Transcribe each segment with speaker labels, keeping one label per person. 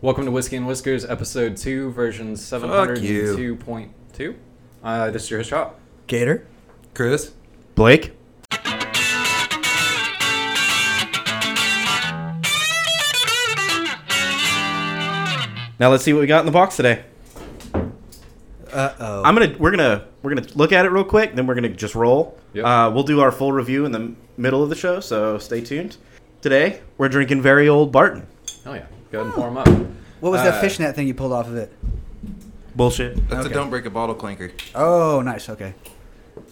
Speaker 1: Welcome to Whiskey and Whiskers, episode two, version seven hundred and two point two. Uh, this is your host, Chop.
Speaker 2: Gator.
Speaker 3: Chris?
Speaker 4: Blake? Now let's see what we got in the box today.
Speaker 2: Uh oh.
Speaker 4: I'm gonna we're gonna we're gonna look at it real quick, then we're gonna just roll.
Speaker 1: Yep.
Speaker 4: Uh, we'll do our full review in the middle of the show, so stay tuned. Today we're drinking very old Barton.
Speaker 1: Oh yeah, go ahead and pour 'em up.
Speaker 2: What was
Speaker 1: Uh,
Speaker 2: that fishnet thing you pulled off of it?
Speaker 4: Bullshit.
Speaker 3: That's
Speaker 2: Okay.
Speaker 3: a don't break a bottle clinker.
Speaker 2: Oh, nice. Okay.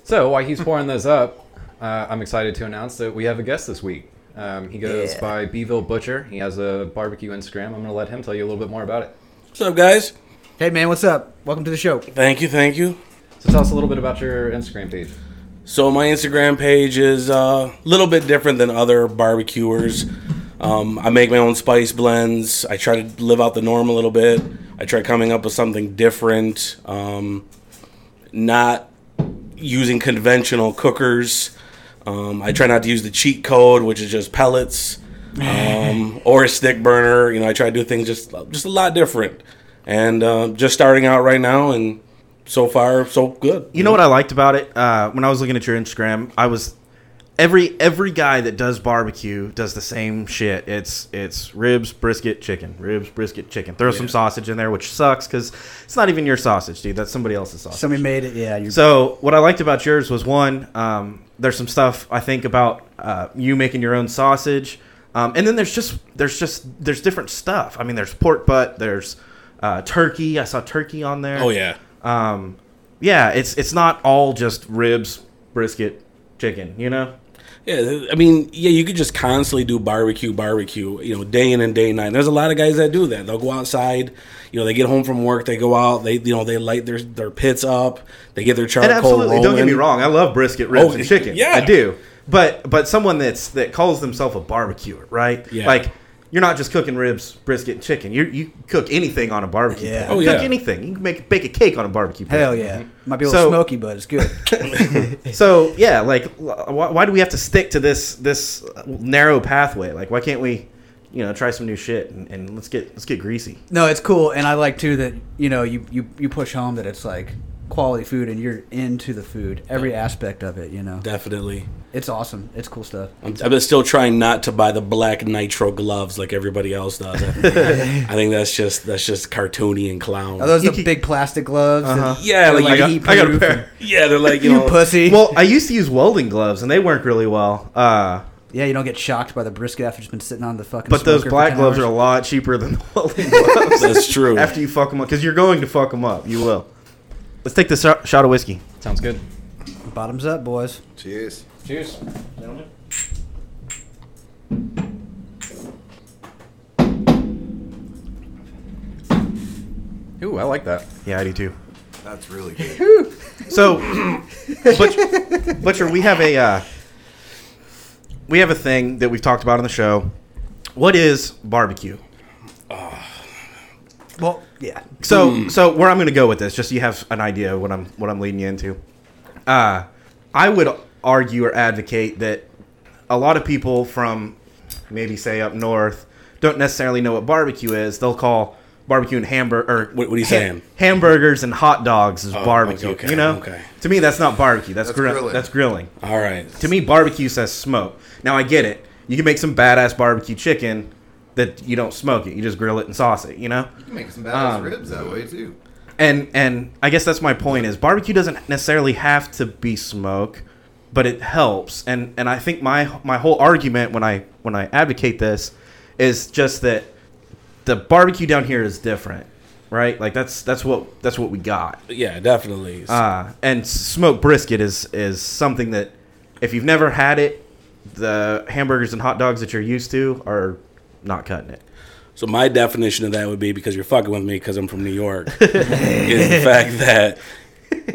Speaker 1: So while he's pouring those up, uh, I'm excited to announce that we have a guest this week. Um, he goes
Speaker 2: Yeah.
Speaker 1: by Beeville Butcher. He has a barbecue Instagram. I'm going to let him tell you a little bit more about it.
Speaker 5: What's up, guys?
Speaker 2: Hey man, what's up? Welcome to the show.
Speaker 5: Thank you, thank you.
Speaker 1: So tell us a little bit about your Instagram page.
Speaker 5: So my Instagram page is uh, a little bit different than other barbecuers. Um, I make my own spice blends. I try to live out the norm a little bit. I try coming up with something different, um, not using conventional cookers. Um, I try not to use the cheat code, which is just pellets um, or a stick burner. You know, I try to do things just just a lot different. And uh, just starting out right now, and so far so good.
Speaker 4: You know what I liked about it? Uh, when I was looking at your Instagram, I was every every guy that does barbecue does the same shit. It's it's ribs, brisket, chicken, ribs, brisket, chicken. Throw some sausage in there, which sucks because it's not even your sausage, dude. That's somebody else's sausage.
Speaker 2: Somebody made it. Yeah. You,
Speaker 4: So what I liked about yours was one, um, there's some stuff I think about uh, you making your own sausage, um, and then there's just there's just there's different stuff. I mean, there's pork butt, there's uh, turkey. I saw turkey on there.
Speaker 5: Oh yeah.
Speaker 4: Um, yeah, it's it's not all just ribs, brisket, chicken. You know.
Speaker 5: Yeah, I mean, yeah, you could just constantly do barbecue, barbecue, you know, day in and day night. There's a lot of guys that do that. They'll go outside, you know, they get home from work, they go out, they, you know, they light their their pits up, they get their charcoal
Speaker 4: And absolutely,
Speaker 5: rolling.
Speaker 4: don't get me wrong. I love brisket, ribs,
Speaker 5: Oh,
Speaker 4: and chicken.
Speaker 5: yeah.
Speaker 4: I do. But but someone that's that calls themselves a barbecuer, right?
Speaker 5: Yeah.
Speaker 4: Like you're not just cooking ribs, brisket, and chicken. You you cook anything on a barbecue.
Speaker 2: Yeah.
Speaker 4: Pit.
Speaker 5: Oh,
Speaker 4: You cook
Speaker 5: yeah.
Speaker 4: anything. You can make bake a cake on a barbecue. pit.
Speaker 2: hell yeah. Might be a
Speaker 4: So-
Speaker 2: little smoky, but it's good.
Speaker 4: So yeah, like wh- why, why do we have to stick to this this narrow pathway? Like why can't we, you know, try some new shit and, and let's get let's get greasy.
Speaker 2: no, it's cool, and I like too that you know you you you push home that it's like quality food, and you're into the food, every aspect of it. You know,
Speaker 5: Definitely.
Speaker 2: it's awesome. It's cool stuff.
Speaker 5: I'm, I'm still trying not to buy the black nitro gloves like everybody else does. I think, I think that's just that's just cartoony and clown.
Speaker 2: Are those
Speaker 4: You
Speaker 2: the
Speaker 4: keep-
Speaker 2: big plastic gloves?
Speaker 4: Uh-huh.
Speaker 2: that-
Speaker 5: yeah,
Speaker 2: they're
Speaker 5: like, you
Speaker 2: like
Speaker 5: got-
Speaker 2: heat
Speaker 4: I got a
Speaker 2: proof
Speaker 4: pair.
Speaker 5: yeah, they're like you
Speaker 2: You
Speaker 5: know,
Speaker 2: pussy.
Speaker 4: Well, I used to use welding gloves and they work really well. Uh,
Speaker 2: yeah, you don't get shocked by the brisket after it's been sitting on the fucking.
Speaker 4: but those
Speaker 2: smoker for
Speaker 4: black
Speaker 2: 10
Speaker 4: gloves are
Speaker 2: hours.
Speaker 4: a lot cheaper than the welding gloves.
Speaker 5: that's true.
Speaker 4: After you fuck them up, because you're going to fuck them up. You will. Let's take this shot shot of whiskey.
Speaker 1: Sounds good.
Speaker 2: Bottoms up, boys.
Speaker 3: Cheers.
Speaker 1: Cheers. Ooh, I like that.
Speaker 4: Yeah, I do too.
Speaker 3: That's really good.
Speaker 4: So, Butcher, Butcher, we have a uh, we have a thing that we've talked about on the show. What is barbecue?
Speaker 2: Uh, Well, yeah.
Speaker 4: So, so where I'm going to go with this, just so you have an idea of what I'm what I'm leading you into. Uh, I would argue or advocate that a lot of people from maybe say up north don't necessarily know what barbecue is. Theyll call barbecue and hamburger.
Speaker 5: What- what are you saying? Oh,
Speaker 4: Hamburgers and hot dogs is barbecue.
Speaker 5: okay,
Speaker 4: you know,
Speaker 5: okay.
Speaker 4: to me that's not barbecue. That's,
Speaker 3: That's
Speaker 4: gri-
Speaker 3: grilling.
Speaker 4: That's grilling.
Speaker 5: All right.
Speaker 4: To me, barbecue says smoke. Now I get it. You can make some badass barbecue chicken that you don't smoke it. You just grill it and sauce it. You know.
Speaker 3: You can make some badass
Speaker 4: Um,
Speaker 3: ribs that way too.
Speaker 4: And and I guess that's my point is barbecue doesn't necessarily have to be smoke, but it helps. And and I think my my whole argument when I when I advocate this is just that the barbecue down here is different, right? Like that's that's what that's what we got.
Speaker 5: Yeah, definitely.
Speaker 4: Uh, and smoked brisket is is something that if you've never had it, the hamburgers and hot dogs that you're used to are not cutting it.
Speaker 5: So my definition of that would be because you're fucking with me because I'm from New York is the fact that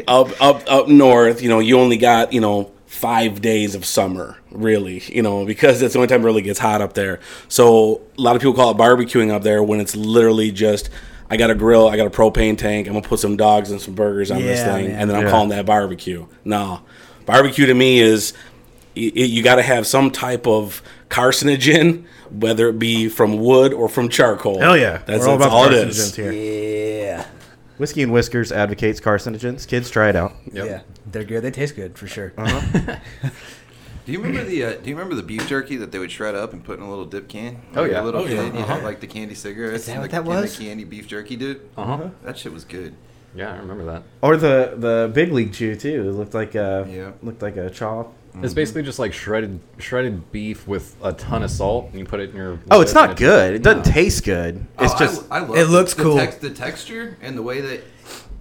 Speaker 5: up up up north, you know, you only got you know five days of summer really, you know, because that's the only time it really gets hot up there. So a lot of people call it barbecuing up there when it's literally just. I got a grill. I got a propane tank. I'm gonna put some dogs and some burgers on this
Speaker 2: Yeah,
Speaker 5: thing,
Speaker 2: man.
Speaker 5: and then I'm
Speaker 4: Yeah.
Speaker 5: calling that barbecue. No, barbecue to me is you, you got to have some type of carcinogen, whether it be from wood or from charcoal.
Speaker 4: Hell yeah.
Speaker 5: That's,
Speaker 4: We're all
Speaker 5: that's
Speaker 4: about
Speaker 5: all it
Speaker 4: carcinogens
Speaker 5: is.
Speaker 4: here.
Speaker 2: Yeah.
Speaker 4: Whiskey and Whiskers advocates carcinogens. Kids, try it out.
Speaker 1: Yep.
Speaker 2: Yeah. They're good. They taste good for sure.
Speaker 3: Do you remember the uh, Do you remember the beef jerky that they would shred up and put in a little dip can?
Speaker 1: Oh,
Speaker 3: Like
Speaker 1: yeah.
Speaker 3: a little
Speaker 5: Oh, yeah.
Speaker 3: kid, you
Speaker 2: Uh-huh.
Speaker 3: had, like the candy cigarettes.
Speaker 2: Is that
Speaker 3: and
Speaker 2: what
Speaker 3: the,
Speaker 2: that
Speaker 3: and
Speaker 2: was?
Speaker 3: the candy beef jerky, dude.
Speaker 1: Uh huh.
Speaker 3: That shit was good.
Speaker 1: Yeah, I remember that.
Speaker 4: Or the the big league chew too. It looked like a
Speaker 3: Yeah.
Speaker 4: looked like a chop.
Speaker 1: It's basically just like shredded shredded beef with a ton of salt, and you put it in your.
Speaker 4: Oh, it's
Speaker 1: lip and
Speaker 4: not good. It doesn't
Speaker 1: No.
Speaker 4: taste good. It's
Speaker 3: Oh, I-
Speaker 4: just
Speaker 3: I, loved
Speaker 2: it looks
Speaker 3: the
Speaker 2: cool.
Speaker 3: tex- the texture and the way that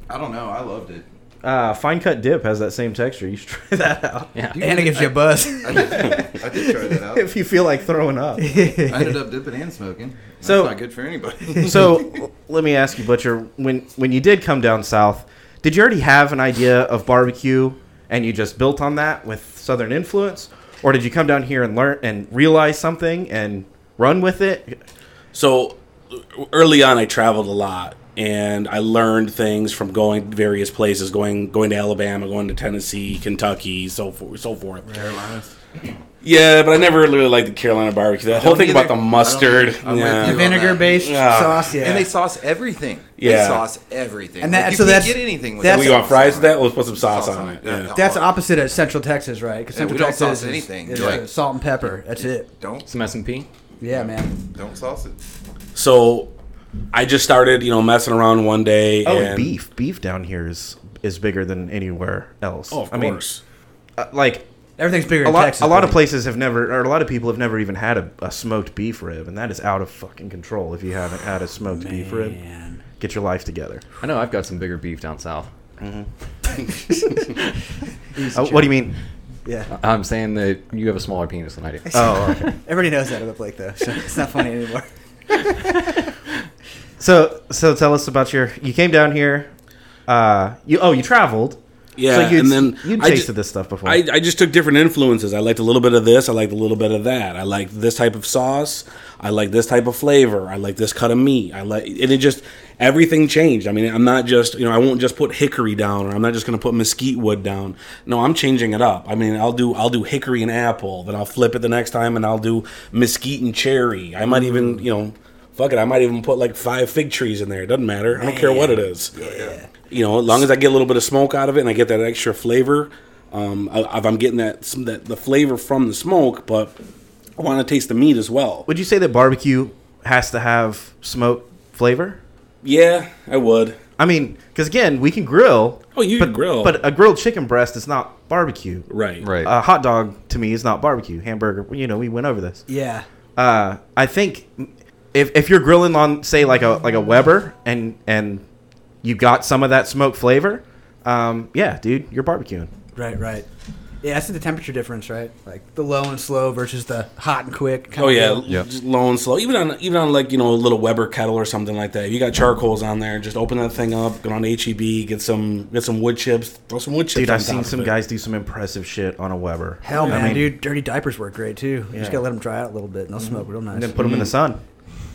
Speaker 3: I don't know. I loved it.
Speaker 4: uh, fine cut dip has that same texture. You should try that out
Speaker 1: Yeah.
Speaker 2: and it gives you a buzz.
Speaker 3: I did, I did try that
Speaker 5: Oh.
Speaker 3: out.
Speaker 4: if you feel like throwing up.
Speaker 3: I ended up dipping and smoking. That's
Speaker 4: So-
Speaker 3: not good for anybody.
Speaker 4: so let me ask you, Butcher, when when you did come down south, did you already have an idea of barbecue and you just built on that with southern influence, or did you come down here and learn and realize something and run with it?
Speaker 5: So early on, I traveled a lot, and I learned things from going to various places, going going to Alabama, going to Tennessee, Kentucky, so forth, so forth. Yeah, but I never really liked the Carolina barbecue. The whole
Speaker 3: don't
Speaker 5: thing about
Speaker 3: either.
Speaker 5: the
Speaker 3: I don't
Speaker 5: mustard.
Speaker 3: either. I'm with
Speaker 5: yeah.
Speaker 3: you.
Speaker 2: Vinegar based
Speaker 5: Yeah.
Speaker 2: sauce. Yeah.
Speaker 3: And they sauce everything.
Speaker 5: Yeah.
Speaker 3: They sauce everything.
Speaker 2: And that-
Speaker 3: Like, you
Speaker 2: so
Speaker 3: can't
Speaker 2: that's-
Speaker 3: get anything with
Speaker 2: that's-
Speaker 5: We
Speaker 3: that.
Speaker 5: want fries with that. Let's put some sauce, on it. Yeah.
Speaker 2: That's opposite of Central Texas, right? Because
Speaker 3: Yeah,
Speaker 2: Central
Speaker 3: we don't
Speaker 2: Texas
Speaker 3: sauce
Speaker 2: is-
Speaker 3: anything.
Speaker 2: is,
Speaker 3: You're
Speaker 2: uh,
Speaker 3: like-
Speaker 2: salt and pepper. That's it.
Speaker 3: Don't
Speaker 1: Some S and P.
Speaker 2: Yeah, man.
Speaker 3: don't sauce it.
Speaker 5: So I just started, you know, messing around one day.
Speaker 4: Oh,
Speaker 5: and
Speaker 4: and beef, beef down here is is bigger than anywhere else.
Speaker 5: Oh, of
Speaker 4: I mean,
Speaker 5: course.
Speaker 4: uh, like
Speaker 2: Everything's bigger
Speaker 4: a
Speaker 2: in
Speaker 4: lot,
Speaker 2: Texas.
Speaker 4: a lot of
Speaker 2: buddy.
Speaker 4: places have never, or a lot of people have never even had a, a smoked beef rib, and that is out of fucking control. If you haven't had a smoked beef rib,
Speaker 2: Man.
Speaker 4: get your life together.
Speaker 1: I know I've got some bigger beef down south.
Speaker 4: Uh, what do you mean?
Speaker 2: Yeah.
Speaker 1: I'm saying that you have a smaller penis than I do.
Speaker 4: Oh, okay.
Speaker 2: Everybody knows that about Blake, though. So it's not funny anymore.
Speaker 4: So, so tell us about your. You came down here. Uh, you oh, you traveled.
Speaker 5: Yeah,
Speaker 4: So you'd-
Speaker 5: and then
Speaker 4: you
Speaker 5: I
Speaker 4: tasted
Speaker 5: ju-
Speaker 4: this stuff before.
Speaker 5: I, I just took different influences. I liked a little bit of this. I liked a little bit of that. I liked this type of sauce. I like this type of flavor. I like this cut of meat. I like and it just everything changed. I mean, I'm not just you know I won't just put hickory down or I'm not just going to put mesquite wood down. No, I'm changing it up. I mean, I'll do I'll do hickory and apple. Then I'll flip it the next time and I'll do mesquite and cherry. I might even you know fuck it. I might even put like five fig trees in there. It doesn't matter. I don't care what it is you know, as long as I get a little bit of smoke out of it and I get that extra flavor, um, I, I'm getting that some that the flavor from the smoke, but I want to taste the meat as well.
Speaker 4: Would you say that barbecue has to have smoke flavor?
Speaker 5: Yeah, I would.
Speaker 4: I mean, because again, we can grill.
Speaker 5: Oh, you
Speaker 4: but,
Speaker 5: can grill.
Speaker 4: but a grilled chicken breast is not barbecue.
Speaker 5: Right,
Speaker 1: Right.
Speaker 2: Ah.
Speaker 4: A hot dog to me is not barbecue. Hamburger, you know, we went over this.
Speaker 2: Yeah.
Speaker 4: Uh, I think if if you're grilling on say like a like a Weber and and you got some of that smoke flavor, um, yeah, dude, you're barbecuing.
Speaker 2: Right, right. Yeah, that's the temperature difference, right? Like the low and slow versus the hot and quick. kind
Speaker 5: Oh
Speaker 2: of
Speaker 5: yeah,
Speaker 2: deal.
Speaker 1: Yep.
Speaker 5: just low and slow. Even on even on like you know a little Weber kettle or something like that. If you got charcoals on there, just open that thing up. Go on HEB, get some get some wood chips, throw some wood chips.
Speaker 4: Dude,
Speaker 5: on
Speaker 4: I've
Speaker 5: top
Speaker 4: seen
Speaker 5: of
Speaker 4: some
Speaker 5: it.
Speaker 4: guys do some impressive shit on a Weber.
Speaker 2: Hell,
Speaker 4: I
Speaker 2: man,
Speaker 4: mean,
Speaker 2: dude, dirty diapers work great too. You just
Speaker 4: Yeah.
Speaker 2: gotta let them dry out a little bit, and they'll smoke real nice.
Speaker 4: And then put
Speaker 5: Hmm.
Speaker 4: them in the sun.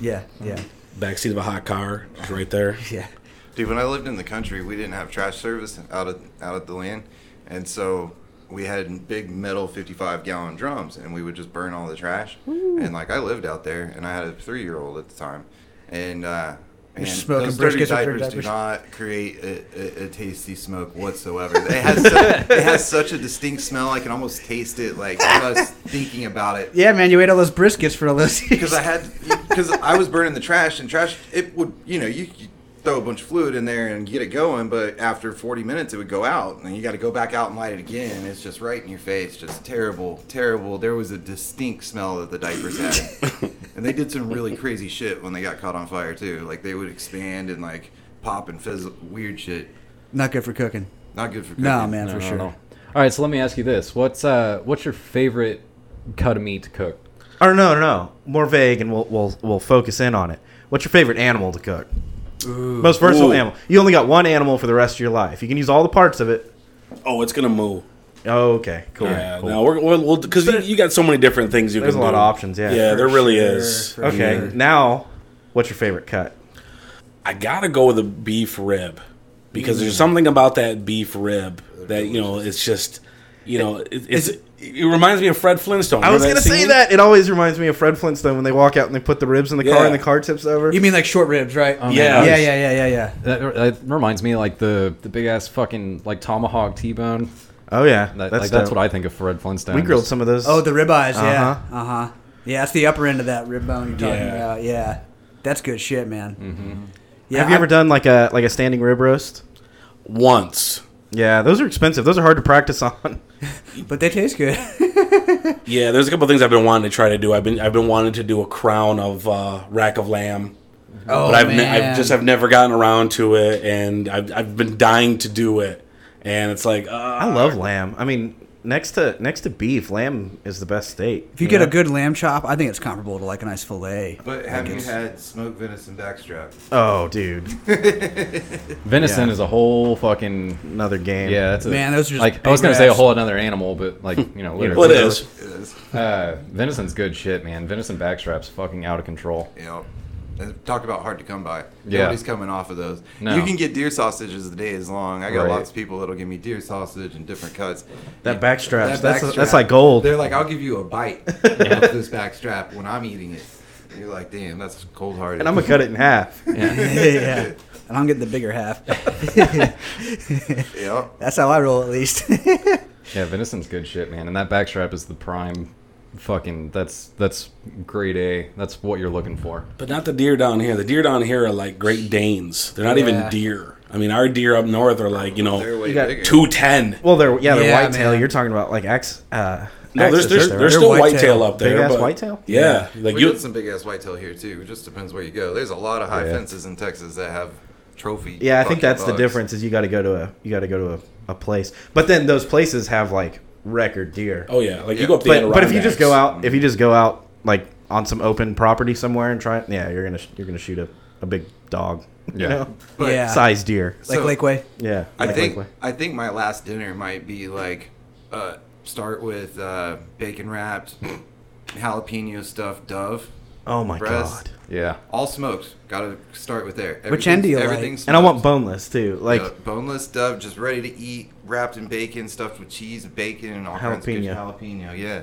Speaker 2: yeah, yeah,
Speaker 5: backseat of a hot car, it's right there.
Speaker 2: yeah.
Speaker 3: Dude, when I lived in the country, we didn't have trash service out at out at the land, and so we had big metal 55 gallon drums, and we would just burn all the trash. And like I lived out there, and I had a three year old at the time, and uh, and
Speaker 2: smoking
Speaker 3: those
Speaker 2: briskets
Speaker 3: dirty
Speaker 2: with dirty
Speaker 3: diapers, do
Speaker 2: diapers.
Speaker 3: not create a, a, a tasty smoke whatsoever. It has such, it has such a distinct smell. I can almost taste it, like just thinking about it.
Speaker 2: Yeah, man, you ate all those briskets for all those.
Speaker 3: because I had because I was burning the trash and trash it would you know you, you throw a bunch of fluid in there and get it going but after 40 minutes it would go out and you got to go back out and light it again it's just right in your face just terrible terrible there was a distinct smell that the diapers had and they did some really crazy shit when they got caught on fire too like they would expand and like pop and fizzle weird shit
Speaker 2: Not good for cooking.
Speaker 3: not good for cooking.
Speaker 2: No, man,
Speaker 1: No,
Speaker 2: for
Speaker 1: no,
Speaker 2: sure.
Speaker 1: no. All right, so let me ask you this: what's uh, what's your favorite cut of meat to cook?
Speaker 4: Or no, no, no, more vague, and we'll we'll we'll focus in on it. What's your favorite animal to cook? Most versatile
Speaker 5: Ooh.
Speaker 4: animal. You only got one animal for the rest of your life. You can use all the parts of it.
Speaker 5: Oh, it's gonna move.
Speaker 4: Oh, okay, cool.
Speaker 5: Yeah,
Speaker 4: cool.
Speaker 5: no, we're, we're, we'll because you, you got so many different things you
Speaker 4: There's
Speaker 5: can
Speaker 4: a lot
Speaker 5: do.
Speaker 4: of options, yeah.
Speaker 5: yeah,
Speaker 4: For
Speaker 5: there really
Speaker 2: sure,
Speaker 5: is.
Speaker 2: for
Speaker 4: okay,
Speaker 2: sure.
Speaker 4: now what's your favorite cut?
Speaker 5: I gotta go with a
Speaker 4: Mm.
Speaker 5: beef rib because there's something about that beef rib that you know it's just You know, it, it's it reminds me of Fred Flintstone.
Speaker 4: I was
Speaker 5: Remember
Speaker 4: gonna say
Speaker 5: scene?
Speaker 4: that. It always reminds me of Fred Flintstone when they walk out and they put the ribs in the car
Speaker 5: Yeah.
Speaker 4: and the car tips over.
Speaker 2: You mean like short ribs, right?
Speaker 5: Yeah.
Speaker 2: Yeah, yeah, yeah, yeah, yeah.
Speaker 1: That, that reminds me like the the big ass fucking like tomahawk T-bone.
Speaker 4: oh yeah,
Speaker 1: That, like that's
Speaker 4: dope.
Speaker 1: what I think of Fred Flintstone.
Speaker 4: We grilled some of those.
Speaker 2: Oh, the ribeyes. Yeah.
Speaker 4: Uh-huh.
Speaker 2: Uh huh. Yeah, that's the upper end of that rib bone you're talking
Speaker 5: Yeah.
Speaker 2: about. Yeah, that's good shit, man. Mm-hmm. Yeah,
Speaker 4: Have you
Speaker 2: I-
Speaker 4: ever done like a like a standing rib roast?
Speaker 5: once.
Speaker 4: Yeah, those are expensive. Those are hard to practice on.
Speaker 2: But they taste good.
Speaker 5: Yeah, there's a couple things I've been wanting to try to do. I've been I've been wanting to do a crown of uh, rack of lamb,
Speaker 2: oh
Speaker 5: but I've, ne- I've just have never gotten around to it, and I've I've been dying to do it, and it's like uh,
Speaker 4: I love lamb. I mean, next to next to beef, lamb is the best steak.
Speaker 2: If you get a good lamb chop, I think it's comparable to like a nice fillet.
Speaker 3: But have you had smoked venison backstrap?
Speaker 4: Oh, dude,
Speaker 1: Venison
Speaker 4: Yeah.
Speaker 1: is a whole fucking
Speaker 4: another game.
Speaker 1: yeah. That's a,
Speaker 2: Man, those are just
Speaker 1: like I was
Speaker 2: big
Speaker 1: gonna say a
Speaker 2: ass-
Speaker 1: whole another animal, but like you know, literally.
Speaker 5: Well, it is.
Speaker 3: It is.
Speaker 1: Uh, venison's good shit, man. Venison backstrap's fucking out of control.
Speaker 3: You know, and talk about hard to come by.
Speaker 1: Yeah.
Speaker 3: Nobody's coming off of those.
Speaker 1: No.
Speaker 3: You can get deer sausages the day is long. I got
Speaker 1: Right.
Speaker 3: lots of people that'll give me deer sausage and different cuts.
Speaker 4: That backstrap,
Speaker 3: That
Speaker 4: that's
Speaker 3: backstrap,
Speaker 4: that's like gold.
Speaker 3: They're like, I'll give you a bite of this backstrap when I'm eating it. And you're like, damn, that's cold hearted.
Speaker 4: And I'm gonna cut it in half.
Speaker 1: Yeah.
Speaker 2: yeah, yeah. And I'm getting the bigger half.
Speaker 3: Yeah.
Speaker 2: That's how I roll, at least.
Speaker 1: yeah, venison's good shit, man. And that backstrap is the prime fucking that's that's grade A. That's what you're looking for.
Speaker 5: But not the deer down here. The deer down here are like Great Danes. They're not even
Speaker 2: Yeah.
Speaker 5: deer. I mean, our deer up north are like you
Speaker 3: They're
Speaker 5: know
Speaker 3: way
Speaker 4: got
Speaker 3: bigger.
Speaker 5: two ten.
Speaker 4: Well, they're yeah, they're
Speaker 2: Yeah,
Speaker 4: whitetail.
Speaker 2: man.
Speaker 4: You're talking about like axe. Uh,
Speaker 5: No, there's
Speaker 4: axes,
Speaker 5: there's,
Speaker 4: right?
Speaker 5: there's
Speaker 2: They're
Speaker 5: still
Speaker 2: whitetail.
Speaker 5: whitetail up there.
Speaker 4: Big-ass
Speaker 5: but-
Speaker 4: whitetail?
Speaker 5: Yeah, like
Speaker 3: we
Speaker 5: you.
Speaker 3: got some big ass whitetail here too. It just depends where you go. There's a lot of high
Speaker 1: Yeah.
Speaker 3: fences in Texas that have trophy.
Speaker 4: Yeah, I think
Speaker 3: fucking
Speaker 4: that's the
Speaker 3: bugs.
Speaker 4: difference. Is you got to go to a you got to go to a, a place, but then those places have like record deer.
Speaker 5: Oh yeah, like you
Speaker 3: Yeah.
Speaker 5: go up the
Speaker 4: but but if you just go
Speaker 5: Adirondacks.
Speaker 4: out, if you just go out like on some open property somewhere and try, it, yeah, you're gonna sh- you're gonna shoot a, a big dog,
Speaker 1: Yeah.
Speaker 4: you know,
Speaker 3: But
Speaker 2: Yeah.
Speaker 4: size deer.
Speaker 2: like
Speaker 3: So-
Speaker 2: Lakeway.
Speaker 4: Yeah,
Speaker 3: I
Speaker 4: like-
Speaker 3: think
Speaker 4: like-
Speaker 3: I think my last dinner might be like uh, start with uh, bacon wrapped jalapeno stuffed dove.
Speaker 4: oh my
Speaker 3: breast.
Speaker 4: god,
Speaker 1: Yeah.
Speaker 3: All smokes. Got to start with there.
Speaker 2: Which end do you like?
Speaker 3: everything's
Speaker 4: and I want
Speaker 3: smoked.
Speaker 4: boneless too. Like
Speaker 3: Yeah, boneless dove, just ready to eat, wrapped in bacon, stuffed with cheese, bacon, and all kinds of good
Speaker 4: Jalapeno.
Speaker 3: jalapeno. Yeah,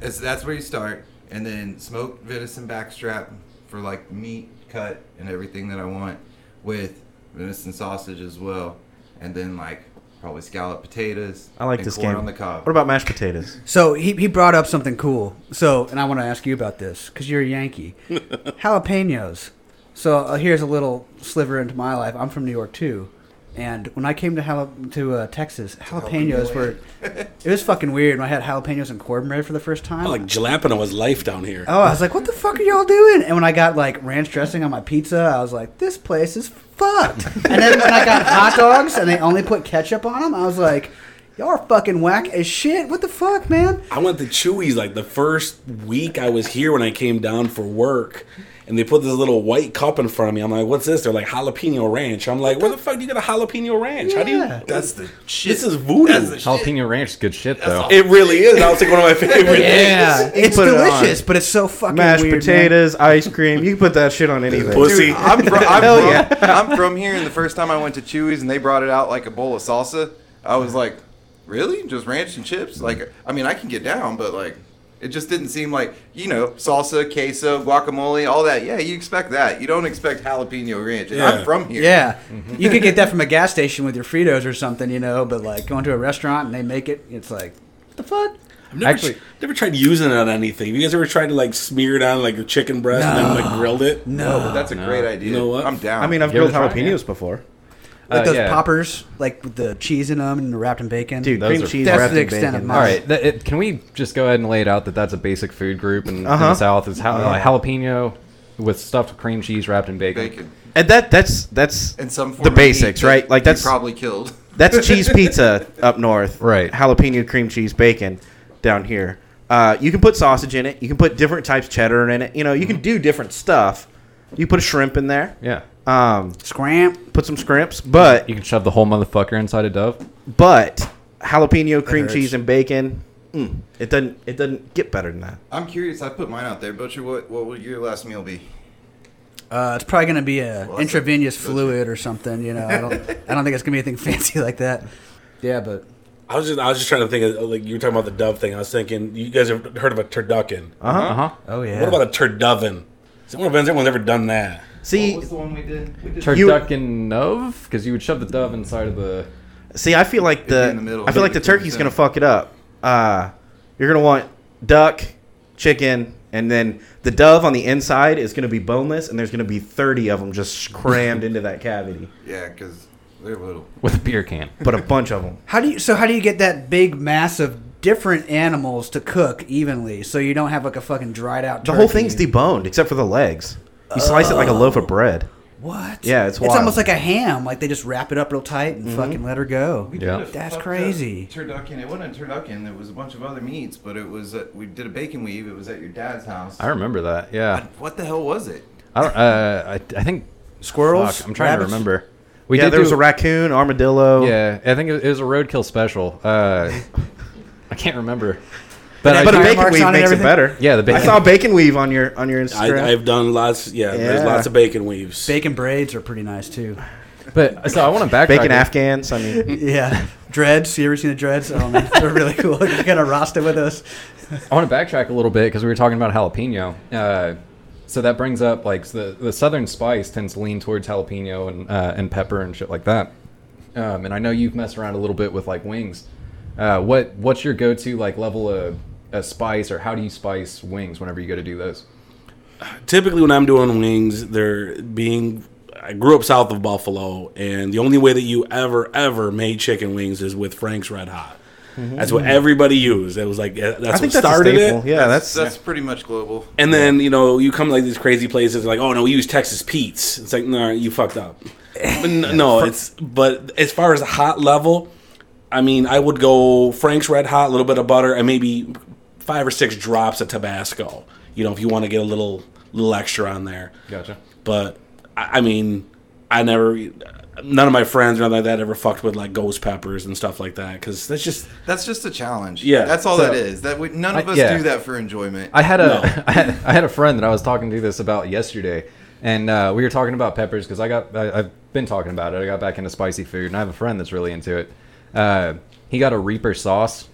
Speaker 3: It's- that's where you start, and then smoked venison backstrap for like meat cut and everything that I want, with venison sausage as well, and then like probably scalloped potatoes.
Speaker 4: I like
Speaker 3: and
Speaker 4: this
Speaker 3: corn
Speaker 4: game.
Speaker 3: on the cob.
Speaker 4: What about mashed potatoes?
Speaker 2: So he, he brought up something cool. So, and I want to ask you about this because you're a Yankee. Jalapenos. So uh, here's a little sliver into my life. I'm from New York too, and when I came to Jala- to uh, Texas, jalapenos were. It was fucking weird when I had jalapenos and cornbread for the first time.
Speaker 5: Oh, like jalapeno is life down here.
Speaker 2: Oh, I was like, what the fuck are y'all doing? And when I got like ranch dressing on my pizza, I was like, this place is fucked. And then when I got hot dogs and they only put ketchup on them, I was like, y'all are fucking whack as shit. What the fuck, man?
Speaker 5: I went to Chewy's like the first week I was here when I came down for work, and they put this little white cup in front of me. I'm like, "What's this?" They're like jalapeno ranch. I'm like, "Where the fuck do you get a jalapeno ranch? How do you?"
Speaker 2: Yeah.
Speaker 5: That's the shit. This is voodoo.
Speaker 3: That's the shit.
Speaker 1: Jalapeno ranch is good shit though.
Speaker 5: it really is. That was like one of my favorite.
Speaker 2: Yeah, it's
Speaker 4: put it on.
Speaker 2: delicious, but it's so fucking
Speaker 4: Mashed
Speaker 2: weird, man.
Speaker 4: potatoes, ice cream. You can put that shit on anything.
Speaker 5: Pussy.
Speaker 3: I'm from, I'm,
Speaker 4: Hell
Speaker 3: from,
Speaker 4: yeah.
Speaker 3: I'm from here, and the first time I went to Chewy's and they brought it out like a bowl of salsa, I was like, really? Just ranch and chips? Like, I mean, I can get down, but like, it just didn't seem like, you know, salsa, queso, guacamole, all that. Yeah, you expect that. You don't expect jalapeno ranch. And
Speaker 5: Yeah.
Speaker 3: I'm from here.
Speaker 2: Yeah, you could get that from a gas station with your Fritos or something, you know. But like going to a restaurant and they make it, it's like, what the fuck?
Speaker 4: Uh,
Speaker 5: I've never,
Speaker 1: Actually-
Speaker 5: never tried using it on anything. You guys ever tried to like smear it on like a chicken breast and then like grilled it?
Speaker 3: Oh,
Speaker 2: No,
Speaker 3: but that's a great idea.
Speaker 5: You know what?
Speaker 3: I'm down.
Speaker 4: I mean, I've
Speaker 1: You ever
Speaker 4: grilled
Speaker 1: tried it?
Speaker 4: jalapenos before,
Speaker 2: like
Speaker 1: Uh,
Speaker 2: those
Speaker 1: yeah.
Speaker 2: poppers, like with the cheese in them and wrapped in bacon.
Speaker 4: dude.
Speaker 1: Those
Speaker 4: cream
Speaker 1: are-
Speaker 4: cheese
Speaker 2: That's
Speaker 4: wrapped
Speaker 2: the
Speaker 4: in
Speaker 2: extent
Speaker 4: bacon.
Speaker 2: of mine.
Speaker 1: All right, that, it, can we just go ahead and lay it out that that's a basic food group and in the
Speaker 4: Uh-huh.
Speaker 1: South is jal- uh, jalapeno with stuffed cream cheese wrapped in bacon.
Speaker 3: bacon.
Speaker 4: And that that's that's
Speaker 3: And some form
Speaker 4: the
Speaker 3: of meat
Speaker 4: basics,
Speaker 3: that
Speaker 4: right? Like
Speaker 3: you
Speaker 4: that's
Speaker 3: probably killed.
Speaker 4: that's cheese pizza up north,
Speaker 1: Right.
Speaker 4: Jalapeno cream cheese bacon down here. Uh, you can put sausage in it. You can put different types cheddar in it. You know, you can do different stuff. You put a shrimp in there.
Speaker 1: Yeah.
Speaker 6: Uh,
Speaker 4: Um,
Speaker 2: Scramp.
Speaker 4: put some scrimps, but
Speaker 1: You can shove the whole motherfucker inside a dove.
Speaker 4: but jalapeno cream
Speaker 2: hurts.
Speaker 4: cheese and bacon. Mm, it doesn't it doesn't get better than that.
Speaker 3: I'm curious. I put mine out there. Butcher, what, what will your last meal be?
Speaker 2: Uh, it's probably going to be a
Speaker 3: that's a-
Speaker 2: intravenous fluid or something. You know, I don't, I don't think it's going to be anything fancy like that. Yeah, but
Speaker 5: I was just I was just trying to think of like you were talking about the dove thing. I was thinking you guys have heard of a turducken.
Speaker 4: Uh-huh, uh-huh.
Speaker 2: Oh yeah.
Speaker 5: What about a turdoven? Someone everyone's ever done that.
Speaker 4: See,
Speaker 6: the one we did? We did
Speaker 1: Turducken of? Because you would shove the dove inside of the.
Speaker 4: see, I feel like
Speaker 3: be
Speaker 4: the,
Speaker 3: in the middle.
Speaker 4: I feel like the
Speaker 3: It'd be in the
Speaker 4: turkey's
Speaker 3: center.
Speaker 4: gonna fuck it up. Uh, you're gonna want duck, chicken, and then the dove on the inside is gonna be boneless, and there's gonna be thirty of them just crammed into that cavity,
Speaker 3: Yeah, because they're little.
Speaker 1: With a beer can.
Speaker 4: but a bunch of them.
Speaker 2: How do you so how do you get that big mass of different animals to cook evenly so you don't have like a fucking dried out
Speaker 4: The whole
Speaker 2: turkey?
Speaker 4: thing's deboned except for the legs. You slice it like a
Speaker 3: Uh,
Speaker 4: loaf of bread.
Speaker 2: What?
Speaker 4: Yeah, it's
Speaker 2: It's
Speaker 4: wild.
Speaker 2: almost like a ham. Like they just wrap it up real tight and fucking let her go.
Speaker 3: We
Speaker 1: Mm-hmm. Yeah.
Speaker 3: did a
Speaker 2: That's
Speaker 3: fucked up
Speaker 2: crazy.
Speaker 3: Turducken. It wasn't a turducken. It was a bunch of other meats, but it was uh we did a bacon weave. It was at your dad's house.
Speaker 1: I remember that. Yeah.
Speaker 3: what the hell was it?
Speaker 1: I don't. Uh, I, I think.
Speaker 2: Squirrels?
Speaker 1: Fuck, I'm trying
Speaker 2: Rabbits?
Speaker 1: to remember. We
Speaker 4: yeah,
Speaker 1: did
Speaker 4: there was
Speaker 1: do-
Speaker 4: a raccoon, armadillo.
Speaker 1: Yeah, I think it was, it was a roadkill special. Uh, I can't remember. But,
Speaker 4: but a
Speaker 1: I,
Speaker 2: Fire
Speaker 4: bacon
Speaker 2: marks
Speaker 4: weave
Speaker 2: on it and
Speaker 4: makes it
Speaker 2: everything?
Speaker 4: better.
Speaker 1: Yeah, the bacon-
Speaker 4: I saw bacon weave on your on your Instagram.
Speaker 5: I, I've done lots. Yeah, there's
Speaker 4: Yeah.
Speaker 5: lots of bacon weaves.
Speaker 2: Bacon braids are pretty nice too.
Speaker 1: but so I want to backtrack.
Speaker 4: bacon Afghans. I mean,
Speaker 2: Yeah, dreads. You ever seen the dreads? Oh man, they're really cool. You got a Rasta with us.
Speaker 1: I want to backtrack a little bit because we were talking about jalapeno. Uh, so that brings up like the the southern spice tends to lean towards jalapeno and uh, and pepper and shit like that. Um, and I know you've messed around a little bit with like wings. Uh, what what's your go to like level of, of spice or how do you spice wings whenever you go to do those?
Speaker 5: Typically, when I'm doing wings, they're being. I grew up south of Buffalo, and the only way that you ever ever made chicken wings is with Frank's Red Hot. That's what everybody used. It was like eh, Mm-hmm. that's
Speaker 4: I think
Speaker 5: what
Speaker 4: that's a
Speaker 5: started
Speaker 4: staple.
Speaker 5: it.
Speaker 4: Yeah, that's,
Speaker 3: that's pretty much global.
Speaker 5: And then you know you come to, like these crazy places like oh no we use Texas Pete's. It's like no you fucked up. But n- no, it's but as far as the hot level, I mean I would go Frank's Red Hot, a little bit of butter, and maybe five or six drops of Tabasco. You know if you want to get a little little extra on there.
Speaker 1: Gotcha.
Speaker 5: But I, I mean I never. None of my friends or nothing like that ever fucked with like ghost peppers and stuff like that because that's just
Speaker 3: That's just a challenge.
Speaker 5: Yeah.
Speaker 3: that's all
Speaker 1: So-
Speaker 3: that is. That we, none of
Speaker 1: I-
Speaker 3: us
Speaker 1: yeah.
Speaker 3: do that for enjoyment.
Speaker 1: I had a
Speaker 5: No.
Speaker 1: I had, I had a friend that I was talking to this about yesterday, and uh, we were talking about peppers because I got I, I've been talking about it. I got back into spicy food, and I have a friend that's really into it. Uh, he got a Reaper sauce.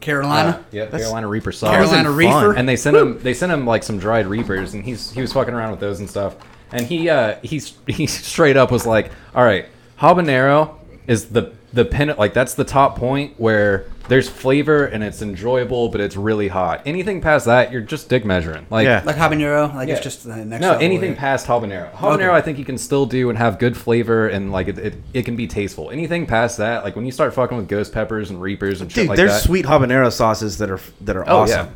Speaker 2: Carolina.
Speaker 1: Uh, Yeah, Carolina Reaper sauce.
Speaker 2: Carolina
Speaker 4: fun.
Speaker 2: Reefer.
Speaker 1: And they sent him they sent him like some dried reapers, and he's he was fucking around with those and stuff. And he uh he's he straight up was like, all right, habanero is the the pin like that's the top point where there's flavor and it's enjoyable, but it's really hot. Anything past that, you're just dick measuring. Like
Speaker 4: Yeah.
Speaker 2: like habanero. Like
Speaker 1: Yeah.
Speaker 2: it's just the next.
Speaker 1: no,
Speaker 2: level,
Speaker 1: anything
Speaker 2: yeah.
Speaker 1: past habanero. Habanero,
Speaker 2: Okay.
Speaker 1: I think you can still do and have good flavor and like it, it, it can be tasteful. Anything past that, like when you start fucking with ghost peppers and reapers and shit
Speaker 4: dude.
Speaker 1: like
Speaker 4: there's
Speaker 1: that.
Speaker 4: sweet habanero sauces that are that are
Speaker 1: Oh
Speaker 4: awesome.
Speaker 1: yeah.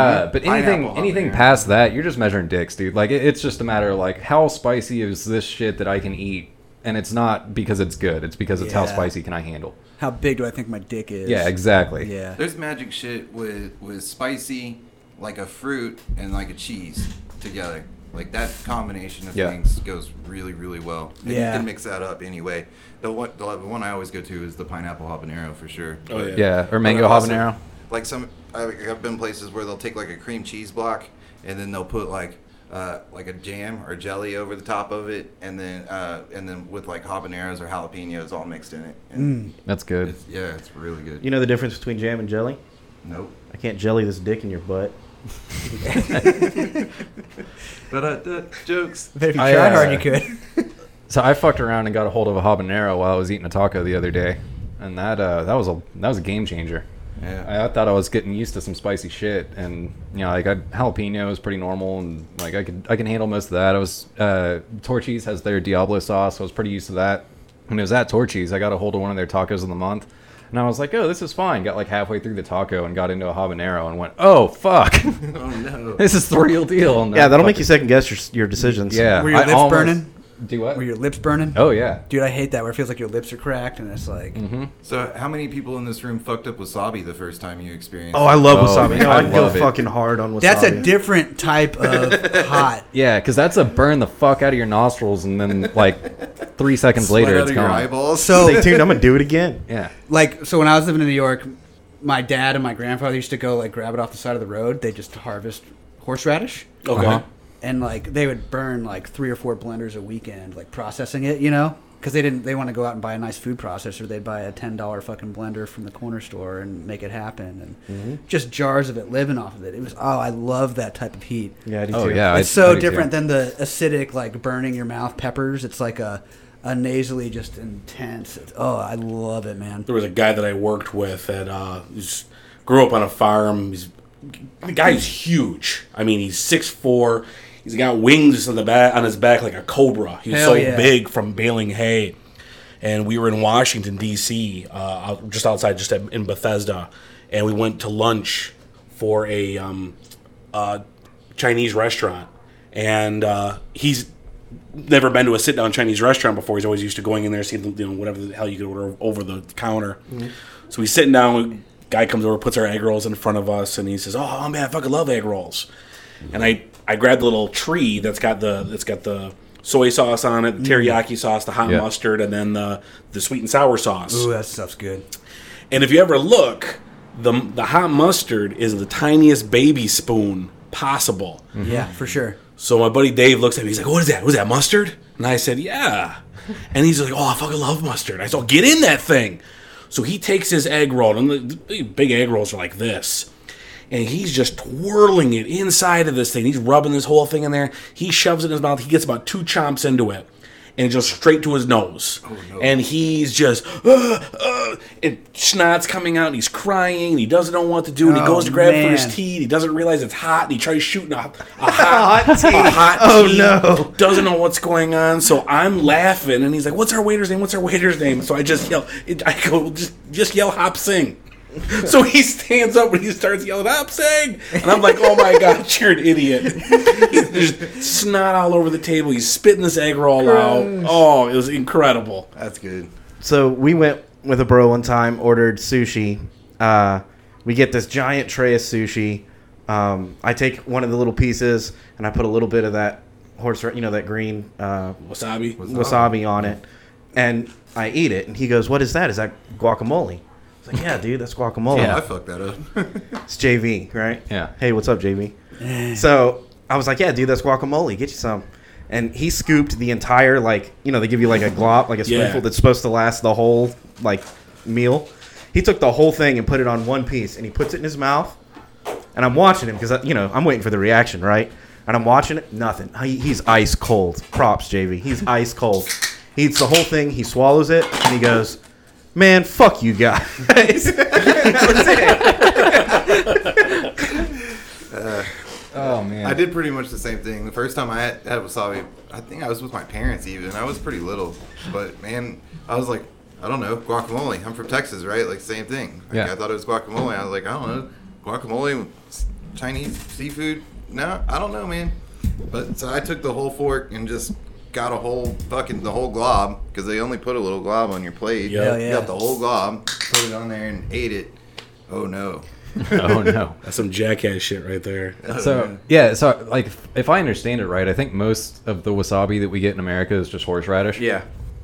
Speaker 1: Uh, but anything
Speaker 3: Pineapple
Speaker 1: anything
Speaker 3: habanero.
Speaker 1: past that, you're just measuring dicks, dude. Like it, it's just a matter of like how spicy is this shit that I can eat, and it's not because it's good. It's because it's how
Speaker 2: Yeah.
Speaker 1: spicy can I handle.
Speaker 2: How big do I think my dick is?
Speaker 1: Yeah, exactly.
Speaker 2: Yeah.
Speaker 3: There's magic shit with with spicy, like a fruit and like a cheese together. Like that combination of
Speaker 1: Yeah.
Speaker 3: things goes really, really well. And
Speaker 2: Yeah.
Speaker 3: you can mix that up anyway. The one the one I always go to is the pineapple habanero for sure.
Speaker 5: oh yeah
Speaker 1: Yeah, or mango
Speaker 3: But I've also-
Speaker 1: habanero.
Speaker 3: Like some, I've I've been places where they'll take like a cream cheese block and then they'll put like. Uh, like a jam or jelly over the top of it, and then uh, and then with like habaneros or jalapenos all mixed in it. And
Speaker 1: That's good.
Speaker 3: it's, yeah, it's really good.
Speaker 4: You know the difference between jam and jelly?
Speaker 3: nope.
Speaker 4: I can't jelly this dick in your butt.
Speaker 3: But uh, jokes.
Speaker 2: But if you
Speaker 1: I,
Speaker 2: tried hard,
Speaker 1: uh,
Speaker 2: you could.
Speaker 1: So I fucked around and got a hold of a habanero while I was eating a taco the other day, and that uh, that was a that was a game changer.
Speaker 3: Yeah.
Speaker 1: I, I thought I was getting used to some spicy shit, and you know, like I, jalapeno is pretty normal, and like I could I can handle most of that. I was uh, Torchy's has their Diablo sauce, so I was pretty used to that. When it was at Torchy's, I got a hold of one of their tacos of the month, and I was like, oh, this is fine. Got like halfway through the taco and got into a habanero and went, oh fuck,
Speaker 3: Oh no.
Speaker 1: this is the real deal. And
Speaker 4: yeah,
Speaker 1: that
Speaker 4: that'll make
Speaker 1: fucking-
Speaker 4: you second guess your, your decisions.
Speaker 1: Yeah,
Speaker 2: Were your
Speaker 1: I
Speaker 2: lips
Speaker 1: almost-
Speaker 2: burning?
Speaker 1: Do what?
Speaker 2: Were your lips burning?
Speaker 1: oh Mm-hmm. yeah.
Speaker 2: Dude, I hate that where it feels like your lips are cracked and it's like.
Speaker 3: So, how many people in this room fucked up wasabi the first time you experienced?
Speaker 4: Oh, I love
Speaker 1: Oh,
Speaker 4: wasabi.
Speaker 1: man,
Speaker 4: Oh,
Speaker 1: I
Speaker 4: I, go
Speaker 1: love it.
Speaker 4: fucking hard on wasabi.
Speaker 2: That's a different type of hot.
Speaker 1: Yeah, because that's a burn the fuck out of your nostrils, and then like three seconds
Speaker 3: Sweat
Speaker 1: later,
Speaker 3: out
Speaker 1: it's
Speaker 3: of your
Speaker 1: gone.
Speaker 3: eyeballs.
Speaker 2: So
Speaker 4: Stay tuned. I'm gonna do it again.
Speaker 1: Yeah,
Speaker 2: like so when I was living in New York, my dad and my grandfather used to go like grab it off the side of the road. They just harvest horseradish,
Speaker 5: okay
Speaker 1: Uh-huh.
Speaker 2: and like they would burn like three or four blenders a weekend, like processing it, you know. because they didn't they want to go out and buy a nice food processor they'd buy a $10 fucking blender from the corner store and make it happen and just jars of it living off of it it was oh i love that type of heat
Speaker 4: Yeah, I do
Speaker 1: Oh
Speaker 4: too.
Speaker 1: yeah,
Speaker 2: it's
Speaker 1: I- I
Speaker 2: so
Speaker 1: do too.
Speaker 2: different than the acidic like burning your mouth peppers it's like a, a nasally just intense It's- oh i love it man
Speaker 5: there was a guy that I worked with that uh, was- grew up on a farm. He's, the guy's huge. I mean, he's six four. He's got wings on the back on his back like a cobra. He was
Speaker 2: Hell
Speaker 5: so
Speaker 2: yeah.
Speaker 5: big from baling hay. And we were in Washington D.C., uh, out- just outside, just at, in Bethesda, and we went to lunch for a um, uh, Chinese restaurant. And uh, he's never been to a sit down Chinese restaurant before. He's always used to going in there, seeing you know whatever the hell you could order over the counter.
Speaker 2: Mm-hmm.
Speaker 5: So he's sitting down. Guy comes over, puts our egg rolls in front of us, and he says, "Oh man, I fucking love egg rolls." And I I grabbed the little tree that's got the that's got the soy sauce on it, the teriyaki sauce, the hot
Speaker 1: Yeah.
Speaker 5: mustard, and then the the sweet and sour sauce.
Speaker 2: ooh that stuff's good
Speaker 5: And if you ever look, the the hot mustard is the tiniest baby spoon possible.
Speaker 2: yeah for sure
Speaker 5: So my buddy Dave looks at me. He's like, "What is that? Was that mustard?" And I said, "Yeah." And he's like, "Oh, I fucking love mustard." I said, oh, "Get in that thing." So he takes his egg roll, and the the big egg rolls are like this, and he's just twirling it inside of this thing. He's rubbing this whole thing in there. He shoves it in his mouth. He gets about two chomps into it, and just straight to his nose.
Speaker 2: Oh,
Speaker 5: And he's just, uh, uh, and snot's coming out, and he's crying, and he doesn't know what to do, and he
Speaker 2: Oh,
Speaker 5: goes to grab for his
Speaker 2: man.
Speaker 5: teeth. He doesn't realize it's hot, and he tries shooting a, a hot, hot tea.
Speaker 4: Oh, no.
Speaker 5: Doesn't know what's going on, so I'm laughing, and he's like, "What's our waiter's name? What's our waiter's name?" So I just yell, it- I go, "Just, just yell, Hop Sing." So he stands up and he starts yelling, "Hop Sing!" And I'm like, "Oh my god, you're an idiot!" There's snot all over the table. He's spitting this egg roll out. Oh, it was incredible.
Speaker 3: That's good.
Speaker 4: So we went with a bro one time, ordered sushi. Uh, we get this giant tray of sushi. Um, I take one of the little pieces and I put a little bit of that horse, you know, that green uh,
Speaker 5: Wasabi.
Speaker 4: wasabi on it, and I eat it. And he goes, "What is that? Is that guacamole?" I was like, "Yeah, dude, that's guacamole.
Speaker 1: Yeah.
Speaker 3: I fucked that up.
Speaker 4: It's JV, right?
Speaker 1: Yeah.
Speaker 4: Hey, what's up, JV? so I was like, "Yeah, dude, that's guacamole. Get you some." And he scooped the entire like, you know, they give you like a glop, like a
Speaker 5: Yeah.
Speaker 4: spoonful that's supposed to last the whole like meal. He took the whole thing and put it on one piece, and he puts it in his mouth. And I'm watching him because you know I'm waiting for the reaction, right? And I'm watching it. Nothing. He, he's ice cold. Props, JV. He's ice cold. He eats the whole thing. He swallows it, and he goes, "Man, fuck you guys." That's it.
Speaker 1: Oh man,
Speaker 3: I did pretty much the same thing. The first time I had, had wasabi, I think I was with my parents even. I was pretty little, but man, I was like, I don't know, guacamole. I'm from Texas, right? Like same thing. Like,
Speaker 1: Yeah.
Speaker 3: I thought it was guacamole. I was like, I don't know, guacamole, s- Chinese seafood. No, I don't know, man. But so I took the whole fork and just got a whole fucking the whole glob because they only put a little glob on your plate.
Speaker 5: Yeah. Hell
Speaker 2: yeah.
Speaker 3: Got the whole glob, put it on there and ate it. Oh no.
Speaker 1: oh no.
Speaker 5: That's some jackass shit right there.
Speaker 1: So yeah, so like if- if I understand it right, I think most of the wasabi that we get in America is just horseradish.
Speaker 3: Yeah.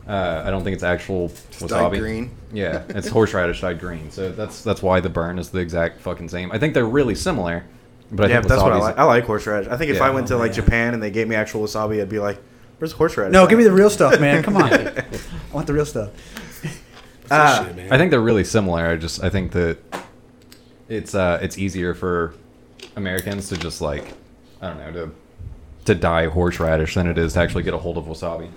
Speaker 1: Uh, I don't think it's actual wasabi.
Speaker 3: Dyed green.
Speaker 1: Yeah, it's horseradish dyed green. So that's that's why the burn is the exact fucking same. I think they're really similar, but I
Speaker 4: Yeah,
Speaker 1: think
Speaker 4: but that's what I
Speaker 1: wasabi's-
Speaker 4: like. I like horseradish. I think if
Speaker 1: Yeah.
Speaker 4: I went to like Japan and they gave me actual wasabi, I'd be like, "Where's horseradish?"
Speaker 2: no
Speaker 4: at?"
Speaker 2: give me the real stuff man come on i want the real stuff
Speaker 5: That's shit, man.
Speaker 1: I think they're really similar. I just I think that it's uh it's easier for Americans to just like I don't know to to dye horseradish than it is to actually get a hold of wasabi.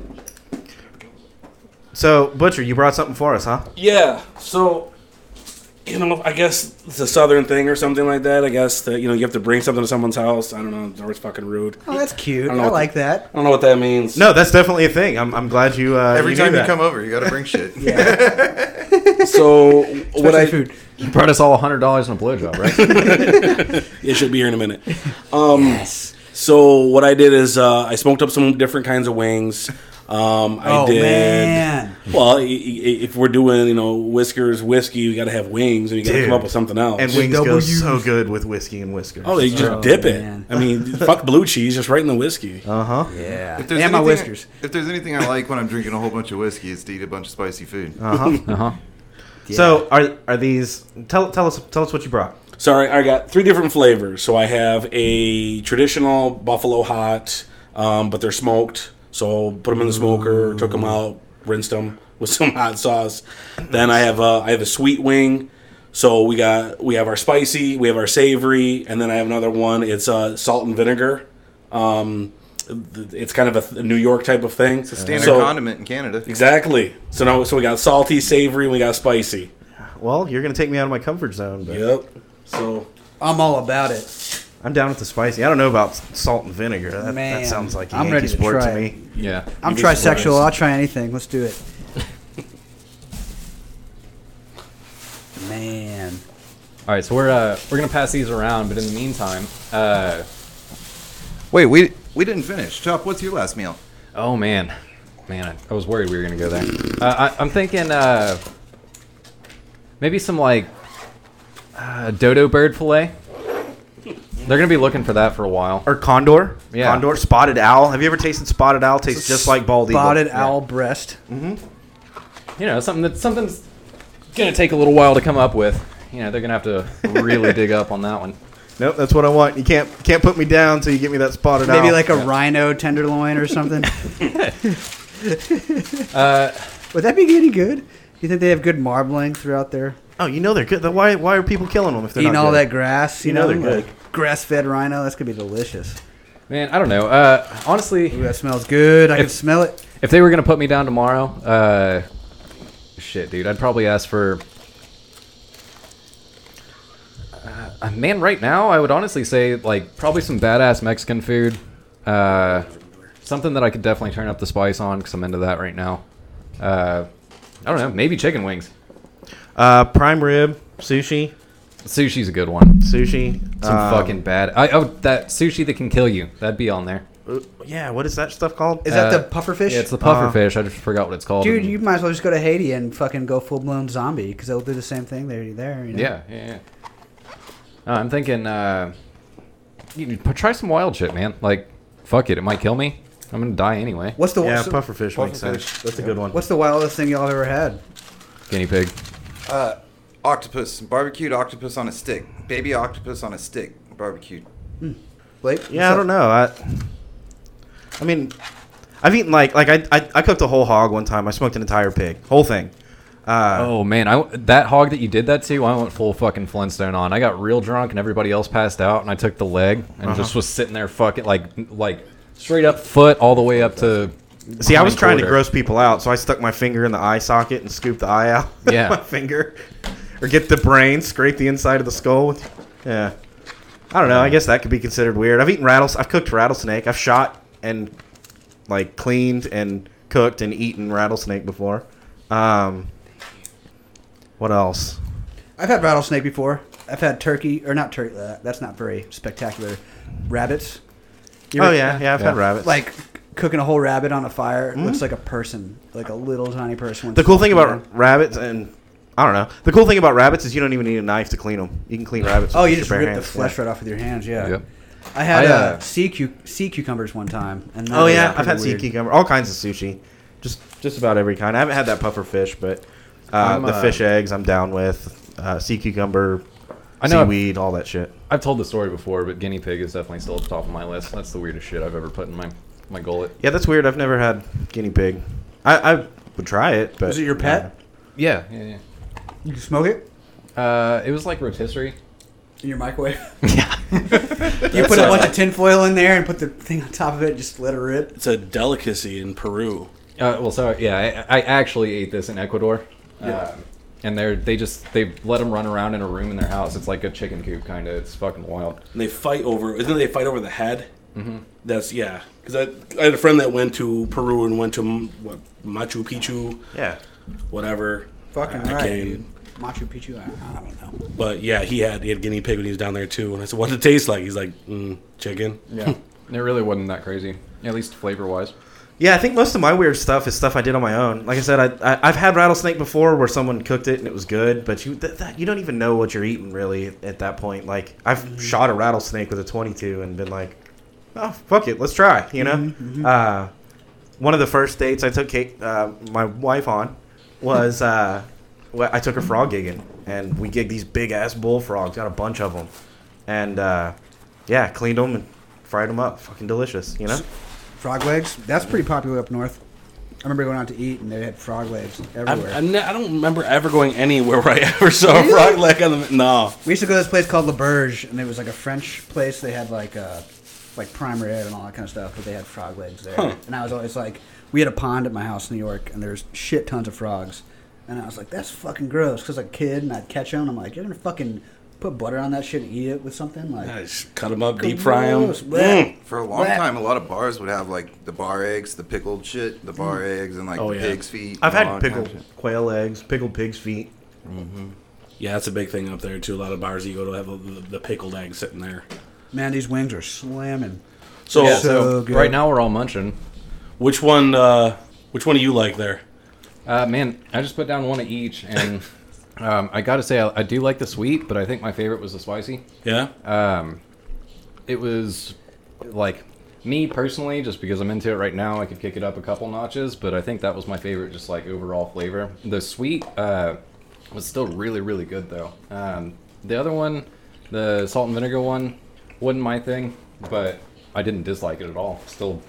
Speaker 4: So butcher, you brought something for us, huh?
Speaker 5: Yeah. So, you know, I guess it's a southern thing or something like that. I guess that you know you have to bring something to someone's house. I don't know. It's always fucking rude.
Speaker 2: oh that's cute
Speaker 5: I know
Speaker 2: i
Speaker 5: what
Speaker 2: like
Speaker 5: the-
Speaker 2: that
Speaker 5: I don't know what that means.
Speaker 4: No, that's definitely a thing. I'm, I'm glad you. Uh,
Speaker 3: Every
Speaker 4: you
Speaker 3: time
Speaker 4: knew
Speaker 3: you
Speaker 4: that.
Speaker 3: come over, you got to bring shit.
Speaker 5: So what
Speaker 2: Especially
Speaker 5: I
Speaker 2: food
Speaker 1: You brought us all hundred dollars in a blowjob, right?
Speaker 5: it should be here in a minute. Um, So what I did is uh, I smoked up some different kinds of wings. Um, I
Speaker 2: oh
Speaker 5: did.
Speaker 2: man
Speaker 5: Well, i- i- if we're doing you know whiskers whiskey, you got to have wings, and you got to
Speaker 4: Dude.
Speaker 5: come up with something else.
Speaker 4: And wings
Speaker 2: double
Speaker 4: go
Speaker 2: U's.
Speaker 4: so good with whiskey and whiskers.
Speaker 5: oh, Oh, you just
Speaker 2: Oh,
Speaker 5: dip it.
Speaker 2: man.
Speaker 5: I mean, fuck blue cheese, just right in the whiskey.
Speaker 4: uh huh.
Speaker 2: yeah
Speaker 3: If there's
Speaker 2: and my
Speaker 3: anything-
Speaker 2: whiskers
Speaker 3: If there's anything I like when I'm drinking a whole bunch of whiskey, it's to eat a bunch of spicy food.
Speaker 4: Uh huh.
Speaker 1: uh huh.
Speaker 4: So are are these? Tell tell us tell us what you brought.
Speaker 5: Sorry, I got three different flavors. So I have a traditional buffalo hot, um, but they're smoked. So put them in the smoker, took them out, rinsed them with some hot sauce. Then I have uh, I have a sweet wing. So we got we have our spicy, we have our savory, and then I have another one. It's uh, salt and vinegar. Um, th- it's kind of a, th- New York type of thing. It's a
Speaker 3: Standard condiment in Canada.
Speaker 5: Exactly. So now, so we got salty, savory, and we got spicy.
Speaker 4: Well, you're gonna take me out of my comfort zone, but
Speaker 5: Yep. So
Speaker 2: I'm all about it.
Speaker 4: I'm down with the spicy. I don't know about salt and vinegar. That,
Speaker 2: Man,
Speaker 4: that sounds like a
Speaker 2: I'm
Speaker 4: Yankee
Speaker 2: ready to
Speaker 4: sport
Speaker 2: try
Speaker 4: to me.
Speaker 2: it.
Speaker 1: Yeah.
Speaker 2: I'm
Speaker 5: You'd be surprised.
Speaker 2: trisexual. I'll try anything. Let's do it. Man,
Speaker 1: All right, so we're uh, we're gonna pass these around, but in the meantime, uh,
Speaker 3: Wait, we we didn't finish. Chop, what's your last meal?
Speaker 1: oh man, man, I, I was worried we were gonna go there. Uh, I, I'm thinking uh, maybe some like uh, dodo bird fillet. They're gonna be looking for that for a while.
Speaker 4: Or condor.
Speaker 1: Yeah.
Speaker 4: Condor. Spotted owl. Have you ever tasted spotted owl? Tastes just like bald eagle.
Speaker 2: spotted owl breast.
Speaker 1: You know, something that something's gonna take a little while to come up with. You know, they're gonna have to really dig up on that one.
Speaker 4: Nope, that's what I want. You can't can't put me down until you get me that spotted owl.
Speaker 2: Maybe like a rhino tenderloin or something.
Speaker 3: Uh,
Speaker 2: Would that be any good? You think they have good marbling throughout there?
Speaker 4: oh, you know they're good. Then why why are people killing them if they're
Speaker 2: Eating
Speaker 4: not
Speaker 2: all
Speaker 4: good?
Speaker 2: that grass, you,
Speaker 4: You know
Speaker 2: know,
Speaker 4: they're good.
Speaker 2: like grass-fed rhino. That's gonna be delicious.
Speaker 1: Man, I don't know. Uh, honestly,
Speaker 2: Ooh, that smells good. I can
Speaker 1: If-
Speaker 2: smell it.
Speaker 1: If they were gonna put me down tomorrow, uh, shit, dude, I'd probably ask for. Uh, man, right now, I would honestly say like probably some badass Mexican food, uh, something that I could definitely turn up the spice on because I'm into that right now. Uh, I don't know, maybe chicken wings.
Speaker 4: Uh, prime rib, sushi,
Speaker 1: Sushi's a good one.
Speaker 4: sushi.
Speaker 1: Some
Speaker 4: um,
Speaker 1: fucking bad. I oh that sushi that can kill you. That'd be on there.
Speaker 4: Yeah, what is that stuff called?
Speaker 2: Is that
Speaker 1: Uh,
Speaker 2: the pufferfish?
Speaker 1: Yeah, it's the puffer fish. I just forgot what it's called.
Speaker 2: Dude,
Speaker 1: And-
Speaker 2: you might as well just go to Haiti and fucking go full blown zombie because they'll do the same thing there. There, you know?
Speaker 1: Yeah, yeah, yeah. No, I'm thinking, uh, you can p- try some wild shit, man. Like, fuck it, it might kill me. I'm gonna die anyway.
Speaker 2: What's the
Speaker 4: yeah,
Speaker 2: so-
Speaker 4: puffer fish makes
Speaker 3: puffer
Speaker 4: sense. That's a good one.
Speaker 2: What's the wildest thing y'all have ever had?
Speaker 1: Guinea pig.
Speaker 3: Octopus, barbecued octopus on a stick, baby octopus on a stick, barbecued.
Speaker 2: Blake?
Speaker 4: Yeah, I don't know. I, I mean, I've eaten like like I, I I cooked a whole hog one time. I smoked an entire pig, whole thing. Uh,
Speaker 1: Oh man, I w- that hog that you did that to, I went full fucking Flintstone on. I got real drunk and everybody else passed out, and I took the leg
Speaker 4: Uh-huh.
Speaker 1: and just was sitting there fucking like like straight up foot all the way up to.
Speaker 4: See, I was
Speaker 1: hind
Speaker 4: trying to
Speaker 1: quarter.
Speaker 4: gross people out, so I stuck my finger in the eye socket and scooped the eye out. with
Speaker 1: Yeah.
Speaker 4: my finger, or get the brain, scrape the inside of the skull. With, yeah, I don't know. I guess that could be considered weird. I've eaten rattles. I've cooked rattlesnake. I've shot and like cleaned and cooked and eaten rattlesnake before. Um, what else?
Speaker 2: I've had rattlesnake before. I've had turkey, or not turkey. Uh, that's not very spectacular. Rabbits. You
Speaker 4: oh
Speaker 2: ever-
Speaker 4: yeah, yeah. I've had
Speaker 1: Yeah.
Speaker 4: rabbits.
Speaker 2: Like cooking a whole rabbit on a fire it looks like a person, like a little tiny person.
Speaker 4: The cool thing about rabbits and I don't know. The cool thing about rabbits is you don't even need a knife to clean them. You can clean rabbits.
Speaker 2: oh,
Speaker 4: with
Speaker 2: you
Speaker 4: your
Speaker 2: just
Speaker 4: bare
Speaker 2: rip the
Speaker 4: hands,
Speaker 2: flesh
Speaker 4: yeah.
Speaker 2: right off with your hands. Yeah.
Speaker 1: Yep.
Speaker 2: I had
Speaker 1: I,
Speaker 2: uh,
Speaker 1: uh,
Speaker 2: sea, cu- sea cucumbers one time. And
Speaker 4: Oh
Speaker 2: they
Speaker 4: yeah,
Speaker 2: were
Speaker 4: I've had
Speaker 2: pretty
Speaker 4: sea
Speaker 2: weird.
Speaker 4: cucumber, all kinds of sushi, just just about every kind. I haven't had that puffer fish, but uh,
Speaker 1: I'm,
Speaker 4: the
Speaker 1: uh,
Speaker 4: fish eggs I'm down with, uh, sea cucumber,
Speaker 1: I know-
Speaker 4: seaweed, all that shit.
Speaker 1: I've told the story before, but guinea pig is definitely still at the top of my list. That's the weirdest shit I've ever put in my my gullet.
Speaker 4: Yeah, that's weird. I've never had guinea pig. I, I would try it, but
Speaker 2: Was it your pet?
Speaker 1: Yeah, yeah,
Speaker 2: You can smoke it
Speaker 1: yeah. Uh, it was like rotisserie.
Speaker 2: in your microwave. You put a bunch of tinfoil in there and put the thing on top of it, and just let it rip.
Speaker 5: It's a delicacy in Peru.
Speaker 1: Uh, well, sorry. Yeah, I, I actually ate this in Ecuador. Uh, and they're they just they let them run around in a room in their house. It's like a chicken coop kind of. It's fucking wild.
Speaker 5: And they fight over. Isn't they fight over the head? Mm-hmm. That's yeah. Because I, I had a friend that went to Peru and went to M- what, Machu Picchu,
Speaker 4: Yeah.
Speaker 5: whatever.
Speaker 2: Fucking
Speaker 5: I
Speaker 2: right.
Speaker 5: can't-
Speaker 2: dude. Machu Picchu. I, I don't know.
Speaker 5: But yeah, he had he had guinea pig when he was down there too. And I said, "What it taste like?" He's like, mm, "Chicken."
Speaker 1: Yeah, it really wasn't that crazy. At least flavor wise.
Speaker 4: Yeah, I think most of my weird stuff is stuff I did on my own. Like I said, I, I I've had rattlesnake before where someone cooked it and it was good, but you th- that, you don't even know what you're eating really at that point. Like I've shot a rattlesnake with a 22 and been like, oh fuck it, let's try. You know, uh, one of the first dates I took Kate, uh, my wife on was uh, well, I took her frog gigging and we gigged these big ass bullfrogs, got a bunch of them, and uh, yeah, cleaned them and fried them up, fucking delicious. You know.
Speaker 2: Frog legs. That's pretty popular up north. I remember going out to eat and they had frog legs
Speaker 5: I'm,
Speaker 2: everywhere.
Speaker 5: I'm ne- I don't remember ever going anywhere where I ever saw a frog leg on the. No.
Speaker 2: we used to go to this place called Le Burge, and it was like a French place. They had like uh, like prime rib and all that kind of stuff, but they had frog legs there. And I was always like, we had a pond at my house in New York, and there's shit tons of frogs. And I was like, that's fucking gross, because a kid and I'd catch them. And I'm like, you're gonna fucking put butter on that shit and eat it with something like.
Speaker 5: I just cut them up, deep fry Mm. them.
Speaker 2: Gross. Blech.
Speaker 3: For a long
Speaker 2: Blech.
Speaker 3: time, a lot of bars would have like the bar eggs, the pickled shit, the bar eggs, and like
Speaker 4: Oh,
Speaker 3: the
Speaker 4: yeah.
Speaker 3: pig's feet.
Speaker 4: I've
Speaker 3: and all
Speaker 4: had
Speaker 3: that kind
Speaker 4: pickled
Speaker 3: of shit.
Speaker 4: quail eggs, pickled pig's feet.
Speaker 5: Yeah, that's a big thing up there too. A lot of bars you go to have the, the pickled egg sitting there.
Speaker 2: Man, these wings are slamming.
Speaker 5: So,
Speaker 1: Yeah,
Speaker 2: So
Speaker 1: so,
Speaker 2: good.
Speaker 1: right now we're all munching.
Speaker 5: which one? Uh, which one do you like there?
Speaker 1: Uh, man, I just put down one of each, and um, I gotta say I, I do like the sweet, but I think my favorite was the spicy.
Speaker 5: Yeah.
Speaker 1: It was like me personally, just because I'm into it right now, I could kick it up a couple notches, but I think that was my favorite, just like overall flavor. The sweet uh, was still really, really good though. Um, the other one, the salt and vinegar one, wasn't my thing, but I didn't dislike it at all. Still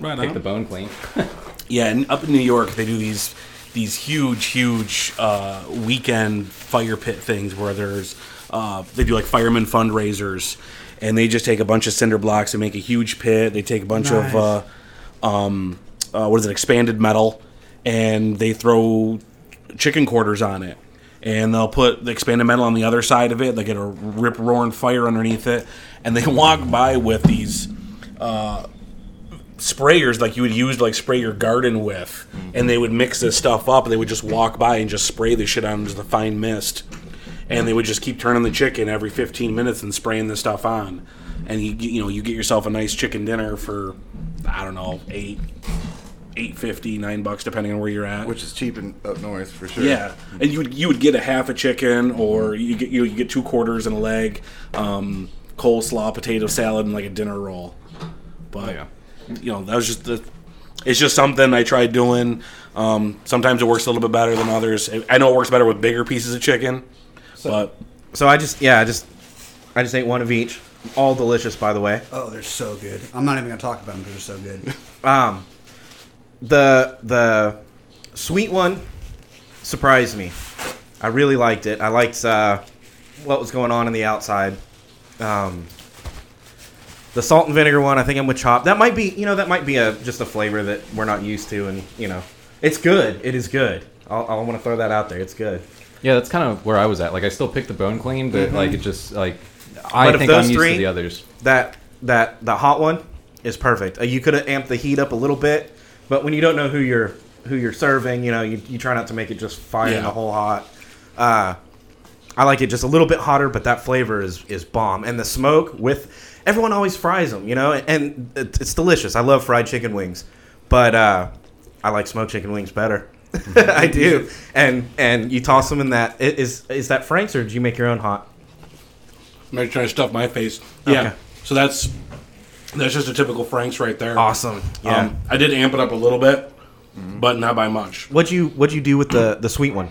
Speaker 5: right
Speaker 1: picked the bone clean.
Speaker 5: Yeah, and up in New York, they do these these huge, huge uh, weekend fire pit things where there's uh, they do like firemen fundraisers, and they just take a bunch of cinder blocks and make a huge pit. They take a bunch
Speaker 2: Nice.
Speaker 5: of uh, um, uh, what is it, expanded metal, and they throw chicken quarters on it. And they'll put the expanded metal on the other side of it. They get a rip roaring fire underneath it, and they walk by with these sprayers like you would use to, like spray your garden with and they would mix this stuff up and they would just walk by and just spray this shit on just the fine mist and they would just keep turning the chicken every 15 minutes and spraying this stuff on and you you know you get yourself a nice chicken dinner for i don't know 8 850 9 bucks depending on where you're at
Speaker 3: which is cheap in, up north for sure.
Speaker 5: yeah, and you would you would get a half a chicken, or
Speaker 4: Mm-hmm.
Speaker 5: you get you, you get two quarters and a leg, um, coleslaw, potato salad, and like a dinner roll.
Speaker 4: Oh,
Speaker 5: But
Speaker 1: yeah.
Speaker 5: you know that was just the. It's just something I tried doing. Um, sometimes it works a little bit better than others. I- I know it works better with bigger pieces of chicken, but
Speaker 4: So I just yeah, I just I just ate one of each. All delicious, by the way.
Speaker 2: Oh, they're so good. I'm not even gonna talk about them because they're so good.
Speaker 4: Um, the the sweet one surprised me. I really liked it. I liked uh, what was going on in the outside. Um, the salt and vinegar one, I think I'm with chop. That might be, you know, that might be a just a flavor that we're not used to, and you know, it's good. It is good. I'll, I want to throw that out there. It's good.
Speaker 1: Yeah, that's kind of where I was at. Like, I still picked the bone clean, but like it just like I
Speaker 4: Mm-hmm. But if
Speaker 1: think I'm
Speaker 4: those
Speaker 1: used
Speaker 4: three-
Speaker 1: to the others.
Speaker 4: that that the hot one is perfect. Uh, You could have amped the heat up a little bit, but when you don't know who you're who you're serving, you know you, you try not to make it just fire in
Speaker 5: Yeah.
Speaker 4: the whole hot. Uh, I like it just a little bit hotter, but that flavor is is bomb. And the smoke with everyone always fries them, you know, and it, it's delicious. I love fried chicken wings, but uh, I like smoked chicken wings better. I do. And and you toss them in that i- is is that Frank's or do you make your own hot?
Speaker 5: I'm not trying to stuff my face.
Speaker 4: Okay.
Speaker 5: Yeah, so that's that's just a typical Frank's right there.
Speaker 4: Awesome. Yeah. Mm-hmm.
Speaker 5: Um, I did amp it up a little bit, but not by much.
Speaker 4: What'd you What'd you do with the the sweet one?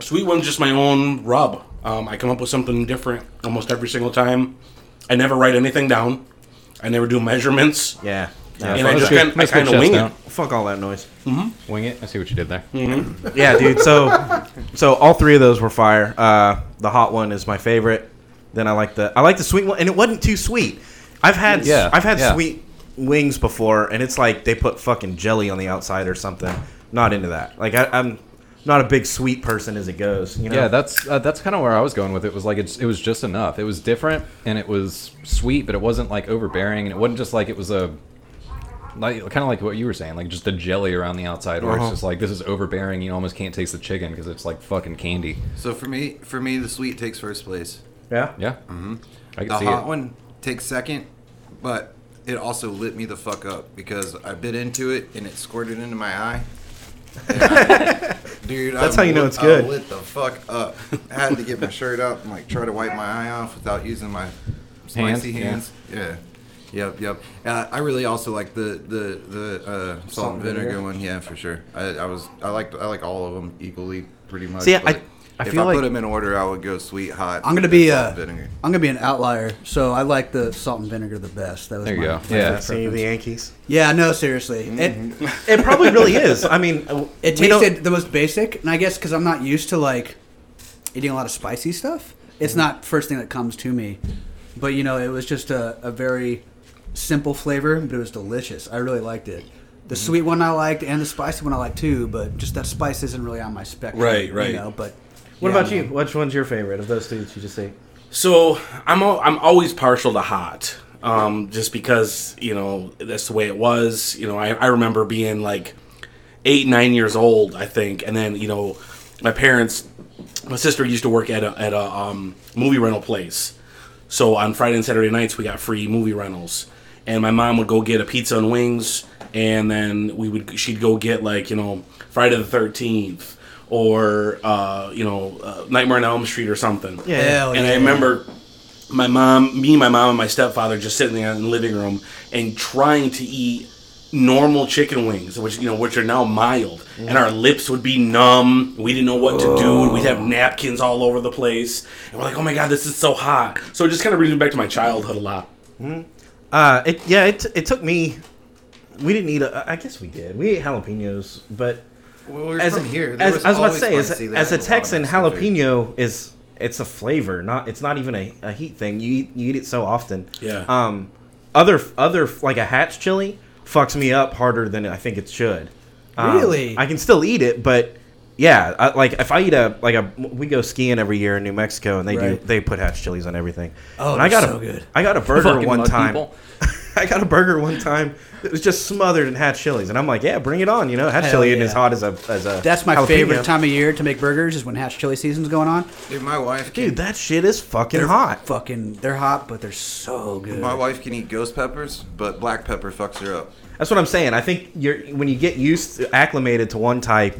Speaker 5: Sweet one's just my own rub. Um, I come up with something different almost every single time. I never write anything down. I never do measurements.
Speaker 4: Yeah.
Speaker 5: And
Speaker 4: fuck,
Speaker 5: I just
Speaker 1: good.
Speaker 5: kind of, I
Speaker 1: That's good
Speaker 5: kind of
Speaker 1: chef's
Speaker 5: wing it.
Speaker 1: note.
Speaker 4: fuck all that noise.
Speaker 1: Wing it. I see what you did there.
Speaker 4: Yeah, dude. So, so all three of those were fire. Uh, the hot one is my favorite. Then I like the I like the sweet one, and it wasn't too sweet. I've had
Speaker 1: Yeah,
Speaker 4: I've had
Speaker 1: yeah.
Speaker 4: sweet wings before, and it's like they put fucking jelly on the outside or something. Not into that. Like I, I'm not a big sweet person as it goes. You know.
Speaker 1: Yeah, that's uh, that's kind of where I was going with it. Was like it's, it was just enough. It was different and it was sweet, but it wasn't like overbearing, and it wasn't just like it was a like kind of like what you were saying, like just a jelly around the outside, where
Speaker 4: Uh-huh.
Speaker 1: it's just like this is overbearing. You almost can't taste the chicken because it's like fucking candy.
Speaker 3: So for me, for me, the sweet takes first place.
Speaker 4: yeah.
Speaker 1: Yeah, mm-hmm. I can
Speaker 3: The
Speaker 1: see
Speaker 3: hot
Speaker 1: it.
Speaker 3: one takes second, but it also lit me the fuck up because I bit into it and it squirted into my eye. And I- dude,
Speaker 4: That's
Speaker 3: I
Speaker 4: how you know
Speaker 3: lit-
Speaker 4: it's good.
Speaker 3: I lit the fuck up. I had to get my shirt up and like try to wipe my eye off without using my spicy
Speaker 1: Hands,
Speaker 3: hands. Yeah. Yep, yep. Uh, I really also like the the the uh, salt, and vinegar, one. Yeah, for sure. I, I was I liked I like all of them equally, pretty much.
Speaker 4: See, I,
Speaker 3: but-
Speaker 4: I
Speaker 3: if
Speaker 4: feel
Speaker 3: I
Speaker 4: like
Speaker 3: put them in order, I would go sweet hot.
Speaker 2: I'm gonna be uh,
Speaker 3: salt
Speaker 2: a,
Speaker 3: and vinegar.
Speaker 2: am gonna be an outlier. So I like the salt and vinegar the best. That was
Speaker 1: There you
Speaker 2: my
Speaker 1: go.
Speaker 2: flavor
Speaker 1: Yeah.
Speaker 4: see the Yankees.
Speaker 2: Yeah, no, seriously. It,
Speaker 4: It probably really is. I mean,
Speaker 2: it
Speaker 4: Mm-hmm. we don't-
Speaker 2: tasted the most basic, and I guess because I'm not used to like eating a lot of spicy stuff, it's
Speaker 4: Mm-hmm.
Speaker 2: not first thing that comes to me. But you know, it was just a, a very simple flavor, but it was delicious. I really liked it. The
Speaker 4: Mm-hmm.
Speaker 2: sweet one I liked, and the spicy one I liked too. But just that spice isn't really on my spectrum,
Speaker 5: Right, right.
Speaker 2: You know, but
Speaker 4: What
Speaker 2: yeah,
Speaker 4: about
Speaker 2: I
Speaker 4: you?
Speaker 2: don't know.
Speaker 4: Which one's your favorite of those two that you just ate?
Speaker 5: So I'm al- I'm always partial to hot, um, just because you know that's the way it was. You know, I, I remember being like eight nine years old, I think, and then you know my parents, my sister used to work at a at a um, movie rental place, so on Friday and Saturday nights we got free movie rentals, and my mom would go get a pizza and wings, and then we would she'd go get like you know Friday the Thirteenth or uh, you know uh, Nightmare on Elm Street or something.
Speaker 4: Yeah.
Speaker 2: Hell
Speaker 5: and I
Speaker 2: yeah.
Speaker 5: remember my mom, me, my mom, and my stepfather just sitting there in the living room and trying to eat normal chicken wings, which you know, which are now mild,
Speaker 1: Mm.
Speaker 5: and our lips would be numb. We didn't know what to do,
Speaker 1: Oh.
Speaker 5: and we'd have napkins all over the place, and we're like, "Oh my god, this is so hot!" So it just kind of brings me back to my childhood a lot.
Speaker 4: Uh, it yeah, it, it took me. We didn't eat. A, I guess we did. We ate jalapenos, but
Speaker 3: Well, we're
Speaker 4: as
Speaker 3: from here. There
Speaker 4: as
Speaker 3: was
Speaker 4: I was about to
Speaker 3: always
Speaker 4: say, as,
Speaker 3: spicy. They
Speaker 4: as a
Speaker 3: had lot of
Speaker 4: Texan,
Speaker 3: Mexican food.
Speaker 4: jalapeno is it's a flavor. Not it's not even a, a heat thing. You eat, you eat it so often.
Speaker 5: Yeah.
Speaker 4: Um, other other like a hatch chili fucks me up harder than I think it should. Um,
Speaker 2: Really?
Speaker 4: I can still eat it, but yeah, I, like if I eat a like a we go skiing every year in New Mexico and they do
Speaker 2: Right.
Speaker 4: they put hatch chilies on everything.
Speaker 2: Oh,
Speaker 4: and I
Speaker 2: they're
Speaker 4: got
Speaker 2: so
Speaker 4: a
Speaker 2: good.
Speaker 4: I got a burger
Speaker 1: Fucking
Speaker 4: one
Speaker 1: mud
Speaker 4: time.
Speaker 1: people.
Speaker 4: I got a burger one time that was just smothered in hatch chilies, and I'm like, yeah, bring it on. You know, hatch chili isn't
Speaker 2: yeah.
Speaker 4: as hot as a as a.
Speaker 2: That's my
Speaker 4: jalapeno.
Speaker 2: favorite time of year to make burgers is when hatch chili season's going on.
Speaker 3: Dude, my wife, can,
Speaker 4: Dude, that shit is fucking hot.
Speaker 2: Fucking, they're hot, but they're so good.
Speaker 3: my wife can eat ghost peppers, but black pepper fucks her up.
Speaker 4: That's what I'm saying. I think you're when you get used to, acclimated to one type,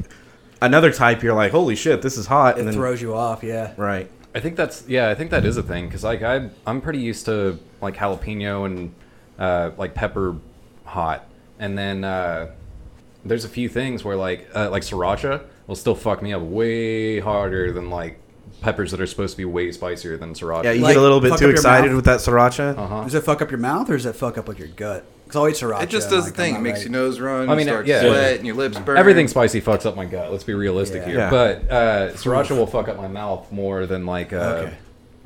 Speaker 4: another type, you're like, holy shit, this is
Speaker 2: It
Speaker 4: hot, and then
Speaker 2: throws you off, yeah.
Speaker 4: right.
Speaker 1: I think that's yeah. I think that is a thing because like I I'm pretty used to like jalapeno and uh, like pepper hot, and then uh, there's a few things where like uh, like sriracha will still fuck me up way harder than like peppers that are supposed to be way spicier than sriracha.
Speaker 4: Yeah, you
Speaker 2: Like,
Speaker 4: get a little bit
Speaker 2: fuck
Speaker 4: too
Speaker 2: up your
Speaker 4: excited
Speaker 2: mouth. Uh-huh.
Speaker 4: with that sriracha.
Speaker 2: Does it fuck up your mouth or does it fuck up like your gut? Because I'll eat sriracha.
Speaker 3: It just
Speaker 2: and,
Speaker 3: does
Speaker 2: like,
Speaker 3: the thing.
Speaker 2: I'm
Speaker 3: It makes
Speaker 2: like-
Speaker 3: your nose run.
Speaker 1: I mean,
Speaker 3: you start
Speaker 1: yeah.
Speaker 3: sweat, and your lips burn.
Speaker 1: Everything spicy fucks up my gut. Let's be realistic
Speaker 2: Yeah.
Speaker 1: here.
Speaker 4: Yeah.
Speaker 1: But uh, sriracha will fuck up my mouth more than like. Uh,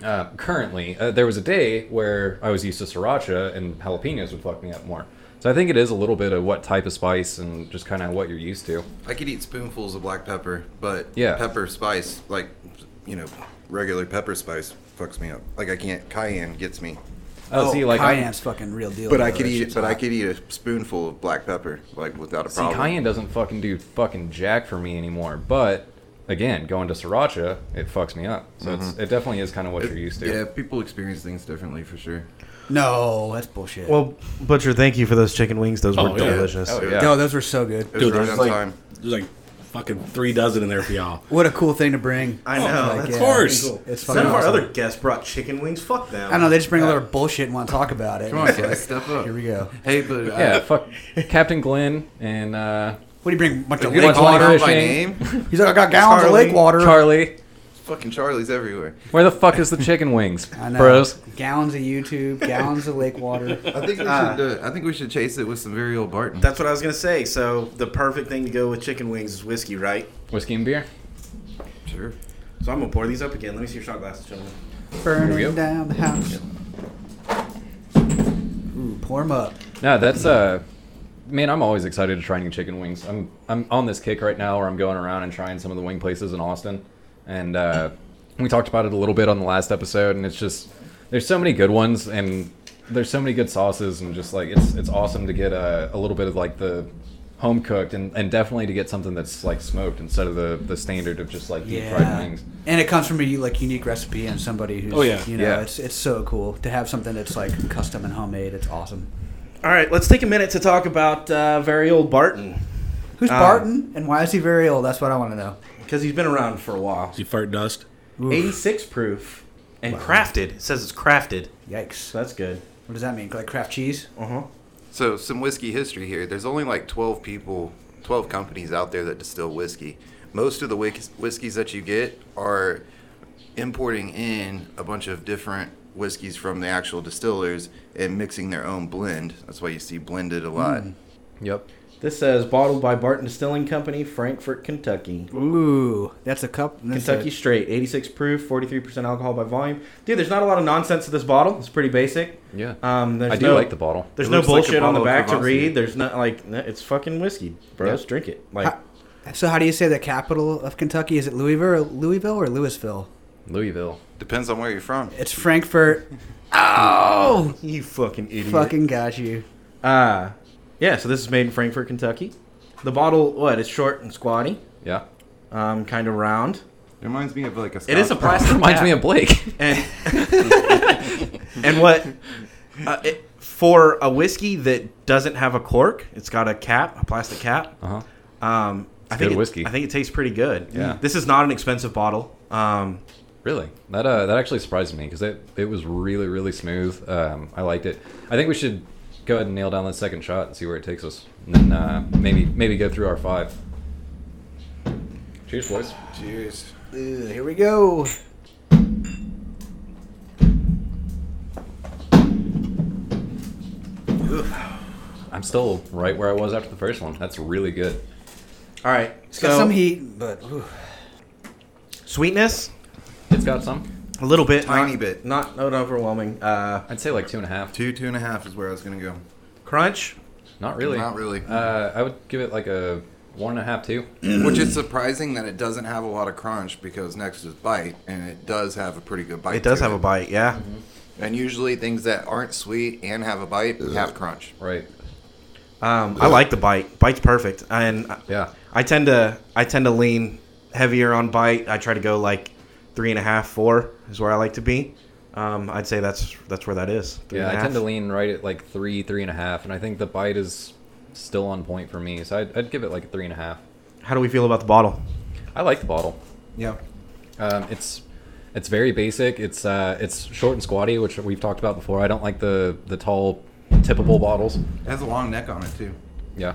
Speaker 2: Okay.
Speaker 1: uh, currently, uh, there was a day where I was used to sriracha and jalapenos would fuck me up more. So I think it is a little bit of what type of spice and just kind of what you're used to. Uh,
Speaker 3: I could eat spoonfuls of black pepper, but
Speaker 1: Yeah.
Speaker 3: pepper spice, like you know, regular pepper spice, fucks me up. Like I can't. Cayenne gets me.
Speaker 1: Oh, see, like I'm-
Speaker 2: cayenne's fucking real deal.
Speaker 3: But I
Speaker 2: though.
Speaker 3: could
Speaker 2: That
Speaker 3: eat.
Speaker 2: shit's
Speaker 3: But I
Speaker 2: hot.
Speaker 3: could eat a spoonful of black pepper, like without a
Speaker 1: see,
Speaker 3: problem.
Speaker 1: cayenne doesn't fucking do fucking jack for me anymore. But again, going to sriracha, it fucks me up. So it's, it definitely is kind of what you're used to.
Speaker 3: Yeah, people experience things differently for sure.
Speaker 2: No, that's bullshit. Well,
Speaker 4: Well, butcher, thank you for those chicken wings. Those
Speaker 5: Oh,
Speaker 4: were
Speaker 5: yeah.
Speaker 4: delicious.
Speaker 1: Oh yeah.
Speaker 2: no, those were so good.
Speaker 3: It was right
Speaker 5: there's
Speaker 3: on
Speaker 5: like
Speaker 3: time.
Speaker 5: there's like fucking three dozen in there for y'all.
Speaker 2: What a cool thing to bring.
Speaker 4: I know.
Speaker 2: Like,
Speaker 4: that's
Speaker 2: yeah.
Speaker 5: Of course.
Speaker 2: It's
Speaker 4: Some
Speaker 2: fucking
Speaker 4: of our
Speaker 2: awesome.
Speaker 4: other guests brought chicken wings. Fuck them.
Speaker 2: I don't know. They just bring a lot of bullshit and want to talk about it.
Speaker 3: Uh, Come on,
Speaker 2: It's
Speaker 3: guys,
Speaker 2: like,
Speaker 3: step up.
Speaker 2: Here we go.
Speaker 3: Hey, but uh,
Speaker 1: Yeah, fuck Captain Glenn and uh,
Speaker 2: What do you bring? A bunch of
Speaker 3: you
Speaker 2: lake
Speaker 1: bunch of
Speaker 3: calling
Speaker 2: water.
Speaker 1: lake
Speaker 3: out by
Speaker 1: fishing.
Speaker 3: name?
Speaker 2: He's like, I got gallons
Speaker 4: Charlie.
Speaker 2: of lake water.
Speaker 1: Charlie.
Speaker 3: Fucking Charlie's everywhere.
Speaker 1: Where the fuck is the chicken wings,
Speaker 2: I know.
Speaker 1: bros?
Speaker 2: Gallons of YouTube, gallons of lake water.
Speaker 3: I think we should. uh, I think we should chase it with some very old Barton.
Speaker 4: That's what I was gonna say. So the perfect thing to go with chicken wings is whiskey, right?
Speaker 1: Whiskey and beer.
Speaker 3: sure.
Speaker 4: So I'm gonna pour these up again. Let me see your shot glasses, gentlemen.
Speaker 1: Here we
Speaker 2: Burning
Speaker 1: go.
Speaker 2: down the house. Ooh, pour 'em up.
Speaker 1: No, that's uh man, I'm always excited to try new chicken wings. I'm I'm on this kick right now where I'm going around and trying some of the wing places in Austin. And uh we talked about it a little bit on the last episode and it's just there's so many good ones and there's so many good sauces and just like it's it's awesome to get a, a little bit of like the home cooked and, and definitely to get something that's like smoked instead of the, the standard of just like deep fried
Speaker 2: Yeah,
Speaker 1: wings.
Speaker 2: and it comes from a like unique recipe and somebody who's
Speaker 5: Oh, yeah.
Speaker 2: you know
Speaker 1: Yeah.
Speaker 2: it's it's so cool to have something that's like custom and homemade. It's awesome.
Speaker 4: All right, let's take a minute to talk about uh, very old Barton
Speaker 2: Who's
Speaker 4: Um,
Speaker 2: Barton and why is he very old? That's what I want to know.
Speaker 4: because he's been around for a while.
Speaker 5: You fart dust.
Speaker 4: 86 proof and crafted. It says it's crafted.
Speaker 2: Yikes!
Speaker 4: So that's good. Oh.
Speaker 2: What does that mean? Like craft cheese?
Speaker 3: So some whiskey history here. There's only like 12 people, 12 companies out there that distill whiskey. most of the whis- whiskeys that you get are importing in a bunch of different whiskeys from the actual distillers and mixing their own blend. That's why you see blended a
Speaker 2: Hmm.
Speaker 3: lot.
Speaker 1: Yep.
Speaker 4: This says bottled by Barton Distilling Company, Frankfort, Kentucky.
Speaker 2: Ooh, that's a cup. that's
Speaker 4: Kentucky
Speaker 2: it.
Speaker 4: straight, 86 proof, 43% alcohol by volume. Dude, there's not a lot of nonsense to this bottle. It's pretty basic.
Speaker 1: Yeah.
Speaker 4: Um, there's
Speaker 1: I do
Speaker 4: no-
Speaker 1: like the bottle.
Speaker 4: There's
Speaker 3: It
Speaker 4: no
Speaker 3: looks like a
Speaker 4: bullshit on the
Speaker 3: bottle
Speaker 4: back
Speaker 3: of
Speaker 4: to
Speaker 3: Kvass.
Speaker 4: read. There's not like no, it's fucking whiskey, bro.
Speaker 1: Yeah.
Speaker 4: Just drink it. Like
Speaker 2: Ha- So how do you say the capital of Kentucky? Is it Louisville or Louisville or Louisville?
Speaker 1: Louisville.
Speaker 3: Depends on where you're from.
Speaker 2: It's Frankfurt. Oh,
Speaker 4: you fucking idiot.
Speaker 2: fucking got you.
Speaker 4: Uh, yeah. So this is made in Frankfort, Kentucky. The bottle, what? It's short and squatty,
Speaker 1: Yeah.
Speaker 4: um, kind of round. Uh,
Speaker 3: It reminds me of like a. Scotch
Speaker 4: It is a plastic.
Speaker 1: Reminds
Speaker 4: cap.
Speaker 1: me of Blake.
Speaker 4: and, and what uh, it, for a whiskey that doesn't have a cork, it's got a cap, a plastic cap.
Speaker 1: Uh huh.
Speaker 4: Um, I think
Speaker 1: good
Speaker 4: it-
Speaker 1: whiskey.
Speaker 4: I think it tastes pretty good.
Speaker 1: Yeah.
Speaker 4: This is not an expensive bottle. Um,
Speaker 1: Really, that uh, that actually surprised me because it it was really really smooth. Um, I liked it. I think we should go ahead and nail down that second shot and see where it takes us, and then uh, maybe maybe go through our five. Cheers, boys.
Speaker 3: Cheers.
Speaker 2: Ugh, here we go.
Speaker 1: I'm still right where I was after the first one. That's really good.
Speaker 4: all right.
Speaker 2: It's
Speaker 4: So
Speaker 2: got some heat, but ooh.
Speaker 4: sweetness,
Speaker 1: It's got some.
Speaker 4: a little bit,
Speaker 3: Tiny
Speaker 4: not-
Speaker 3: bit.
Speaker 4: not not overwhelming. Uh,
Speaker 1: I'd say like two and a half.
Speaker 3: Two, two and a half is where I was gonna go.
Speaker 4: crunch.
Speaker 1: Not really.
Speaker 3: Not really.
Speaker 1: Uh, I would give it like a one and a half, two.
Speaker 3: Which is surprising that it doesn't have a lot of crunch because next is bite, and it does have a pretty good bite.
Speaker 4: It does
Speaker 3: to
Speaker 4: have a bite. Yeah.
Speaker 3: And usually things that aren't sweet and have a bite have crunch.
Speaker 1: Right.
Speaker 4: Um, I like the bite. Bite's perfect, and I-
Speaker 1: Yeah.
Speaker 4: I tend to I tend to lean heavier on bite. I try to go like three and a half, four is where I like to be. Um, I'd say that's that's where that is. Three
Speaker 1: Yeah,
Speaker 4: and a
Speaker 1: I
Speaker 4: half.
Speaker 1: tend to lean right at like three, three and a half, and I think the bite is still on point for me. So I'd, I'd give it like a three and a half.
Speaker 4: How do we feel about the bottle?
Speaker 1: I like the bottle.
Speaker 4: Yeah.
Speaker 1: Um, it's it's very basic. It's uh, it's short and squatty, which we've talked about before. I don't like the the tall tippable bottles.
Speaker 3: It has a long neck on it too.
Speaker 1: Yeah,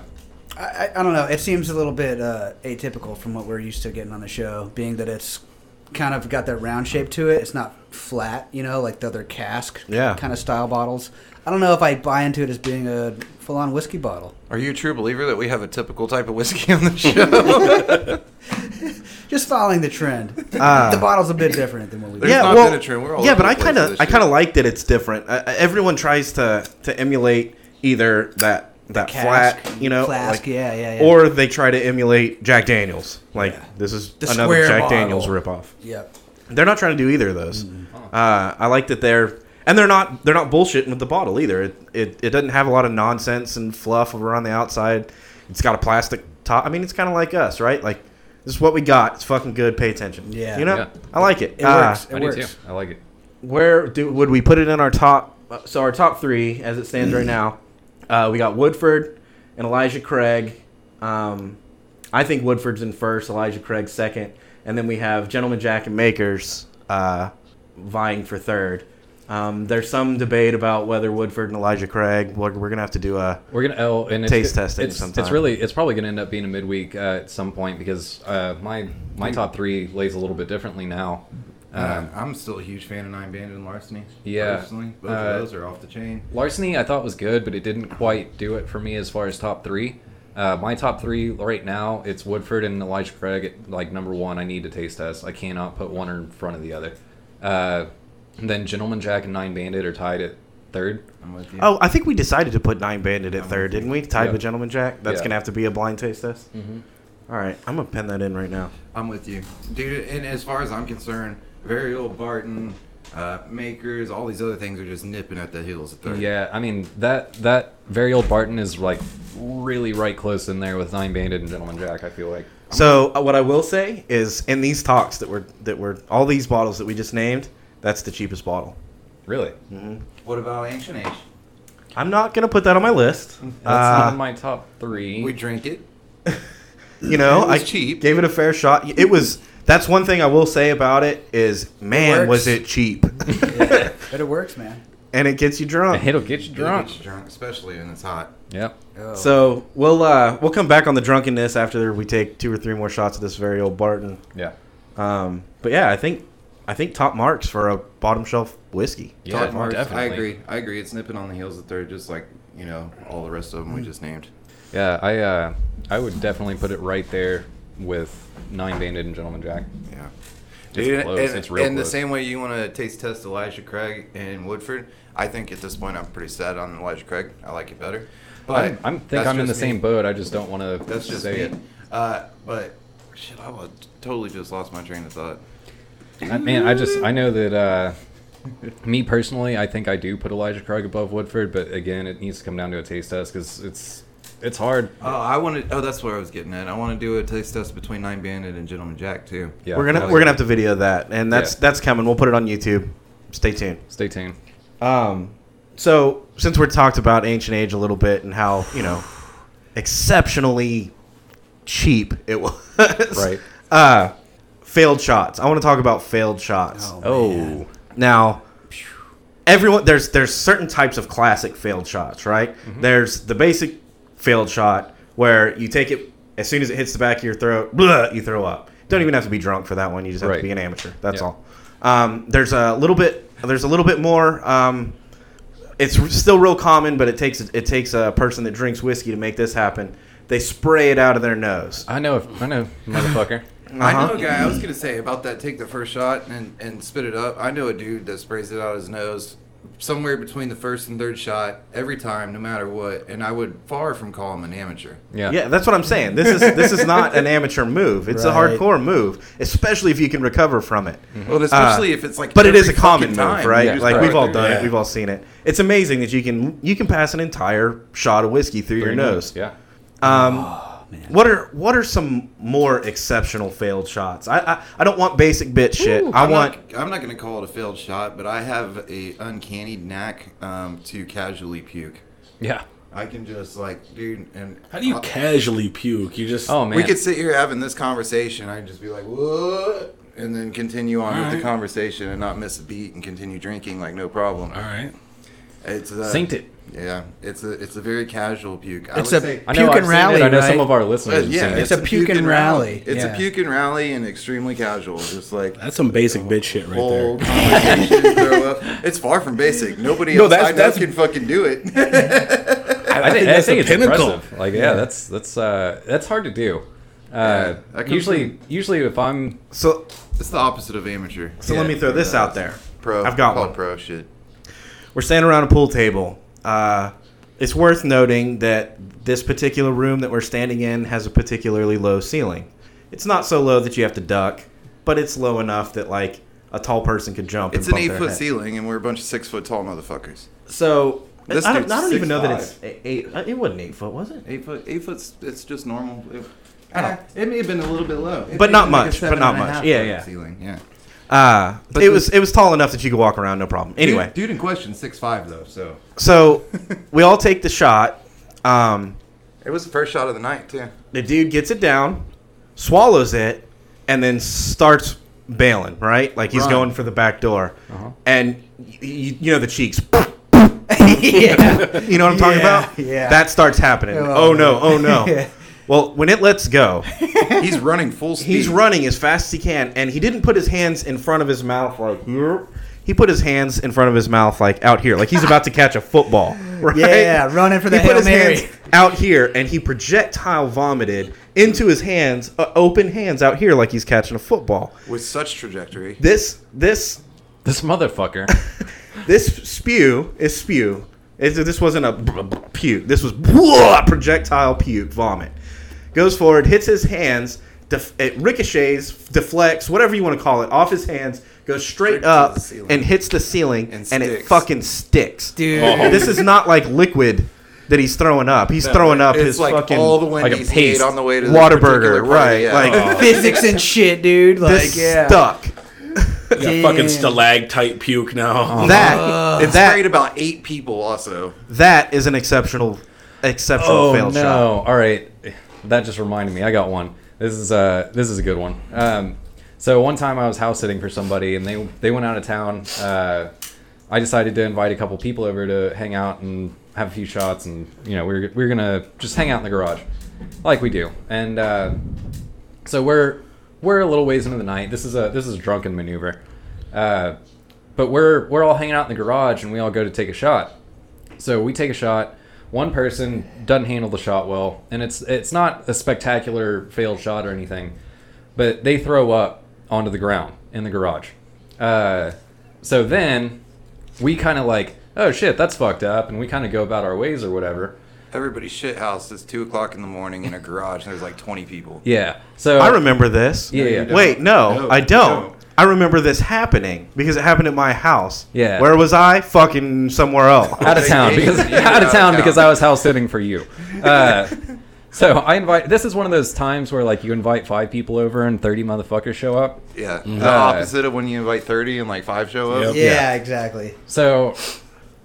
Speaker 2: I, I- I don't know. It seems a little bit uh, atypical from what we're used to getting on the show, being that it's kind of got that round shape to it. It's not flat, you know, like the other cask
Speaker 4: Yeah.
Speaker 2: kind of style bottles. I don't know if I buy into it as being a full-on whiskey bottle.
Speaker 3: Are you a true believer that we have a typical type of whiskey on the show?
Speaker 2: Just following the trend.
Speaker 4: Ah.
Speaker 2: the bottle's a bit different than what we.
Speaker 3: There's
Speaker 4: yeah,
Speaker 3: not
Speaker 4: well,
Speaker 3: been a trend. We're all
Speaker 4: yeah,
Speaker 3: over
Speaker 4: but
Speaker 3: the
Speaker 4: I
Speaker 3: place
Speaker 4: kind
Speaker 3: with
Speaker 4: of
Speaker 3: this
Speaker 4: I
Speaker 3: shit.
Speaker 4: kind of like that it's different. Uh, everyone tries to to emulate either that that
Speaker 2: Cask,
Speaker 4: flat, you know,
Speaker 2: flask,
Speaker 4: like-
Speaker 2: yeah, yeah, yeah.
Speaker 4: or they try to emulate Jack Daniels. Like
Speaker 2: Yeah.
Speaker 4: this is
Speaker 2: The
Speaker 4: another
Speaker 2: square
Speaker 4: Jack
Speaker 2: bottle.
Speaker 4: Daniels ripoff.
Speaker 2: Yep.
Speaker 4: They're not trying to do either of those. Uh, I like that they're and they're not they're not bullshitting with the bottle either. It, it it doesn't have a lot of nonsense and fluff around the outside. It's got a plastic top. I mean, it's kind of like us, right? Like this is what we got. It's fucking good. Pay attention.
Speaker 2: Yeah.
Speaker 4: you know,
Speaker 1: Yeah.
Speaker 4: I like it.
Speaker 2: It
Speaker 4: Uh,
Speaker 2: works. It
Speaker 1: I
Speaker 2: works.
Speaker 1: do too. I like it.
Speaker 4: Where do would we put it in our top? uh, So our top three, as it stands right now, uh, we got Woodford and Elijah Craig. Um, I think Woodford's in first, Elijah Craig second, and then we have Gentleman Jack and Makers uh, vying for third. Um, there's some debate about whether Woodford and Elijah Craig. We're, we're gonna have to do a.
Speaker 1: We're gonna oh, and it's,
Speaker 4: Taste test it
Speaker 1: It's,
Speaker 4: sometime.
Speaker 1: it's really it's probably gonna end up being a midweek uh, at some point because uh, my my top three lays a little bit differently now.
Speaker 3: Uh,
Speaker 1: Um,
Speaker 3: I'm still a huge fan of Nine Bandit and Larceny.
Speaker 1: Yeah.
Speaker 3: Personally, both
Speaker 1: Uh,
Speaker 3: of those are off the chain.
Speaker 1: Larceny I thought was good, but it didn't quite do it for me as far as top three. Uh, my top three right now it's Woodford and Elijah Craig at, like number one. I need to taste test. I cannot put one in front of the other. Uh, and then Gentleman Jack and Nine Bandit are tied at third.
Speaker 3: I'm with you.
Speaker 4: Oh, I think we decided to put Nine Bandit at third, didn't we? Tied
Speaker 1: Yeah.
Speaker 4: with Gentleman Jack. That's
Speaker 1: Yeah.
Speaker 4: gonna have to be a blind taste test. All right, I'm gonna pen that in right now.
Speaker 3: I'm with you, dude. And as far as I'm concerned, very old Barton, uh, Makers, all these other things are just nipping at the heels at third.
Speaker 1: Yeah, I mean that that very old Barton is like really right close in there with Nine Banded and Gentleman Jack. I feel like.
Speaker 4: So uh, what I will say is, in these talks that were that were all these bottles that we just named, that's the cheapest bottle.
Speaker 1: Really?
Speaker 3: Mm-hmm. What about Ancient Age?
Speaker 4: I'm not gonna put that on my list.
Speaker 1: That's
Speaker 4: Uh,
Speaker 1: not my top three.
Speaker 3: We drink it.
Speaker 4: you know,
Speaker 3: It was
Speaker 4: I
Speaker 3: cheap.
Speaker 4: gave it a fair shot. It was. That's one thing I will say about it is, man,
Speaker 2: works.
Speaker 4: was it cheap?
Speaker 2: But it works, man.
Speaker 4: and it gets you drunk.
Speaker 1: It'll get you
Speaker 3: Drunk.
Speaker 1: drunk.
Speaker 3: drunk, especially when it's hot.
Speaker 1: Yep.
Speaker 4: So we'll uh, we'll come back on the drunkenness after we take two or three more shots of this very old Barton.
Speaker 1: Yeah.
Speaker 4: Um, but yeah, I think I think top marks for a bottom shelf whiskey.
Speaker 1: Yeah,
Speaker 3: Dark Mars, I agree. I agree. It's nipping on the heels that they're just like you know all the rest of
Speaker 1: Hmm.
Speaker 3: them we just named.
Speaker 1: Yeah, I uh, I would definitely put it right there with Nine Banded and Gentleman Jack.
Speaker 3: Yeah.
Speaker 1: It's
Speaker 3: Dude,
Speaker 1: close.
Speaker 3: And,
Speaker 1: It's real
Speaker 3: and
Speaker 1: close.
Speaker 3: the same way you want to taste test Elijah Craig and Woodford, I think at this point I'm pretty sad on Elijah Craig. I like it better. But
Speaker 1: I'm, I'm think
Speaker 3: that's
Speaker 1: I'm in the
Speaker 3: just me.
Speaker 1: same boat. I just don't want to.
Speaker 3: That's just me.
Speaker 1: say
Speaker 3: Uh, but shit, I would totally just lost my train of thought.
Speaker 1: it. I, man, I just I know that uh, me personally, I think I do put Elijah Craig above Woodford, but again, it needs to come down to a taste test because it's it's hard.
Speaker 3: Oh, I wanted. Oh, that's where I was getting at. I want to do a taste test between Nine Bandit and Gentleman Jack too.
Speaker 1: Yeah,
Speaker 4: we're gonna
Speaker 1: hell yeah.
Speaker 4: we're gonna have to video that, and that's
Speaker 1: Yeah.
Speaker 4: that's coming. We'll put it on YouTube. Stay tuned.
Speaker 1: stay tuned.
Speaker 4: Um, so since we're talked about ancient age a little bit and how you know exceptionally cheap it was,
Speaker 1: Right.
Speaker 4: Uh, failed shots. I want to talk about failed shots.
Speaker 2: Oh,
Speaker 1: Oh,
Speaker 4: Now, everyone there's there's certain types of classic failed shots, right? There's the basic failed shot where you take it as soon as it hits the back of your throat, blah, you throw up. Don't even have to be drunk for that one. You just have
Speaker 1: Right.
Speaker 4: to be an amateur. That's
Speaker 1: Yeah.
Speaker 4: all. Um, there's a little bit. There's a little bit more. Um, it's r- still real common, but it takes it takes a person that drinks whiskey to make this happen. They spray it out of their nose.
Speaker 1: I know, I know, motherfucker.
Speaker 3: I
Speaker 4: Uh-huh.
Speaker 3: know a guy. I was gonna say about that. Take the first shot and and spit it up. I know a dude that sprays it out his nose, somewhere between the first and third shot every time, no matter what. And I would far from call him an amateur.
Speaker 1: Yeah,
Speaker 4: Yeah, that's what I'm saying. This is this is not an amateur move. It's a
Speaker 2: Right.
Speaker 4: hardcore move, especially if you can recover from it.
Speaker 3: Well, especially if it's like.
Speaker 4: But it is a
Speaker 3: every
Speaker 4: common
Speaker 3: fucking
Speaker 4: move,
Speaker 3: time.
Speaker 4: right?
Speaker 3: You just
Speaker 4: like
Speaker 3: throw
Speaker 4: we've
Speaker 3: it
Speaker 4: all
Speaker 3: through.
Speaker 4: done
Speaker 5: Yeah.
Speaker 4: it. We've all seen it. It's amazing that you can you can pass an entire shot of whiskey through, your nose.
Speaker 1: Yeah.
Speaker 4: What are what are some more exceptional failed shots? I I, I don't want basic bit shit. I
Speaker 3: I'm
Speaker 4: want
Speaker 3: Not, I'm not going to call it a failed shot, but I have a uncanny knack um, to casually puke.
Speaker 1: Yeah.
Speaker 3: I can just like, dude, and
Speaker 5: How do you
Speaker 3: I'll-
Speaker 5: casually puke? You just
Speaker 1: Uh, Oh man.
Speaker 3: we could sit here having this conversation. I can just be like, what? And then continue on with the conversation and not miss a beat and continue drinking like no problem.
Speaker 5: all right.
Speaker 3: It's uh,
Speaker 1: synced it.
Speaker 3: Yeah, it's a it's a very casual puke. I
Speaker 2: It's
Speaker 3: would
Speaker 2: a-
Speaker 3: say,
Speaker 1: I know.
Speaker 2: Puke
Speaker 1: I've seen
Speaker 2: and
Speaker 1: it,
Speaker 2: rally,
Speaker 1: I know some
Speaker 2: right?
Speaker 1: of our listeners.
Speaker 3: Uh,
Speaker 1: have
Speaker 3: yeah,
Speaker 1: seen it.
Speaker 2: It's a puke and rally,
Speaker 3: It's
Speaker 2: yeah.
Speaker 3: a puke and rally and extremely casual, just like.
Speaker 5: That's some basic bitch shit right
Speaker 1: Oh.
Speaker 5: there.
Speaker 3: whole conversation throw up. It's far from basic. Nobody
Speaker 5: No,
Speaker 3: else
Speaker 5: that's-
Speaker 3: I know
Speaker 5: that's-
Speaker 3: can fucking do it.
Speaker 1: I think, I
Speaker 5: that's
Speaker 1: think
Speaker 5: the
Speaker 1: it's
Speaker 5: pinnacle.
Speaker 1: impressive. Like, yeah, that's that's uh, that's hard to do. Uh,
Speaker 3: that comes
Speaker 1: usually, usually if I'm
Speaker 4: so
Speaker 3: It's the opposite of amateur.
Speaker 4: so. let me throw this out there.
Speaker 3: Pro.
Speaker 4: I've got
Speaker 3: call it
Speaker 4: one.
Speaker 3: Pro shit.
Speaker 4: We're standing around a pool table. Uh, it's worth noting that this particular room that we're standing in has a particularly low ceiling. It's not so low that you have to duck, but it's low enough that like a tall person could jump. and
Speaker 3: It's an
Speaker 4: bump
Speaker 3: eight
Speaker 4: their
Speaker 3: foot
Speaker 4: head.
Speaker 3: ceiling, and we're a bunch of six foot tall motherfuckers.
Speaker 4: So
Speaker 3: This
Speaker 4: I don't,
Speaker 3: dude's
Speaker 4: I don't even know that
Speaker 3: 6'5".
Speaker 4: it's eight, eight. uh, It wasn't eight foot, was it?
Speaker 3: Eight foot, eight foot's it's just normal. It, ah, it may have been a little bit low, It
Speaker 4: Oh. But
Speaker 3: may
Speaker 4: not
Speaker 3: have been
Speaker 4: much,
Speaker 3: a
Speaker 4: but
Speaker 3: seven
Speaker 4: not
Speaker 3: and a
Speaker 4: much.
Speaker 3: half
Speaker 4: Yeah,
Speaker 3: foot
Speaker 4: yeah.
Speaker 3: Ceiling, yeah.
Speaker 4: Uh,
Speaker 3: But
Speaker 4: it
Speaker 3: the-
Speaker 4: was it was tall enough that you could walk around, no problem. Anyway,
Speaker 3: dude, dude in question six five though, so
Speaker 4: so we all take the shot. Um,
Speaker 3: it was the first shot of the night too.
Speaker 4: the dude gets it down, swallows it, and then starts bailing. Right, Uh-huh. like he's
Speaker 3: Run.
Speaker 4: going for the back door, and you, you know the cheeks.
Speaker 2: yeah.
Speaker 4: You know what I'm talking
Speaker 2: Yeah,
Speaker 4: about?
Speaker 2: yeah.
Speaker 4: That starts happening.
Speaker 2: Oh.
Speaker 4: Oh, no! Oh no!
Speaker 2: Yeah.
Speaker 4: Well, when it lets go,
Speaker 3: He's running full speed.
Speaker 4: He's running as fast as he can, and he didn't put his hands in front of his mouth like here. He put his hands in front of his mouth like out here, like he's about to catch a football. Right?
Speaker 2: Yeah, running for the
Speaker 4: he
Speaker 2: Hail
Speaker 4: put his
Speaker 2: Mary.
Speaker 4: hands out here, and he projectile vomited into his hands, uh, open hands out here, like he's catching a football.
Speaker 3: with such trajectory.
Speaker 4: This this
Speaker 1: this motherfucker,
Speaker 4: this spew is spew. It's- this wasn't a b- b- puke. This was whoa, projectile puke vomit. Goes forward, hits his hands. Def- it ricochets, deflects, whatever you want to call it, off his hands. Goes straight
Speaker 3: Straight to
Speaker 4: up
Speaker 3: the ceiling.
Speaker 4: and hits the ceiling, and,
Speaker 3: And
Speaker 4: it
Speaker 3: sticks.
Speaker 4: fucking sticks.
Speaker 2: Dude.
Speaker 5: Oh.
Speaker 4: This is not like liquid that he's throwing up. He's throwing up
Speaker 3: it's
Speaker 4: his
Speaker 3: like
Speaker 4: fucking
Speaker 3: all the Wendy's
Speaker 1: like a
Speaker 3: he ate
Speaker 1: paste.
Speaker 3: on the way to the
Speaker 4: Whataburger, right? Like
Speaker 3: Oh.
Speaker 2: Physics and shit, dude. Like,
Speaker 4: this
Speaker 2: yeah.
Speaker 4: stuck.
Speaker 5: You got fucking
Speaker 2: Damn.
Speaker 5: stalactite puke now.
Speaker 1: Oh.
Speaker 4: That
Speaker 3: it's
Speaker 4: that
Speaker 3: sprayed about eight people also.
Speaker 4: that is an exceptional exceptional
Speaker 1: oh no!
Speaker 4: failed shot.
Speaker 1: All right, that just reminded me. I got one. This is uh, this is a good one. Um, so one time I was house sitting for somebody, and they they went out of town. Uh, I decided to invite a couple people over to hang out and have a few shots, and you know, we were we were gonna just hang out in the garage, like we do. And uh, so we're we're a little ways into the night. This is a this is a drunken maneuver, uh, but we're we're all hanging out in the garage, and we all go to take a shot. So we take a shot. One person doesn't handle the shot well, and it's it's not a spectacular failed shot or anything, but they throw up onto the ground in the garage. Uh, so then we kind of like, oh shit, that's fucked up, and we kind of go about our ways or whatever.
Speaker 3: Everybody's shithoused. It's two o'clock in the morning in a garage, and there's like 20 people.
Speaker 1: Yeah. So
Speaker 4: I remember this.
Speaker 1: Yeah, yeah.
Speaker 4: Wait, no,
Speaker 3: No,
Speaker 4: I
Speaker 3: you
Speaker 4: don't.
Speaker 3: don't.
Speaker 4: I remember this happening because it happened at my house.
Speaker 1: Yeah.
Speaker 4: Where was I? Fucking somewhere else.
Speaker 1: out of town because out
Speaker 3: Yeah,
Speaker 1: of
Speaker 3: out of
Speaker 1: town
Speaker 3: town.
Speaker 1: because I was house sitting for you. Uh, so I invite. This is one of those times where like you invite five people over and thirty motherfuckers show up.
Speaker 3: Yeah. The opposite of when you invite 30 and like five show up.
Speaker 5: Yep.
Speaker 2: Yeah,
Speaker 4: Yeah.
Speaker 2: exactly.
Speaker 1: So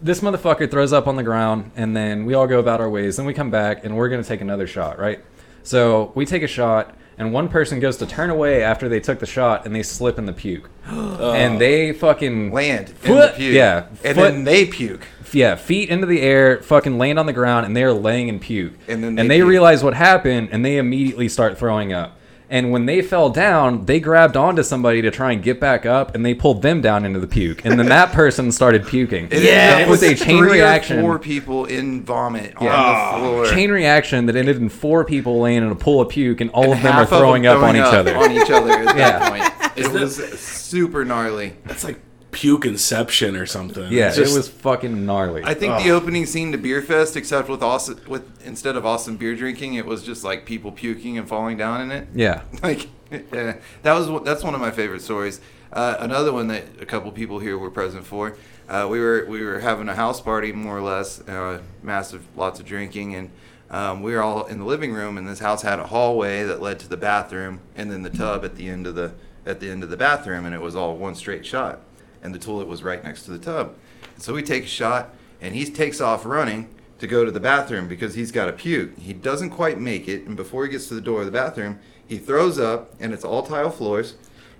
Speaker 1: this motherfucker throws up on the ground, and then we all go about our ways. Then we come back, and we're gonna take another shot, right? So we take a shot, and one person goes to turn away after they took the shot, and they slip in the puke, and they fucking
Speaker 3: Uh, Land. in
Speaker 1: Foot-
Speaker 3: the puke.
Speaker 1: yeah,
Speaker 3: And
Speaker 1: foot-
Speaker 3: then they puke.
Speaker 1: yeah, feet into the air, fucking land on the ground, and they are laying in puke.
Speaker 3: And then
Speaker 1: and
Speaker 3: they
Speaker 1: they
Speaker 3: puke.
Speaker 1: realize what happened, and they immediately start throwing up. And when they fell down, they grabbed onto somebody to try and get back up, and they pulled them down into the puke. And then that person started puking.
Speaker 3: Yeah,
Speaker 1: it was a chain reaction.
Speaker 3: Four people in vomit
Speaker 1: Yeah.
Speaker 3: on the floor.
Speaker 1: Chain reaction that ended in four people laying in a pool of puke, and all
Speaker 3: And
Speaker 1: of them are
Speaker 3: half of
Speaker 1: throwing up on each other.
Speaker 3: On each other at
Speaker 1: Yeah.
Speaker 3: that point. It was super gnarly.
Speaker 5: That's like puke inception or something.
Speaker 1: yeah,
Speaker 5: It's just-
Speaker 1: it was fucking gnarly.
Speaker 3: I think the opening scene to Beer Fest, except with awesome, with instead of awesome beer drinking, it was just like people puking and falling down in it.
Speaker 1: yeah,
Speaker 3: Like yeah, that was one- that's one of my favorite stories. Uh, another one that a couple people here were present for. Uh, we were we were having a house party more or less, uh, massive lots of drinking, and um, we were all in the living room. And this house had a hallway that led to the bathroom, and then the tub at the end of the at the end of the bathroom, and it was all one straight shot. And the toilet was right next to the tub. So we take a shot, and he takes off running to go to the bathroom because he's got a puke. He doesn't quite make it, and before he gets to the door of the bathroom, he throws up, and it's all tile floors.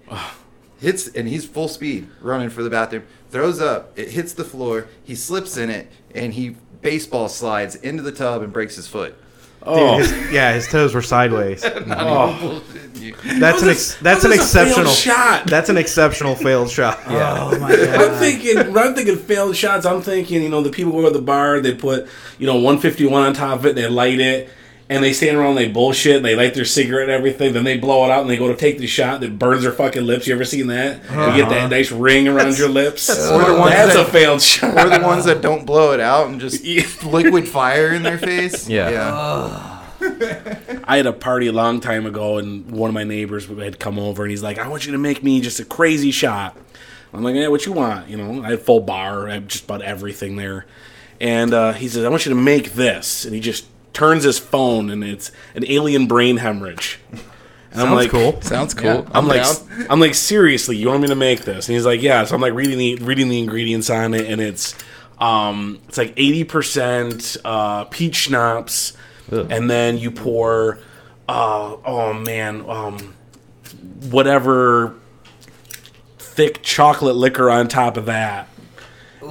Speaker 3: Hits and he's full speed running for the bathroom. Throws up, it hits the floor. He slips in it, and he baseball slides into the tub and breaks his foot.
Speaker 5: oh,
Speaker 4: Dude, his- yeah, his toes were sideways.
Speaker 3: Bullshit.
Speaker 4: That's
Speaker 5: How's
Speaker 4: an
Speaker 5: this-
Speaker 4: ex- that's
Speaker 5: how's
Speaker 4: an
Speaker 5: this a failed
Speaker 4: exceptional
Speaker 5: shot?
Speaker 4: That's an exceptional failed shot. Yeah.
Speaker 2: Oh my god.
Speaker 5: I'm thinking. When I'm thinking failed shots. I'm thinking, you know, the people go to the bar. They put, you know, 151 on top of it. They light it, and they stand around. They bullshit. And they light their cigarette and everything. Then they blow it out and they go to take the shot. That burns their fucking lips. You ever seen that? You get that nice ring around your lips. That's,
Speaker 3: Or the ones that-
Speaker 5: a failed shot.
Speaker 3: Or the ones that don't blow it out and just
Speaker 5: Yeah.
Speaker 3: liquid fire in their face.
Speaker 1: Yeah.
Speaker 5: I had a party a long time ago, and one of my neighbors had come over, and he's like, "I want you to make me just a crazy shot." I'm like, "Yeah, what you want?" You know, I had full bar, I had just about everything there, and uh, he says, "I want you to make this," and he just turns his phone, and it's an alien brain hemorrhage. And
Speaker 4: Sounds cool.
Speaker 5: Sounds cool.
Speaker 3: Yeah,
Speaker 5: I'm,
Speaker 3: I'm
Speaker 5: like,
Speaker 3: down.
Speaker 5: I'm like, seriously, you want me to make this? And he's like, yeah. So I'm like reading the reading the ingredients on it, and it's um, it's like 80 percent uh, peach schnapps, and then you pour, uh, oh man, um, whatever thick chocolate liquor on top of that,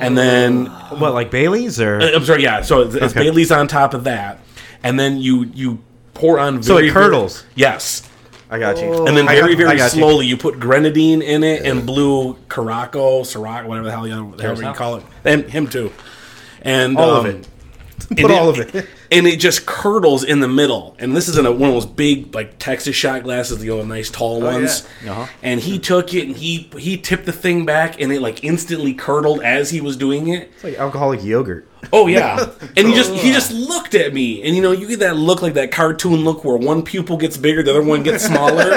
Speaker 5: and then
Speaker 4: Oh.
Speaker 5: uh,
Speaker 4: What like Bailey's or
Speaker 5: I'm sorry, yeah. So it's, it's
Speaker 4: Okay.
Speaker 5: Bailey's on top of that, and then you you pour on
Speaker 4: So it
Speaker 5: very, very-
Speaker 4: curdles.
Speaker 5: yes.
Speaker 4: I got you.
Speaker 5: And then
Speaker 4: Oh. I
Speaker 5: very,
Speaker 4: got- I
Speaker 5: very
Speaker 4: got you.
Speaker 5: slowly, you. put grenadine in it and blue Caraco, Ciroc, whatever the hell you, however you
Speaker 1: Curacao?
Speaker 5: call it. And him too. And
Speaker 4: All of
Speaker 5: um,
Speaker 4: it.
Speaker 5: and
Speaker 4: Put all of it.
Speaker 5: and it just curdles in the middle. And this is in a, one of those big, like Texas shot glasses, the old nice tall
Speaker 4: Oh,
Speaker 5: ones.
Speaker 1: Uh-huh.
Speaker 5: And he took it and he he tipped the thing back, and it like instantly curdled as he was doing it.
Speaker 4: It's like alcoholic yogurt.
Speaker 5: Oh yeah, and he just he just looked at me, and you know you get that look like that cartoon look where one pupil gets bigger, the other one gets smaller,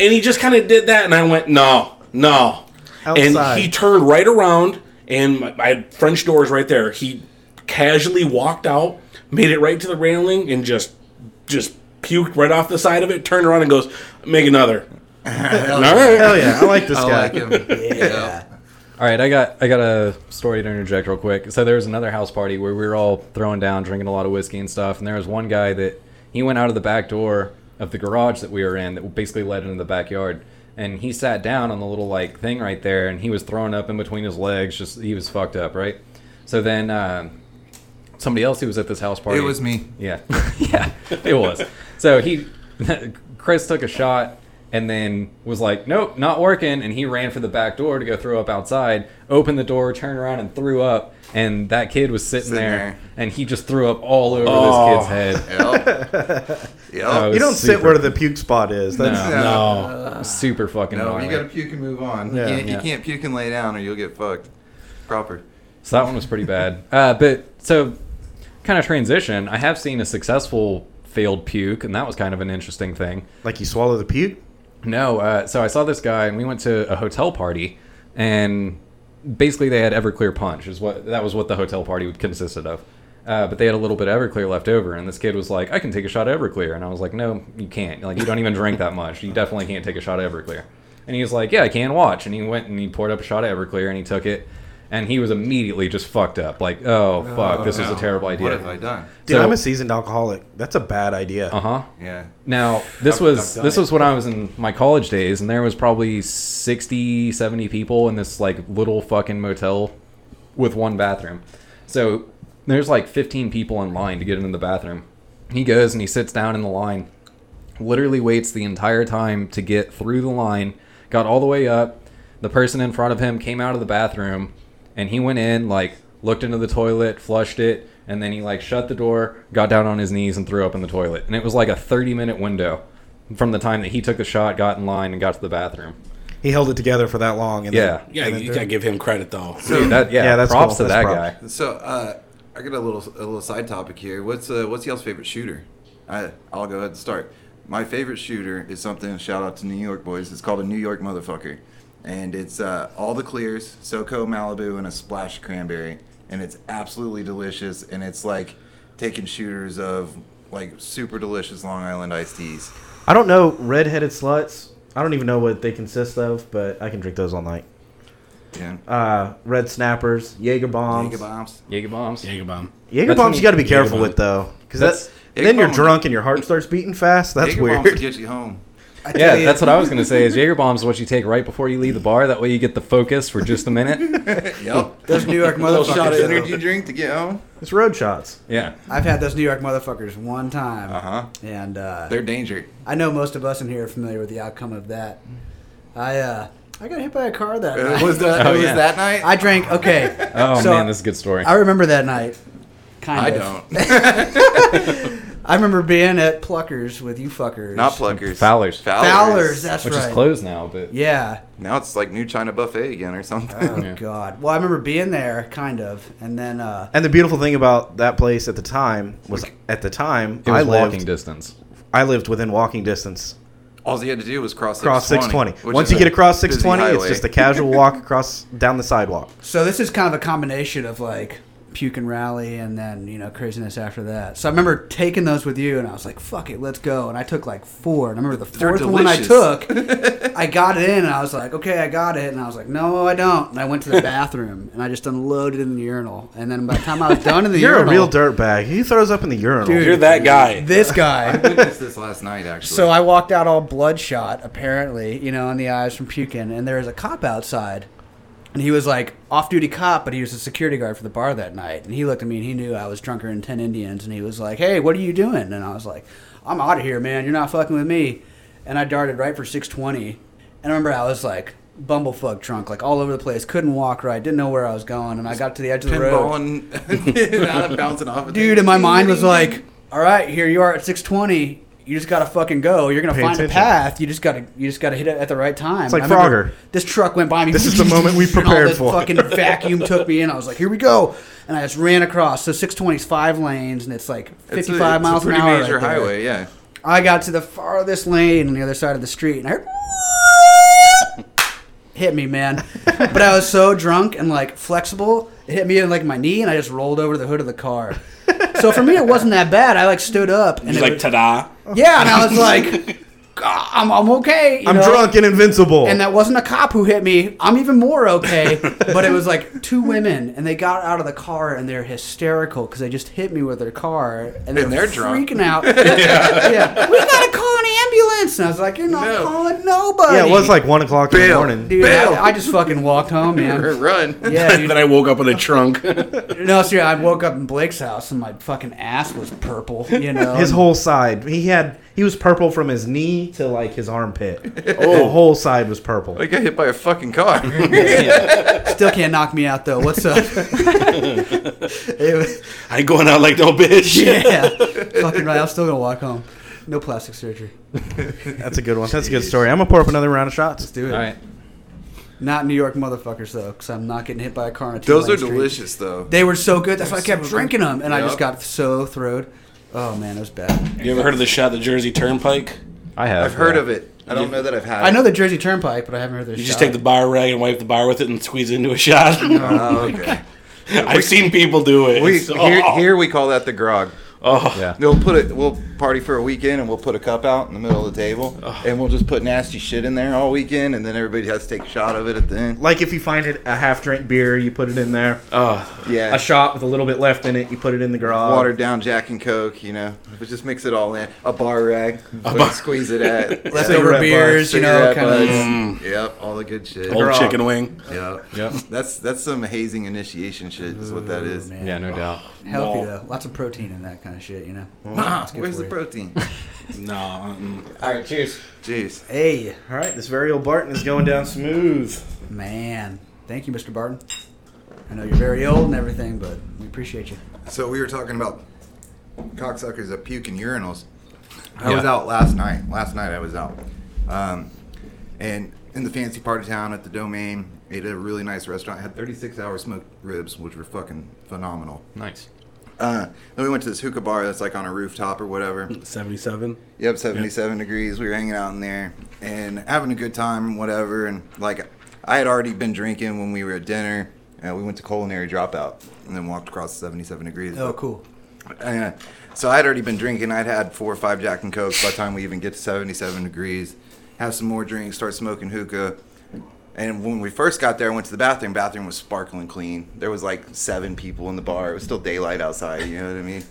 Speaker 5: and he just kind of did that, and I went no, no, and
Speaker 4: Outside.
Speaker 5: he turned right around, and my, I had French doors right there. He casually walked out, made it right to the railing, and just just puked right off the side of it. Turned around and goes, make another. All right.
Speaker 4: Hell yeah, I like this
Speaker 3: I
Speaker 4: guy.
Speaker 3: like him. Yeah.
Speaker 1: All right, I got I got a story to interject real quick. So there was another house party where we were all throwing down, drinking a lot of whiskey and stuff, and there was one guy that he went out of the back door of the garage that we were in that basically led into the backyard, and he sat down on the little like thing right there, and he was throwing up in between his legs. Just he was fucked up, right? So then uh, somebody else who was at this house party.
Speaker 6: It was me.
Speaker 1: Yeah, yeah, it was. So he, Chris took a shot and then was like, "Nope, not working," and he ran for the back door to go throw up outside. Opened the door, turned around, and threw up. And that kid was sitting,
Speaker 3: Sitting
Speaker 1: there,
Speaker 3: there.
Speaker 1: and he just threw up all over
Speaker 5: Oh.
Speaker 1: this kid's head.
Speaker 3: Yep. yep.
Speaker 1: Oh,
Speaker 4: You don't sit
Speaker 1: super-
Speaker 4: where the puke spot is. That's
Speaker 1: No.
Speaker 5: No.
Speaker 1: Super fucking
Speaker 3: No, you
Speaker 1: violent.
Speaker 3: gotta puke and move on.
Speaker 4: Yeah.
Speaker 3: you, can't,
Speaker 1: Yeah.
Speaker 3: you can't puke and lay down, or you'll get fucked. Proper.
Speaker 1: So that one was pretty bad. Uh, but so, kind of transition. I have seen a successful failed puke, and that was kind of an interesting thing.
Speaker 4: like you swallow the puke.
Speaker 1: No, uh, so I saw this guy, and we went to a hotel party, and basically they had Everclear punch. Is what that was what the hotel party would- consisted of. Uh, but they had a little bit of Everclear left over, and this kid was like, "I can take a shot of Everclear," and I was like, "No, you can't. Like, you don't even drink that much. You definitely can't take a shot of Everclear." And he was like, "Yeah, I can watch." And he went and he poured up a shot of Everclear, and he took it, and he was immediately just fucked up. Like, "Oh fuck, this was
Speaker 3: No.
Speaker 1: a terrible idea."
Speaker 3: What have I done?
Speaker 4: Dude,
Speaker 1: So-
Speaker 4: I'm a seasoned alcoholic. That's a bad idea.
Speaker 1: Uh huh.
Speaker 3: Yeah.
Speaker 1: Now, this
Speaker 3: I've-
Speaker 1: was
Speaker 3: I've done
Speaker 1: this
Speaker 3: it.
Speaker 1: was when I was in my college days and there was probably 60, 70 people in this like little fucking motel with one bathroom. So, there's like 15 people in line to get into the bathroom. He goes and he sits down in the line. Literally waits the entire time to get through the line. Got all the way up. The person in front of him came out of the bathroom and he went in like looked into the toilet, flushed it, and then he like shut the door, got down on his knees, and threw up in the toilet. And it was like a 30 minute window from the time that he took the shot, got in line, and got to the bathroom.
Speaker 4: He held it together for that long. And
Speaker 1: Yeah,
Speaker 5: Yeah, you gotta give him credit though.
Speaker 1: Dude, that, yeah,
Speaker 4: Yeah, that's
Speaker 1: props
Speaker 4: cool.
Speaker 1: to
Speaker 4: That's
Speaker 1: that
Speaker 4: props.
Speaker 1: guy.
Speaker 3: So uh, I got a little a little side topic here. What's uh, what's y'all's favorite shooter? I I'll go ahead and start. My favorite shooter is something. Shout out to New York boys. It's called a New York motherfucker, and it's uh, all the clears, SoCo Malibu, and a splash of cranberry, and it's absolutely delicious. And it's like taking shooters of like super delicious Long Island iced teas.
Speaker 4: then- I don't know redheaded sluts. I don't even know what they consist of, but I can drink those all night.
Speaker 3: Yeah.
Speaker 4: Uh, red snappers, Jaeger bombs.
Speaker 3: Jager bombs.
Speaker 1: Jager bombs.
Speaker 5: Jager bomb.
Speaker 4: Jaeger
Speaker 1: That's
Speaker 4: bombs,
Speaker 1: when
Speaker 4: you got to be
Speaker 1: you-
Speaker 4: careful
Speaker 5: Jaeger
Speaker 4: with though, because
Speaker 1: That's-
Speaker 4: that's then you're
Speaker 3: Jaeger bomb-
Speaker 4: drunk and your heart starts beating fast. That's
Speaker 3: Jager
Speaker 4: weird.
Speaker 3: bombs will get you home.
Speaker 2: I
Speaker 1: Yeah,
Speaker 2: tell you-
Speaker 1: that's what I was gonna say. Is Jaeger bombs what you take right before you leave the bar? That way you get the focus for just a minute.
Speaker 3: Yep.
Speaker 2: Those New York
Speaker 3: Little shot of
Speaker 2: motherfuckers.
Speaker 3: energy
Speaker 2: though.
Speaker 3: drink to get home.
Speaker 4: It's road shots.
Speaker 1: Yeah,
Speaker 2: I've had those New York motherfuckers one time.
Speaker 3: Uh
Speaker 4: Uh-huh.
Speaker 3: huh.
Speaker 2: And uh,
Speaker 3: They're danger.
Speaker 2: I know most of us in here are familiar with the outcome of that. I uh, I got hit by a car that
Speaker 3: Uh,
Speaker 2: night.
Speaker 3: was that
Speaker 1: Oh,
Speaker 3: was
Speaker 1: yeah.
Speaker 3: that night?
Speaker 2: I drank. Okay.
Speaker 1: Oh,
Speaker 2: So,
Speaker 1: man, this is a good story.
Speaker 2: I remember that night. Kind
Speaker 3: I
Speaker 2: of.
Speaker 3: don't.
Speaker 2: I remember being at Pluckers with you fuckers.
Speaker 3: Not pluckers.
Speaker 1: Fowlers.
Speaker 2: Fowlers. That's
Speaker 1: Which
Speaker 2: right.
Speaker 1: is closed now, but
Speaker 2: Yeah.
Speaker 3: Now it's like new China buffet again or something.
Speaker 2: Oh God. Well, I remember being there, kind of, and then uh,
Speaker 4: And the beautiful thing about that place at the time was, at the time,
Speaker 1: it was
Speaker 4: I lived,
Speaker 1: walking distance.
Speaker 4: I lived within walking distance
Speaker 3: All you had to do was cross
Speaker 4: across
Speaker 3: 620.
Speaker 4: 620.
Speaker 3: which
Speaker 4: Once
Speaker 3: is
Speaker 4: you get
Speaker 3: a
Speaker 4: across
Speaker 3: busy
Speaker 4: 620, it's
Speaker 3: highway.
Speaker 4: just a casual walk across down the sidewalk.
Speaker 2: so this is kind of a combination of like puke and rally, and then you know craziness after that. So I remember taking those with you, and I was like, "Fuck it, let's go." And I took like four, and I remember the
Speaker 3: They're
Speaker 2: fourth one I
Speaker 3: delicious.
Speaker 2: took, I got it in, and I was like, "Okay, I got it," and I was like, "No, I don't." And I went to the bathroom, and I just unloaded in the urinal, and then by the time I was done in the
Speaker 4: You're
Speaker 2: urinal,
Speaker 4: a real dirtbag. He throws up in the urinal.
Speaker 5: You're that guy.
Speaker 2: this guy.
Speaker 3: I witnessed this last night actually.
Speaker 2: So I walked out all bloodshot, apparently, you know, in the eyes from puking, and there was a cop outside. And he was like off duty cop, but he was a security guard for the bar that night. And he looked at me and he knew I was drunker than 10 Indians. And he was like, Hey, what are you doing? And I was like, I'm out of here, man. You're not fucking with me. And I darted right for 620. And I remember I was like, bumblefuck drunk, like all over the place. Couldn't walk right. Didn't know where I was going. And I got to the edge of the road.
Speaker 3: pinballing, out of bouncing off. of
Speaker 2: Dude,
Speaker 3: things.
Speaker 2: and my mind was like, all right, here you are at 620. You just gotta fucking go. You're gonna
Speaker 4: Pay
Speaker 2: find
Speaker 4: attention.
Speaker 2: a path. You just gotta you just gotta hit it at the right time.
Speaker 4: It's like
Speaker 2: I remember
Speaker 4: Frogger.
Speaker 2: This truck went by me.
Speaker 4: This is the moment we
Speaker 2: and all
Speaker 4: prepared
Speaker 2: this
Speaker 4: for.
Speaker 2: Fucking vacuum took me in. I was like, here we go, and I just ran across. So 620 is five lanes, and it's like 55
Speaker 3: It's a- it's
Speaker 2: miles
Speaker 3: a pretty
Speaker 2: an hour.
Speaker 3: Major
Speaker 2: right there.
Speaker 3: highway, yeah.
Speaker 2: I got to the farthest lane on the other side of the street, and I heard hit me, man. but I was so drunk and like flexible, it hit me in like my knee, and I just rolled over the hood of the car. so for me, it wasn't that bad. I like stood up and
Speaker 5: He's
Speaker 2: it
Speaker 5: like,
Speaker 2: was-
Speaker 5: ta-da.
Speaker 2: yeah, and I was like, "Ah, I'm, I'm okay. you
Speaker 4: I'm
Speaker 2: know?
Speaker 4: drunk and invincible.
Speaker 2: And that wasn't a cop who hit me. I'm even more okay. but it was like two women, and they got out of the car, and they're hysterical because they just hit me with their car, and they're,
Speaker 3: they're drunk.
Speaker 2: freaking out. yeah. we gotta call an ambulance. And I was like, you're not
Speaker 3: No.
Speaker 2: calling nobody.
Speaker 4: Yeah, it was like one o'clock in the
Speaker 3: Bill.
Speaker 4: morning.
Speaker 2: Dude,
Speaker 3: Bill.
Speaker 2: I, I just fucking walked home, man.
Speaker 3: Run.
Speaker 2: Yeah, dude.
Speaker 5: then I woke up in a trunk.
Speaker 2: No, seriously, I woke up in Blake's house and my fucking ass was purple. You know,
Speaker 4: His
Speaker 2: And-
Speaker 4: whole side, he had he was purple from his knee to like his armpit.
Speaker 5: Oh.
Speaker 4: The whole side was purple.
Speaker 3: I got hit by a fucking car.
Speaker 2: still can't knock me out though. What's up? It was-
Speaker 5: I ain't going out like no bitch.
Speaker 2: yeah, fucking right. I'm still gonna walk home. No plastic surgery.
Speaker 4: That's a good one. That's a good story. I'm gonna pour up another round of shots.
Speaker 2: Do it.
Speaker 1: All right.
Speaker 2: Not New York motherfuckers though, because I'm not getting hit by a car. On a
Speaker 3: Those
Speaker 2: two-lane
Speaker 3: are
Speaker 2: street.
Speaker 3: delicious, though.
Speaker 2: They were so good. That's why I kept drinking them, and I just
Speaker 3: Yep.
Speaker 2: got so throwed. Oh man, it was bad.
Speaker 5: You ever heard of the shot the Jersey Turnpike?
Speaker 1: I have.
Speaker 3: I've heard
Speaker 1: yeah.
Speaker 3: of it. I don't know that I've had.
Speaker 2: I know the Jersey Turnpike, but I haven't heard this.
Speaker 5: You just take the bar rag and wipe the bar with it and squeeze it into a shot.
Speaker 3: Oh, okay.
Speaker 5: I've seen people do it.
Speaker 3: We
Speaker 5: It's-
Speaker 3: here,
Speaker 5: oh,
Speaker 3: here we call that the grog.
Speaker 5: oh.
Speaker 1: Yeah.
Speaker 3: We'll put it. We'll party for a weekend, and we'll put a cup out in the middle of the table, and we'll just put nasty shit in there all weekend, and then everybody has to take a shot of it at the end.
Speaker 4: Like if you find it a half drink beer, you put it in there.
Speaker 5: Oh.
Speaker 3: Yeah,
Speaker 4: A shot with a little bit left in it, you put it in the garage.
Speaker 3: watered down Jack and Coke. You know, but just mix it all in a bar rag.
Speaker 5: bar-
Speaker 3: squeeze it at Mm.
Speaker 2: leftover
Speaker 4: cigarette
Speaker 2: beers, you know,
Speaker 3: cigarette
Speaker 2: kind
Speaker 3: butts.
Speaker 2: of.
Speaker 3: Yep, all the good shit.
Speaker 5: Old
Speaker 4: Girl.
Speaker 5: chicken wing.
Speaker 3: Yep.
Speaker 1: Yep.
Speaker 3: That's that's some hazing initiation shit. Is what that is.
Speaker 2: man.
Speaker 1: Yeah, no doubt.
Speaker 2: Healthy
Speaker 5: Malt.
Speaker 2: though, lots of protein in that kind of shit, you know.
Speaker 3: Ma,
Speaker 2: good
Speaker 3: where's
Speaker 2: for
Speaker 3: the
Speaker 2: you.
Speaker 3: protein?
Speaker 5: No. mm-mm.
Speaker 1: All right. Cheers.
Speaker 3: Jeez.
Speaker 2: Hey,
Speaker 4: All right, this very old Barton is going down smooth.
Speaker 2: man, thank you, Mr. Barton. I know you're very old and everything, but we appreciate you.
Speaker 3: So we were talking about cocksuckers that puke in urinals. I
Speaker 1: Yeah.
Speaker 3: was out last night. Last night I was out, um, and in the fancy part of town at the Domain, ate at a really nice restaurant. Had 36 hour smoked ribs, which were fucking phenomenal.
Speaker 1: Nice.
Speaker 3: Uh, then we went to this hookah bar that's like on a rooftop or whatever.
Speaker 5: 77.
Speaker 3: Yep, 77 degrees. We were hanging out in there and having a good time, whatever. And like, I had already been drinking when we were at dinner. Uh, we went to culinary dropout and then walked across 77 degrees.
Speaker 2: Oh, cool.
Speaker 3: Uh, so I'd already been drinking. I'd had four or five Jack and Cokes by the time we even get to 77 degrees. Have some more drinks, start smoking hookah. And when we first got there, I went to the bathroom. Bathroom was sparkling clean. There was like seven people in the bar. It was still daylight outside. You know what I mean?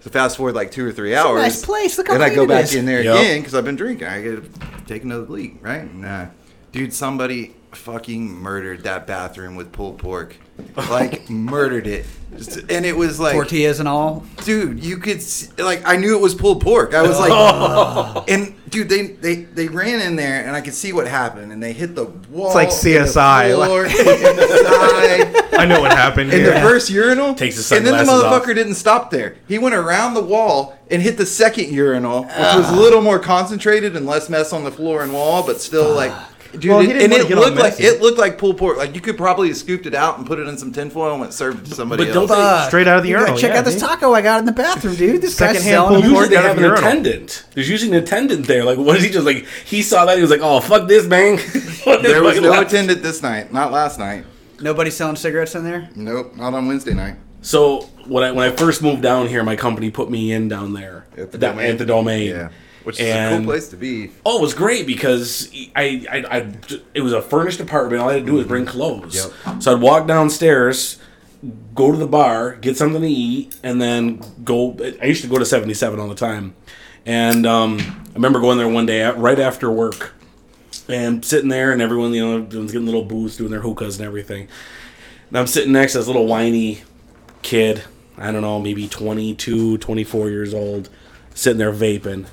Speaker 3: So fast forward like two or three hours.
Speaker 2: nice place. Look how
Speaker 3: And I
Speaker 2: clean
Speaker 3: go
Speaker 2: it
Speaker 3: back
Speaker 2: is.
Speaker 3: in there
Speaker 5: Yep.
Speaker 3: again because I've been drinking. I get to take another leak, right? Nah, dude, somebody fucking murdered that bathroom with pulled pork. Like murdered it, Just- and it was like
Speaker 2: Tortillas and all.
Speaker 3: dude you could s like i knew it was pulled pork i was like
Speaker 4: Oh.
Speaker 3: and dude they, they they ran in there and i could see what happened and they hit the wall
Speaker 4: like
Speaker 3: and the
Speaker 4: CSI.
Speaker 3: floor, and the side.
Speaker 4: I know what happened
Speaker 3: And
Speaker 4: here.
Speaker 3: the first urinal
Speaker 5: Takes his
Speaker 3: and then the
Speaker 5: sunglasses off.
Speaker 3: motherfucker didn't stop there he went around the wall and hit the second urinal which
Speaker 4: Ah.
Speaker 3: was a little more concentrated and less mess on the floor and wall but still like Dude,
Speaker 4: Well, he
Speaker 3: it-
Speaker 4: didn't
Speaker 3: and
Speaker 4: wanna
Speaker 3: it
Speaker 4: get all
Speaker 3: looked like
Speaker 4: messy.
Speaker 3: it looked like pulled pork. Like you could probably have scooped it out and put it in some tinfoil and went served it to somebody
Speaker 5: But
Speaker 3: else.
Speaker 5: don't they,
Speaker 4: Straight out of
Speaker 2: Uh,
Speaker 4: the
Speaker 2: You gotta
Speaker 4: urinal,
Speaker 2: Check
Speaker 4: yeah,
Speaker 2: out this
Speaker 4: dude.
Speaker 2: taco I got in the bathroom, dude. This guy's
Speaker 4: Secondhand
Speaker 2: selling.
Speaker 4: pulled pork.
Speaker 5: usually they
Speaker 4: out of
Speaker 5: have an
Speaker 4: the urinal.
Speaker 5: attendant. There's usually an attendant there. Like, what is he just like? He saw that he was like, "Oh, fuck this, man."
Speaker 3: There was no attendant this night. Not last night.
Speaker 2: Nobody selling cigarettes in there.
Speaker 3: Nope. Not on Wednesday night.
Speaker 5: So when I when I first moved down here, my company put me in down there
Speaker 3: At the
Speaker 5: That-
Speaker 3: Domain.
Speaker 5: at the domain.
Speaker 3: Yeah. Which is a
Speaker 5: And-
Speaker 3: cool place to be.
Speaker 5: Oh, it was great because I, I, I j- it was a furnished apartment. All I had to do was bring clothes. So I'd walk downstairs, go to the bar, get something to eat, and then go. I used to go to 77 all the time. And um, I remember going there one day at- right after work and sitting there, and everyone, you know, everyone's getting little booths, doing their hookahs and everything. And I'm sitting next to this little whiny kid, I don't know, maybe 22, 24 years old, sitting there vaping.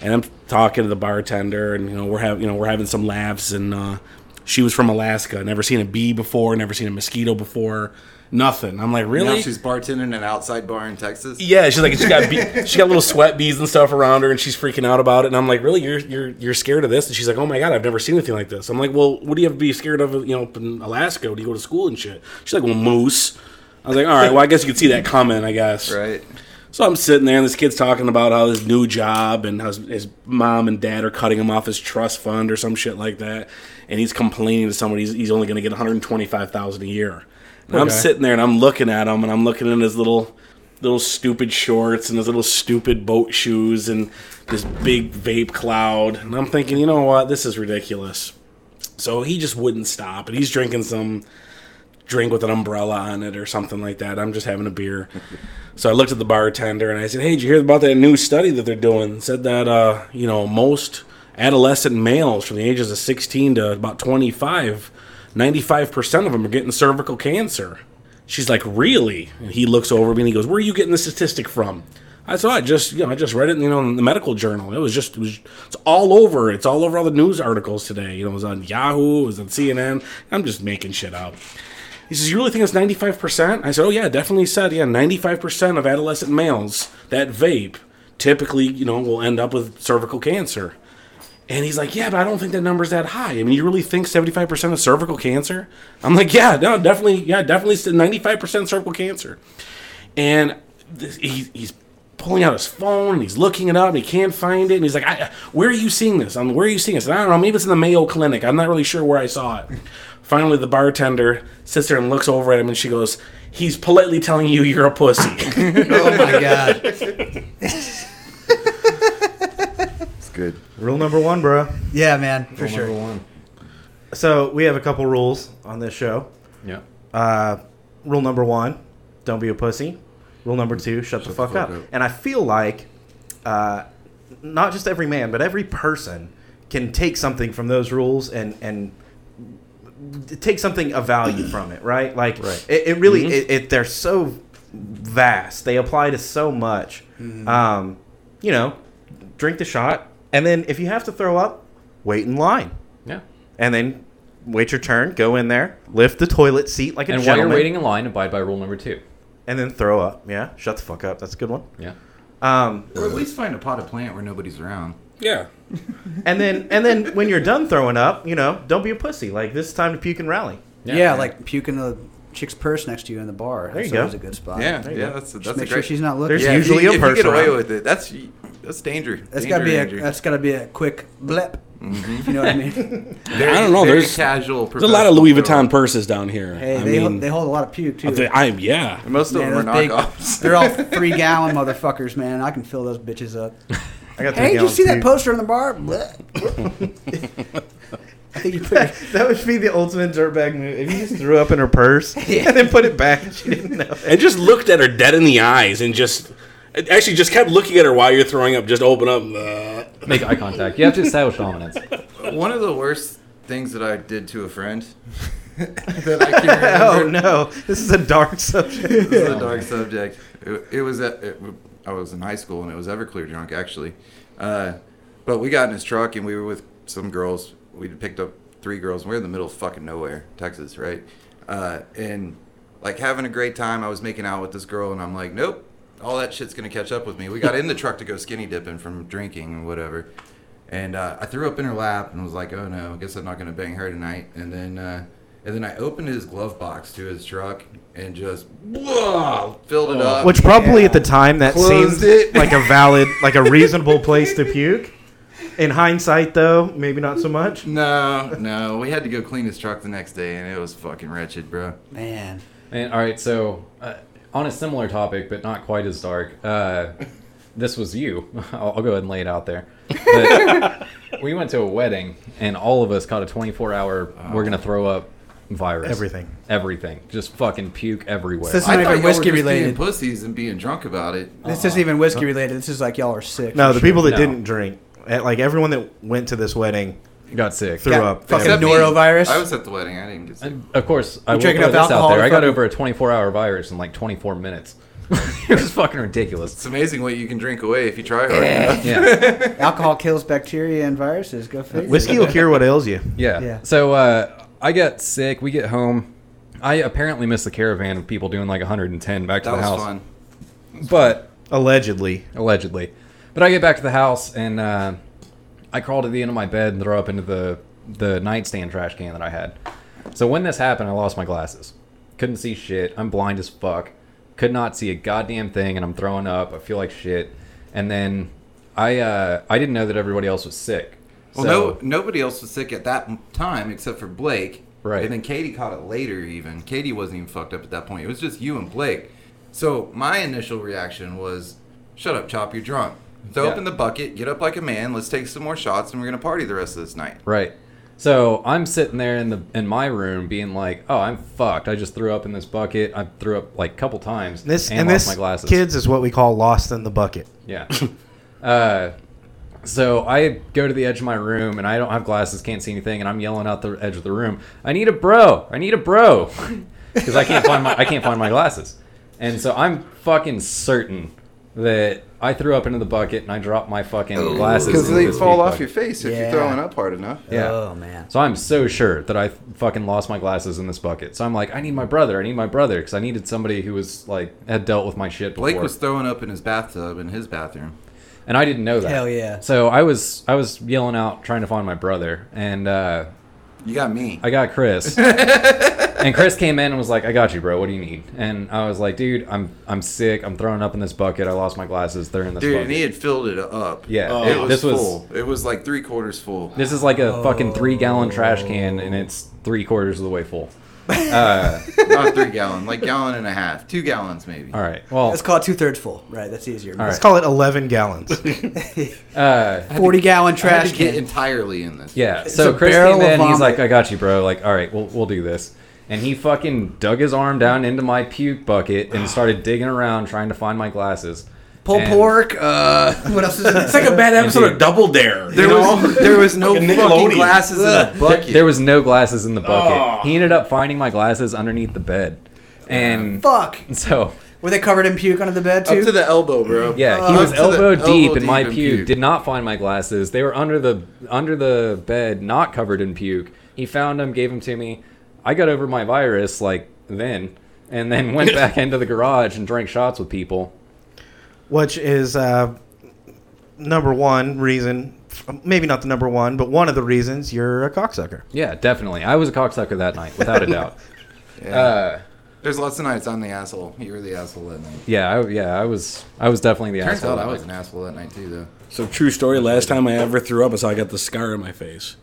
Speaker 5: And I'm talking to the bartender, and you know we're having you know we're having some laughs. And uh, she was from Alaska, never seen a bee before, never seen a mosquito before, nothing. I'm like, really?
Speaker 3: Now she's bartending at an outside bar in Texas.
Speaker 5: Yeah, she's like she got bee, she got little sweat bees and stuff around her, and she's freaking out about it. And I'm like, really, you're you're you're scared of this? And she's like, oh my god, I've never seen anything like this. I'm like, well, what do you have to be scared of? You know, up in Alaska, when you go to school and shit. She's like, well, moose. I was like, all right, well, I guess you could see that coming, I guess.
Speaker 3: Right.
Speaker 5: So I'm sitting there, and this kid's talking about how his new job and how his, his mom and dad are cutting him off his trust fund or some shit like that, and he's complaining to somebody he's, he's only going to get 125 thousand a year. And I'm
Speaker 1: Okay.
Speaker 5: sitting there and I'm looking at him, and I'm looking at his little little stupid shorts and his little stupid boat shoes and this big vape cloud, and I'm thinking, you know what, this is ridiculous. So he just wouldn't stop, and he's drinking some drink with an umbrella on it or something like that. I'm just having a beer. So I looked at the bartender and I said, "Hey, did you hear about that new study that they're doing? It said that uh, you know most adolescent males from the ages of 16 to about 25, 95% of them are getting cervical cancer. She's like, really? And he looks over at me and he goes, where are you getting the statistic from? I said, "Oh, I just, you know, I just read it, you know, in the medical journal. It was just, it was, it's all over. It's all over all the news articles today. You know, it was on Yahoo, it was on CNN. I'm just making shit up. He says, "You really think it's ninety five percent?" I said, "Oh yeah, definitely said yeah, ninety five percent of adolescent males that vape typically, you know, will end up with cervical cancer." And he's like, "Yeah, but I don't think that number's that high. I mean, you really think seventy five percent of cervical cancer?" I'm like, "Yeah, no, definitely, yeah, definitely ninety five percent cervical cancer." And this, he, he's pulling out his phone and he's looking it up and he can't find it and he's like, I, "Where are you seeing this? I'm, where are you seeing this?" And I don't know. Maybe it's in the Mayo Clinic. I'm not really sure where I saw it. Finally, the bartender sits there and looks over at him and she goes, "He's politely telling you you're a pussy."
Speaker 2: Oh my god.
Speaker 3: It's good.
Speaker 4: Rule number one, bro.
Speaker 2: Yeah, man, for
Speaker 1: Rule
Speaker 2: sure.
Speaker 1: number one.
Speaker 4: So we have a couple rules on this show.
Speaker 1: Yeah.
Speaker 4: Uh, rule number one: don't be a pussy. Rule number two: shut, the, fuck, up.
Speaker 3: up.
Speaker 4: And I feel like uh, not just every man, but every person can take something from those rules and and take something of value from it, right? Like
Speaker 1: Right.
Speaker 4: It, it really
Speaker 1: Mm-hmm.
Speaker 4: it, it they're so vast. They apply to so much. Um, you know, drink the shot, and then if you have to throw up, wait in line,
Speaker 1: Yeah.
Speaker 4: and then wait your turn. Go in there, lift the toilet seat like a
Speaker 1: And while
Speaker 4: gentleman,
Speaker 1: you're waiting in line, abide by rule number two.
Speaker 4: and then throw up. Yeah, shut the fuck up. That's a good one.
Speaker 1: Yeah.
Speaker 4: Um,
Speaker 3: Or at least find a potted plant where nobody's around.
Speaker 5: yeah,
Speaker 4: and then and then when you're done throwing up, you know, don't be a pussy. Like this is time to puke and rally.
Speaker 2: Yeah, like puking the chick's purse next to you in the bar. That's
Speaker 4: There you go.
Speaker 2: always a good spot.
Speaker 3: Yeah,
Speaker 4: you
Speaker 3: yeah,
Speaker 4: go.
Speaker 3: that's
Speaker 2: Just
Speaker 3: that's a
Speaker 2: make
Speaker 3: great.
Speaker 2: sure she's not looking.
Speaker 4: There's
Speaker 3: yeah, if
Speaker 4: usually
Speaker 3: you,
Speaker 4: a
Speaker 3: if you get
Speaker 4: person
Speaker 3: away
Speaker 4: around.
Speaker 3: with it. That's that's danger.
Speaker 2: That's
Speaker 3: danger,
Speaker 2: gotta be a
Speaker 3: danger.
Speaker 2: that's gotta be a quick blip.
Speaker 4: Mm-hmm.
Speaker 2: If you know what I mean.
Speaker 3: Very-
Speaker 5: I don't know,
Speaker 3: very
Speaker 5: there's-
Speaker 3: casual.
Speaker 5: there's a lot of Louis Vuitton
Speaker 3: professional.
Speaker 5: purses down here.
Speaker 2: Hey,
Speaker 5: I
Speaker 2: they,
Speaker 5: mean,
Speaker 2: they hold a lot of puke too.
Speaker 5: I think- I'm yeah.
Speaker 3: Most of
Speaker 2: Man,
Speaker 3: them are
Speaker 2: those big-
Speaker 3: knockoffs.
Speaker 2: They're all three gallon motherfuckers, man. I can fill those bitches up.
Speaker 4: I got three
Speaker 2: Hey, did you
Speaker 4: gallons
Speaker 2: see that
Speaker 4: too.
Speaker 2: poster in the bar? Bleh. I think you put your
Speaker 4: that would be the ultimate dirtbag move. If you just threw up in her purse and then put it back and she didn't know it.
Speaker 5: and just looked at her dead in the eyes and just actually just kept looking at her while you're throwing up. Just open up. uh,
Speaker 1: Make eye contact. You have to establish dominance.
Speaker 3: One of the worst things that I did to a friend that I can remember.
Speaker 4: Oh no, this is a dark subject.
Speaker 3: This is a dark subject. It, it was at, it, I was in high school and it was Everclear drunk actually, uh, but we got in his truck and we were with some girls. We picked up three girls. and We are in the middle of fucking nowhere, Texas, right? Uh, and like having a great time. I was making out with this girl and I'm like, nope, all that shit's gonna catch up with me. We got in the truck to go skinny dipping from drinking and whatever. And uh, I threw up in her lap and was like, "Oh no, I guess I'm not gonna bang her tonight." And then, uh, and then I opened his glove box to his truck and just whoa, filled it up.
Speaker 4: Which probably at the time that
Speaker 3: Closed
Speaker 4: seemed
Speaker 3: it.
Speaker 4: like a valid, like a reasonable place to puke. In hindsight, though, maybe not so much.
Speaker 3: no, no, we had to go clean his truck the next day, and it was fucking wretched, bro.
Speaker 2: man.
Speaker 1: And, all right, so uh, on a similar topic, but not quite as dark, uh, this was you. I'll, I'll go ahead and lay it out there. But we went to a wedding, and all of us caught a 24 hour, we're going to throw up virus.
Speaker 4: Everything.
Speaker 1: Everything. Just fucking puke everywhere.
Speaker 2: This- It's not
Speaker 3: I
Speaker 2: even
Speaker 3: thought y'all were just
Speaker 2: whiskey
Speaker 3: being
Speaker 2: related.
Speaker 3: pussies and being drunk about it.
Speaker 2: This isn't even whiskey related. This is like y'all are sick.
Speaker 4: No, the people that
Speaker 1: No.
Speaker 4: didn't drink, eh, like everyone that went to this wedding,
Speaker 1: Got sick.
Speaker 4: threw
Speaker 2: Got
Speaker 4: up.
Speaker 2: fucking
Speaker 4: Except
Speaker 3: me.
Speaker 2: norovirus?
Speaker 3: I was at the wedding. I didn't get sick.
Speaker 1: And of course, I will
Speaker 2: drank
Speaker 1: throw
Speaker 2: enough
Speaker 1: this
Speaker 2: alcohol
Speaker 1: out there.
Speaker 2: to
Speaker 1: I got
Speaker 2: fucking-
Speaker 1: over a 24 hour virus in like 24 minutes. it was fucking ridiculous.
Speaker 3: It's amazing what you can drink away if you try hard.
Speaker 1: Yeah.
Speaker 2: Alcohol kills bacteria and viruses. Go figure.
Speaker 4: Whiskey will cure what ails you.
Speaker 1: Yeah.
Speaker 2: Yeah.
Speaker 1: So uh, I get sick. We get home. I apparently missed the caravan of people doing like 110 back to the
Speaker 3: that was
Speaker 1: house,
Speaker 3: fun.
Speaker 1: but
Speaker 4: Allegedly.
Speaker 1: allegedly. But I get back to the house and uh, I crawl to the end of my bed and throw up into the the nightstand trash can that I had. So when this happened, I lost my glasses. Couldn't see shit. I'm blind as fuck. Could not see a goddamn thing, and I'm throwing up. I feel like shit. And then I uh, I didn't know that everybody else was sick.
Speaker 4: Oh,
Speaker 3: Well,
Speaker 1: so,
Speaker 3: no, nobody else was sick at that m- time except for Blake.
Speaker 1: Right.
Speaker 3: And then Katie caught it later, even. Katie wasn't even fucked up at that point. It was just you and Blake. So my initial reaction was shut up, Chop, you're drunk. Throw up
Speaker 1: Yeah.
Speaker 3: in the bucket, get up like a man, let's take some more shots, and we're going to party the rest of this night.
Speaker 1: Right. So I'm sitting there in the in my room being like, "Oh, I'm fucked. I just threw up in this bucket. I threw up like a couple times
Speaker 4: This and,
Speaker 1: lost
Speaker 4: this
Speaker 1: my glasses."
Speaker 4: kids is what we call lost in the bucket.
Speaker 1: Yeah. uh, So I go to the edge of my room and I don't have glasses, can't see anything, and I'm yelling out the edge of the room. I need a bro. I need a bro, because I can't find my I can't find my glasses. And so I'm fucking certain that I threw up into the bucket and I dropped my fucking
Speaker 3: Oh.
Speaker 1: glasses
Speaker 3: Because
Speaker 1: into
Speaker 3: they
Speaker 1: this
Speaker 3: fall
Speaker 1: big
Speaker 3: off
Speaker 1: bucket.
Speaker 3: your face if
Speaker 2: Yeah.
Speaker 3: you're throwing up hard enough.
Speaker 1: Yeah.
Speaker 2: Oh man.
Speaker 1: So I'm so sure that I fucking lost my glasses in this bucket. So I'm like, I need my brother. I need my brother because I needed somebody who was like had dealt with my shit before,
Speaker 3: Blake was throwing up in his bathtub in his bathroom.
Speaker 1: and I didn't know that.
Speaker 2: Hell yeah.
Speaker 1: So I was I was yelling out trying to find my brother, and uh,
Speaker 3: You got me.
Speaker 1: I got Chris. and Chris came in and was like, "I got you, bro. What do you need?" And I was like, "Dude, I'm I'm sick. I'm throwing up in this bucket. I lost my glasses. They're in this
Speaker 3: Dude,
Speaker 1: bucket."
Speaker 3: and he had filled it up.
Speaker 1: Yeah,
Speaker 3: Oh,
Speaker 1: it-
Speaker 3: it was
Speaker 1: this was-
Speaker 3: full. It was like three quarters full.
Speaker 1: This is like a
Speaker 2: Oh.
Speaker 1: fucking three gallon trash can, and it's three quarters of the way full.
Speaker 3: Not three gallon, like gallon and a half, two gallons maybe.
Speaker 1: All right. Well,
Speaker 2: Let's call it two thirds full. Right. That's easier.
Speaker 1: right.
Speaker 4: Let's call it 11 gallons.
Speaker 2: Forty gallon
Speaker 3: I had
Speaker 2: trash
Speaker 3: to get
Speaker 2: can.
Speaker 3: entirely in this.
Speaker 1: Yeah.
Speaker 2: It's
Speaker 1: So
Speaker 2: a
Speaker 1: Chris
Speaker 2: barrel
Speaker 1: came
Speaker 2: of
Speaker 1: in. He's
Speaker 2: vomit.
Speaker 1: like, "I got you, bro. Like, all right, we'll we'll do this." And he fucking dug his arm down into my puke bucket and started digging around trying to find my glasses.
Speaker 2: Pulled
Speaker 1: And-
Speaker 2: pork. Uh, what else is in
Speaker 5: It's like a bad episode
Speaker 1: Indeed.
Speaker 5: of Double Dare. You
Speaker 3: There
Speaker 5: know?
Speaker 3: was there was no
Speaker 5: Fucking
Speaker 3: fucking
Speaker 5: Nickelodeon.
Speaker 3: glasses in the bucket.
Speaker 1: There was no glasses in the bucket.
Speaker 5: Oh.
Speaker 1: He ended up finding my glasses underneath the bed, and
Speaker 2: Fuck.
Speaker 1: so
Speaker 2: Were they covered in puke under the bed
Speaker 3: up
Speaker 2: too?
Speaker 3: to the elbow, bro.
Speaker 1: yeah,
Speaker 3: Up
Speaker 4: Uh,
Speaker 1: he was
Speaker 3: to the
Speaker 1: elbow deep in my
Speaker 3: in
Speaker 1: puke. Did not find my glasses. They were under the under the bed, not covered in puke. He found them, gave them to me. I got over my virus like then, and then went back into the garage and drank shots with people.
Speaker 4: which is uh, number one reason. Maybe not the number one, but one of the reasons you're a cocksucker.
Speaker 1: Yeah, definitely. I was a cocksucker that night, without a doubt. Uh,
Speaker 3: There's lots of nights I'm the asshole. You were the asshole that night.
Speaker 1: Yeah, I, yeah, I was. I was definitely the
Speaker 3: Turns
Speaker 1: asshole.
Speaker 3: out I
Speaker 1: that
Speaker 3: was
Speaker 1: night.
Speaker 3: an asshole that night too, though.
Speaker 5: So true story. Last time I ever threw up is how I got the scar in my face.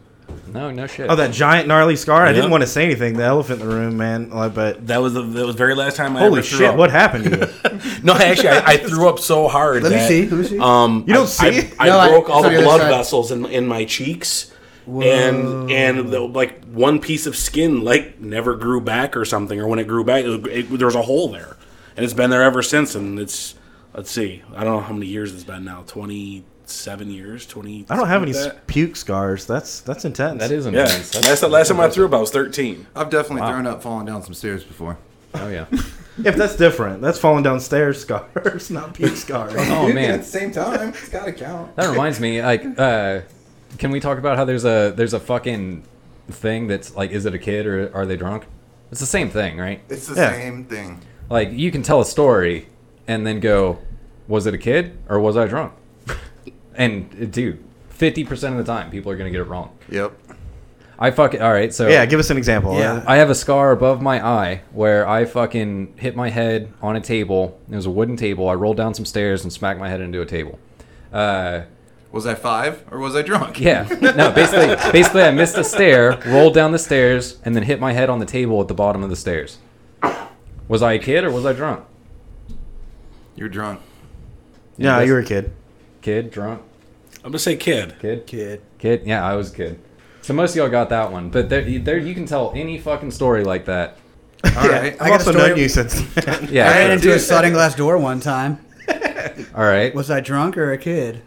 Speaker 1: No, no shit.
Speaker 4: Oh, that giant gnarly scar! I
Speaker 5: Yeah.
Speaker 4: didn't want to say anything. The elephant in the room, man. Like, But
Speaker 5: That was the that was the very last time I
Speaker 4: holy
Speaker 5: ever threw
Speaker 4: shit,
Speaker 5: up.
Speaker 4: what happened to you?
Speaker 5: No, actually, I, I threw up so hard.
Speaker 2: Let me
Speaker 5: that,
Speaker 2: see, let me see.
Speaker 5: Um,
Speaker 4: You don't
Speaker 5: I-
Speaker 4: see?
Speaker 5: I, I
Speaker 2: No, I-
Speaker 5: broke
Speaker 2: it's
Speaker 5: all
Speaker 2: on
Speaker 5: the
Speaker 2: the other
Speaker 5: blood
Speaker 2: side.
Speaker 5: vessels in in my cheeks, and and the, like one piece of skin like never grew back or something, or when it grew back, it, it, there was a hole there, and it's been there ever since. And it's let's see, I don't know how many years it's been now twenty seven years, twenty.
Speaker 4: I don't have any
Speaker 5: something
Speaker 4: s
Speaker 5: like
Speaker 4: puke scars. That's that's intense.
Speaker 1: that is
Speaker 5: that.
Speaker 1: intense.
Speaker 5: Yeah, that's the last time I threw up. I was thirteen.
Speaker 3: I've definitely thrown up, falling down some stairs before.
Speaker 1: Oh yeah.
Speaker 4: If that's different, that's falling downstairs scars, not puke scars.
Speaker 1: Oh man,
Speaker 3: same time, it's gotta count.
Speaker 1: that reminds me. Like, uh, can we talk about how there's a there's a fucking thing that's like, is it a kid or are they drunk? It's the same thing, right?
Speaker 3: It's the
Speaker 4: Yeah.
Speaker 3: same thing.
Speaker 1: Like, you can tell a story and then go, was it a kid or was I drunk? and uh, dude, fifty percent of the time, people are gonna get it wrong.
Speaker 3: Yep.
Speaker 1: I fucking all right. So
Speaker 4: yeah, give us an example.
Speaker 2: Yeah.
Speaker 1: I have a scar above my eye where I fucking hit my head on a table. It was a wooden table. I rolled down some stairs and smacked my head into a table. Uh,
Speaker 3: Was I five or was I drunk?
Speaker 1: yeah. No, basically, basically, I missed a stair, rolled down the stairs, and then hit my head on the table at the bottom of the stairs. Was I a kid or was I drunk?
Speaker 3: You're drunk.
Speaker 4: no,
Speaker 1: Yeah,
Speaker 4: Uh, you were a kid.
Speaker 1: Kid, drunk,
Speaker 5: I'm gonna say kid.
Speaker 1: kid,
Speaker 2: Kid.
Speaker 1: kid. Yeah, I was a kid. So most of y'all got that one, but there, there you can tell any fucking story like that.
Speaker 3: All
Speaker 4: Yeah,
Speaker 3: right.
Speaker 4: I've also known you since. then.
Speaker 1: Yeah.
Speaker 2: I ran
Speaker 1: sure.
Speaker 2: into a
Speaker 3: Dude.
Speaker 2: sliding glass door one time.
Speaker 1: All right.
Speaker 2: Was I drunk or a kid?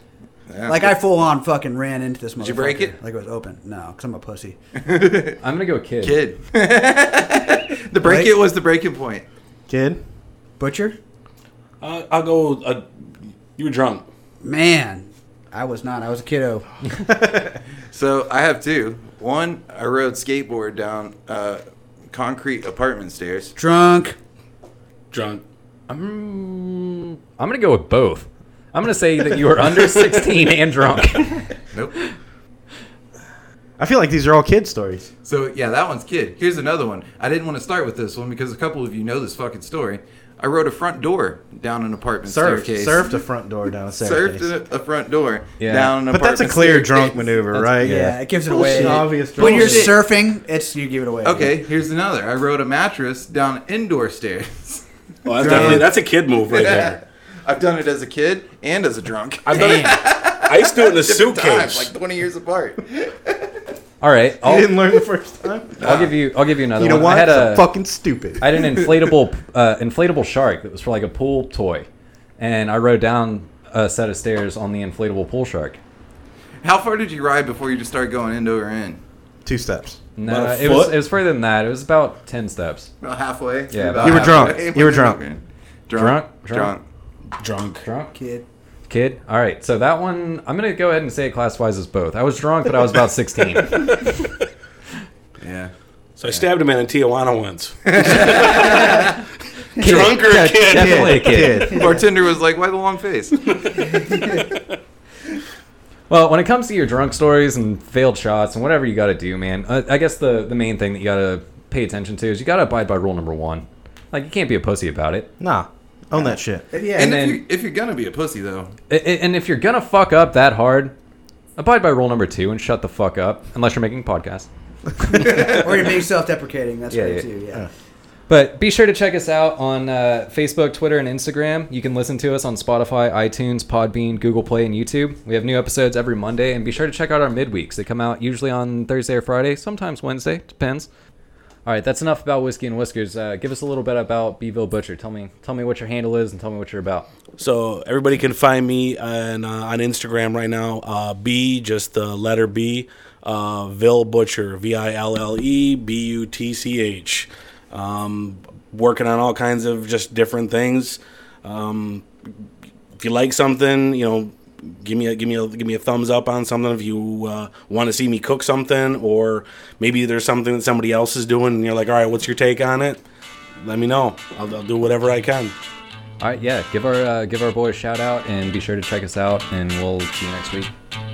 Speaker 2: Like I full on fucking ran into this motherfucker. Did
Speaker 3: you break it?
Speaker 2: Like it was open. No, because I'm a pussy.
Speaker 1: I'm gonna go kid.
Speaker 3: kid. the break
Speaker 2: Right?
Speaker 3: it was the breaking point.
Speaker 4: Kid?
Speaker 2: Butcher?
Speaker 5: Uh, I'll go. Uh, you were drunk.
Speaker 2: Man, I was not. I was a kiddo.
Speaker 3: So I have two. One, I rode skateboard down uh, concrete apartment stairs.
Speaker 2: Drunk.
Speaker 5: Drunk.
Speaker 1: I'm, I'm gonna go with both. I'm gonna say that you were under 16 and drunk.
Speaker 3: Nope.
Speaker 4: I feel like these are all kid stories.
Speaker 3: So yeah, that one's kid. Here's another one. I didn't want to start with this one because a couple of you know this fucking story. I rode a front door down an apartment
Speaker 4: Surf,
Speaker 3: staircase.
Speaker 4: surf the front door down a staircase.
Speaker 3: Surfed in a, a front door
Speaker 1: Yeah.
Speaker 3: down an
Speaker 4: But that's a
Speaker 3: apartment
Speaker 4: clear
Speaker 3: staircase.
Speaker 4: drunk maneuver, right?
Speaker 2: Yeah, it gives it
Speaker 4: Bullshit.
Speaker 2: away.
Speaker 4: Obvious
Speaker 2: when you're
Speaker 3: bullshit.
Speaker 2: surfing, it's you give it away.
Speaker 3: Okay, here's another. I rode a mattress down indoor stairs.
Speaker 5: Well, Oh, that's definitely that's a kid move right there.
Speaker 3: I've done it as a kid and as a drunk.
Speaker 5: I've done it. I used to do it in a suitcase.
Speaker 3: Times, like 20 years apart.
Speaker 1: All right,
Speaker 4: You
Speaker 1: I'll,
Speaker 4: didn't learn the first time?
Speaker 1: I'll give you. I'll give you another
Speaker 4: You know
Speaker 1: one.
Speaker 4: what?
Speaker 1: I had
Speaker 4: So
Speaker 1: a
Speaker 4: fucking stupid.
Speaker 1: I had an inflatable uh, inflatable shark that was for like a pool toy, and I rode down a set of stairs on the inflatable pool shark,
Speaker 3: How far did you ride before you just started going end over end?
Speaker 4: Two steps.
Speaker 1: No,
Speaker 5: About a
Speaker 1: it was
Speaker 5: foot?
Speaker 1: it was further than that. It was about ten steps.
Speaker 3: About halfway.
Speaker 1: Yeah,
Speaker 3: About
Speaker 1: You were
Speaker 4: drunk.
Speaker 3: halfway.
Speaker 4: You were drunk.
Speaker 3: Drunk.
Speaker 1: Drunk?
Speaker 3: Drunk.
Speaker 1: Drunk.
Speaker 5: Drunk.
Speaker 1: Drunk
Speaker 2: Kid.
Speaker 1: kid. All right, so that one I'm gonna go ahead and say it classifies as both. I was drunk, but I was about 16.
Speaker 3: Yeah.
Speaker 5: So I stabbed a man in Tijuana once.
Speaker 1: Kid.
Speaker 5: Drunk or a kid?
Speaker 1: Definitely a kid.
Speaker 3: Bartender was like, "Why the long face?"
Speaker 1: Well, when it comes to your drunk stories and failed shots and whatever you got to do, man, uh, I, I guess the the main thing that you got to pay attention to is you got to abide by rule number one. Like you can't be a pussy about it.
Speaker 4: Nah, own that shit.
Speaker 2: Yeah.
Speaker 3: and
Speaker 1: then-
Speaker 3: if, you, if you're gonna be a pussy though,
Speaker 1: I- I- and if you're gonna fuck up that hard, abide by rule number two and shut the fuck up unless you're making podcasts.
Speaker 2: or you're being self-deprecating. That's
Speaker 1: Yeah,
Speaker 2: great
Speaker 1: yeah.
Speaker 2: too. Yeah.
Speaker 1: But be sure to check us out on uh, Facebook, Twitter, and Instagram. You can listen to us on Spotify, iTunes, Podbean, Google Play, and YouTube. We have new episodes every Monday, and be sure to check out our midweeks. They come out usually on Thursday or Friday, sometimes Wednesday, depends. All right, that's enough about whiskey and whiskers. Uh, give us a little bit about Beeville Butcher. Tell me, tell me what your handle is, and tell me what you're about.
Speaker 5: So everybody can find me on, uh, on Instagram right now. Uh, B, just the letter B, uh, Vil Butcher, V I L L E B U T C H. Um, working on all kinds of just different things. Um, if you like something, you know, give me a give me a give me a thumbs up on something. If you uh, want to see me cook something, or maybe there's something that somebody else is doing, and you're like, all right, what's your take on it? Let me know. I'll, I'll do whatever I can.
Speaker 1: All right, yeah, give our uh, give our boy a shout out, and be sure to check us out, and we'll see you next week.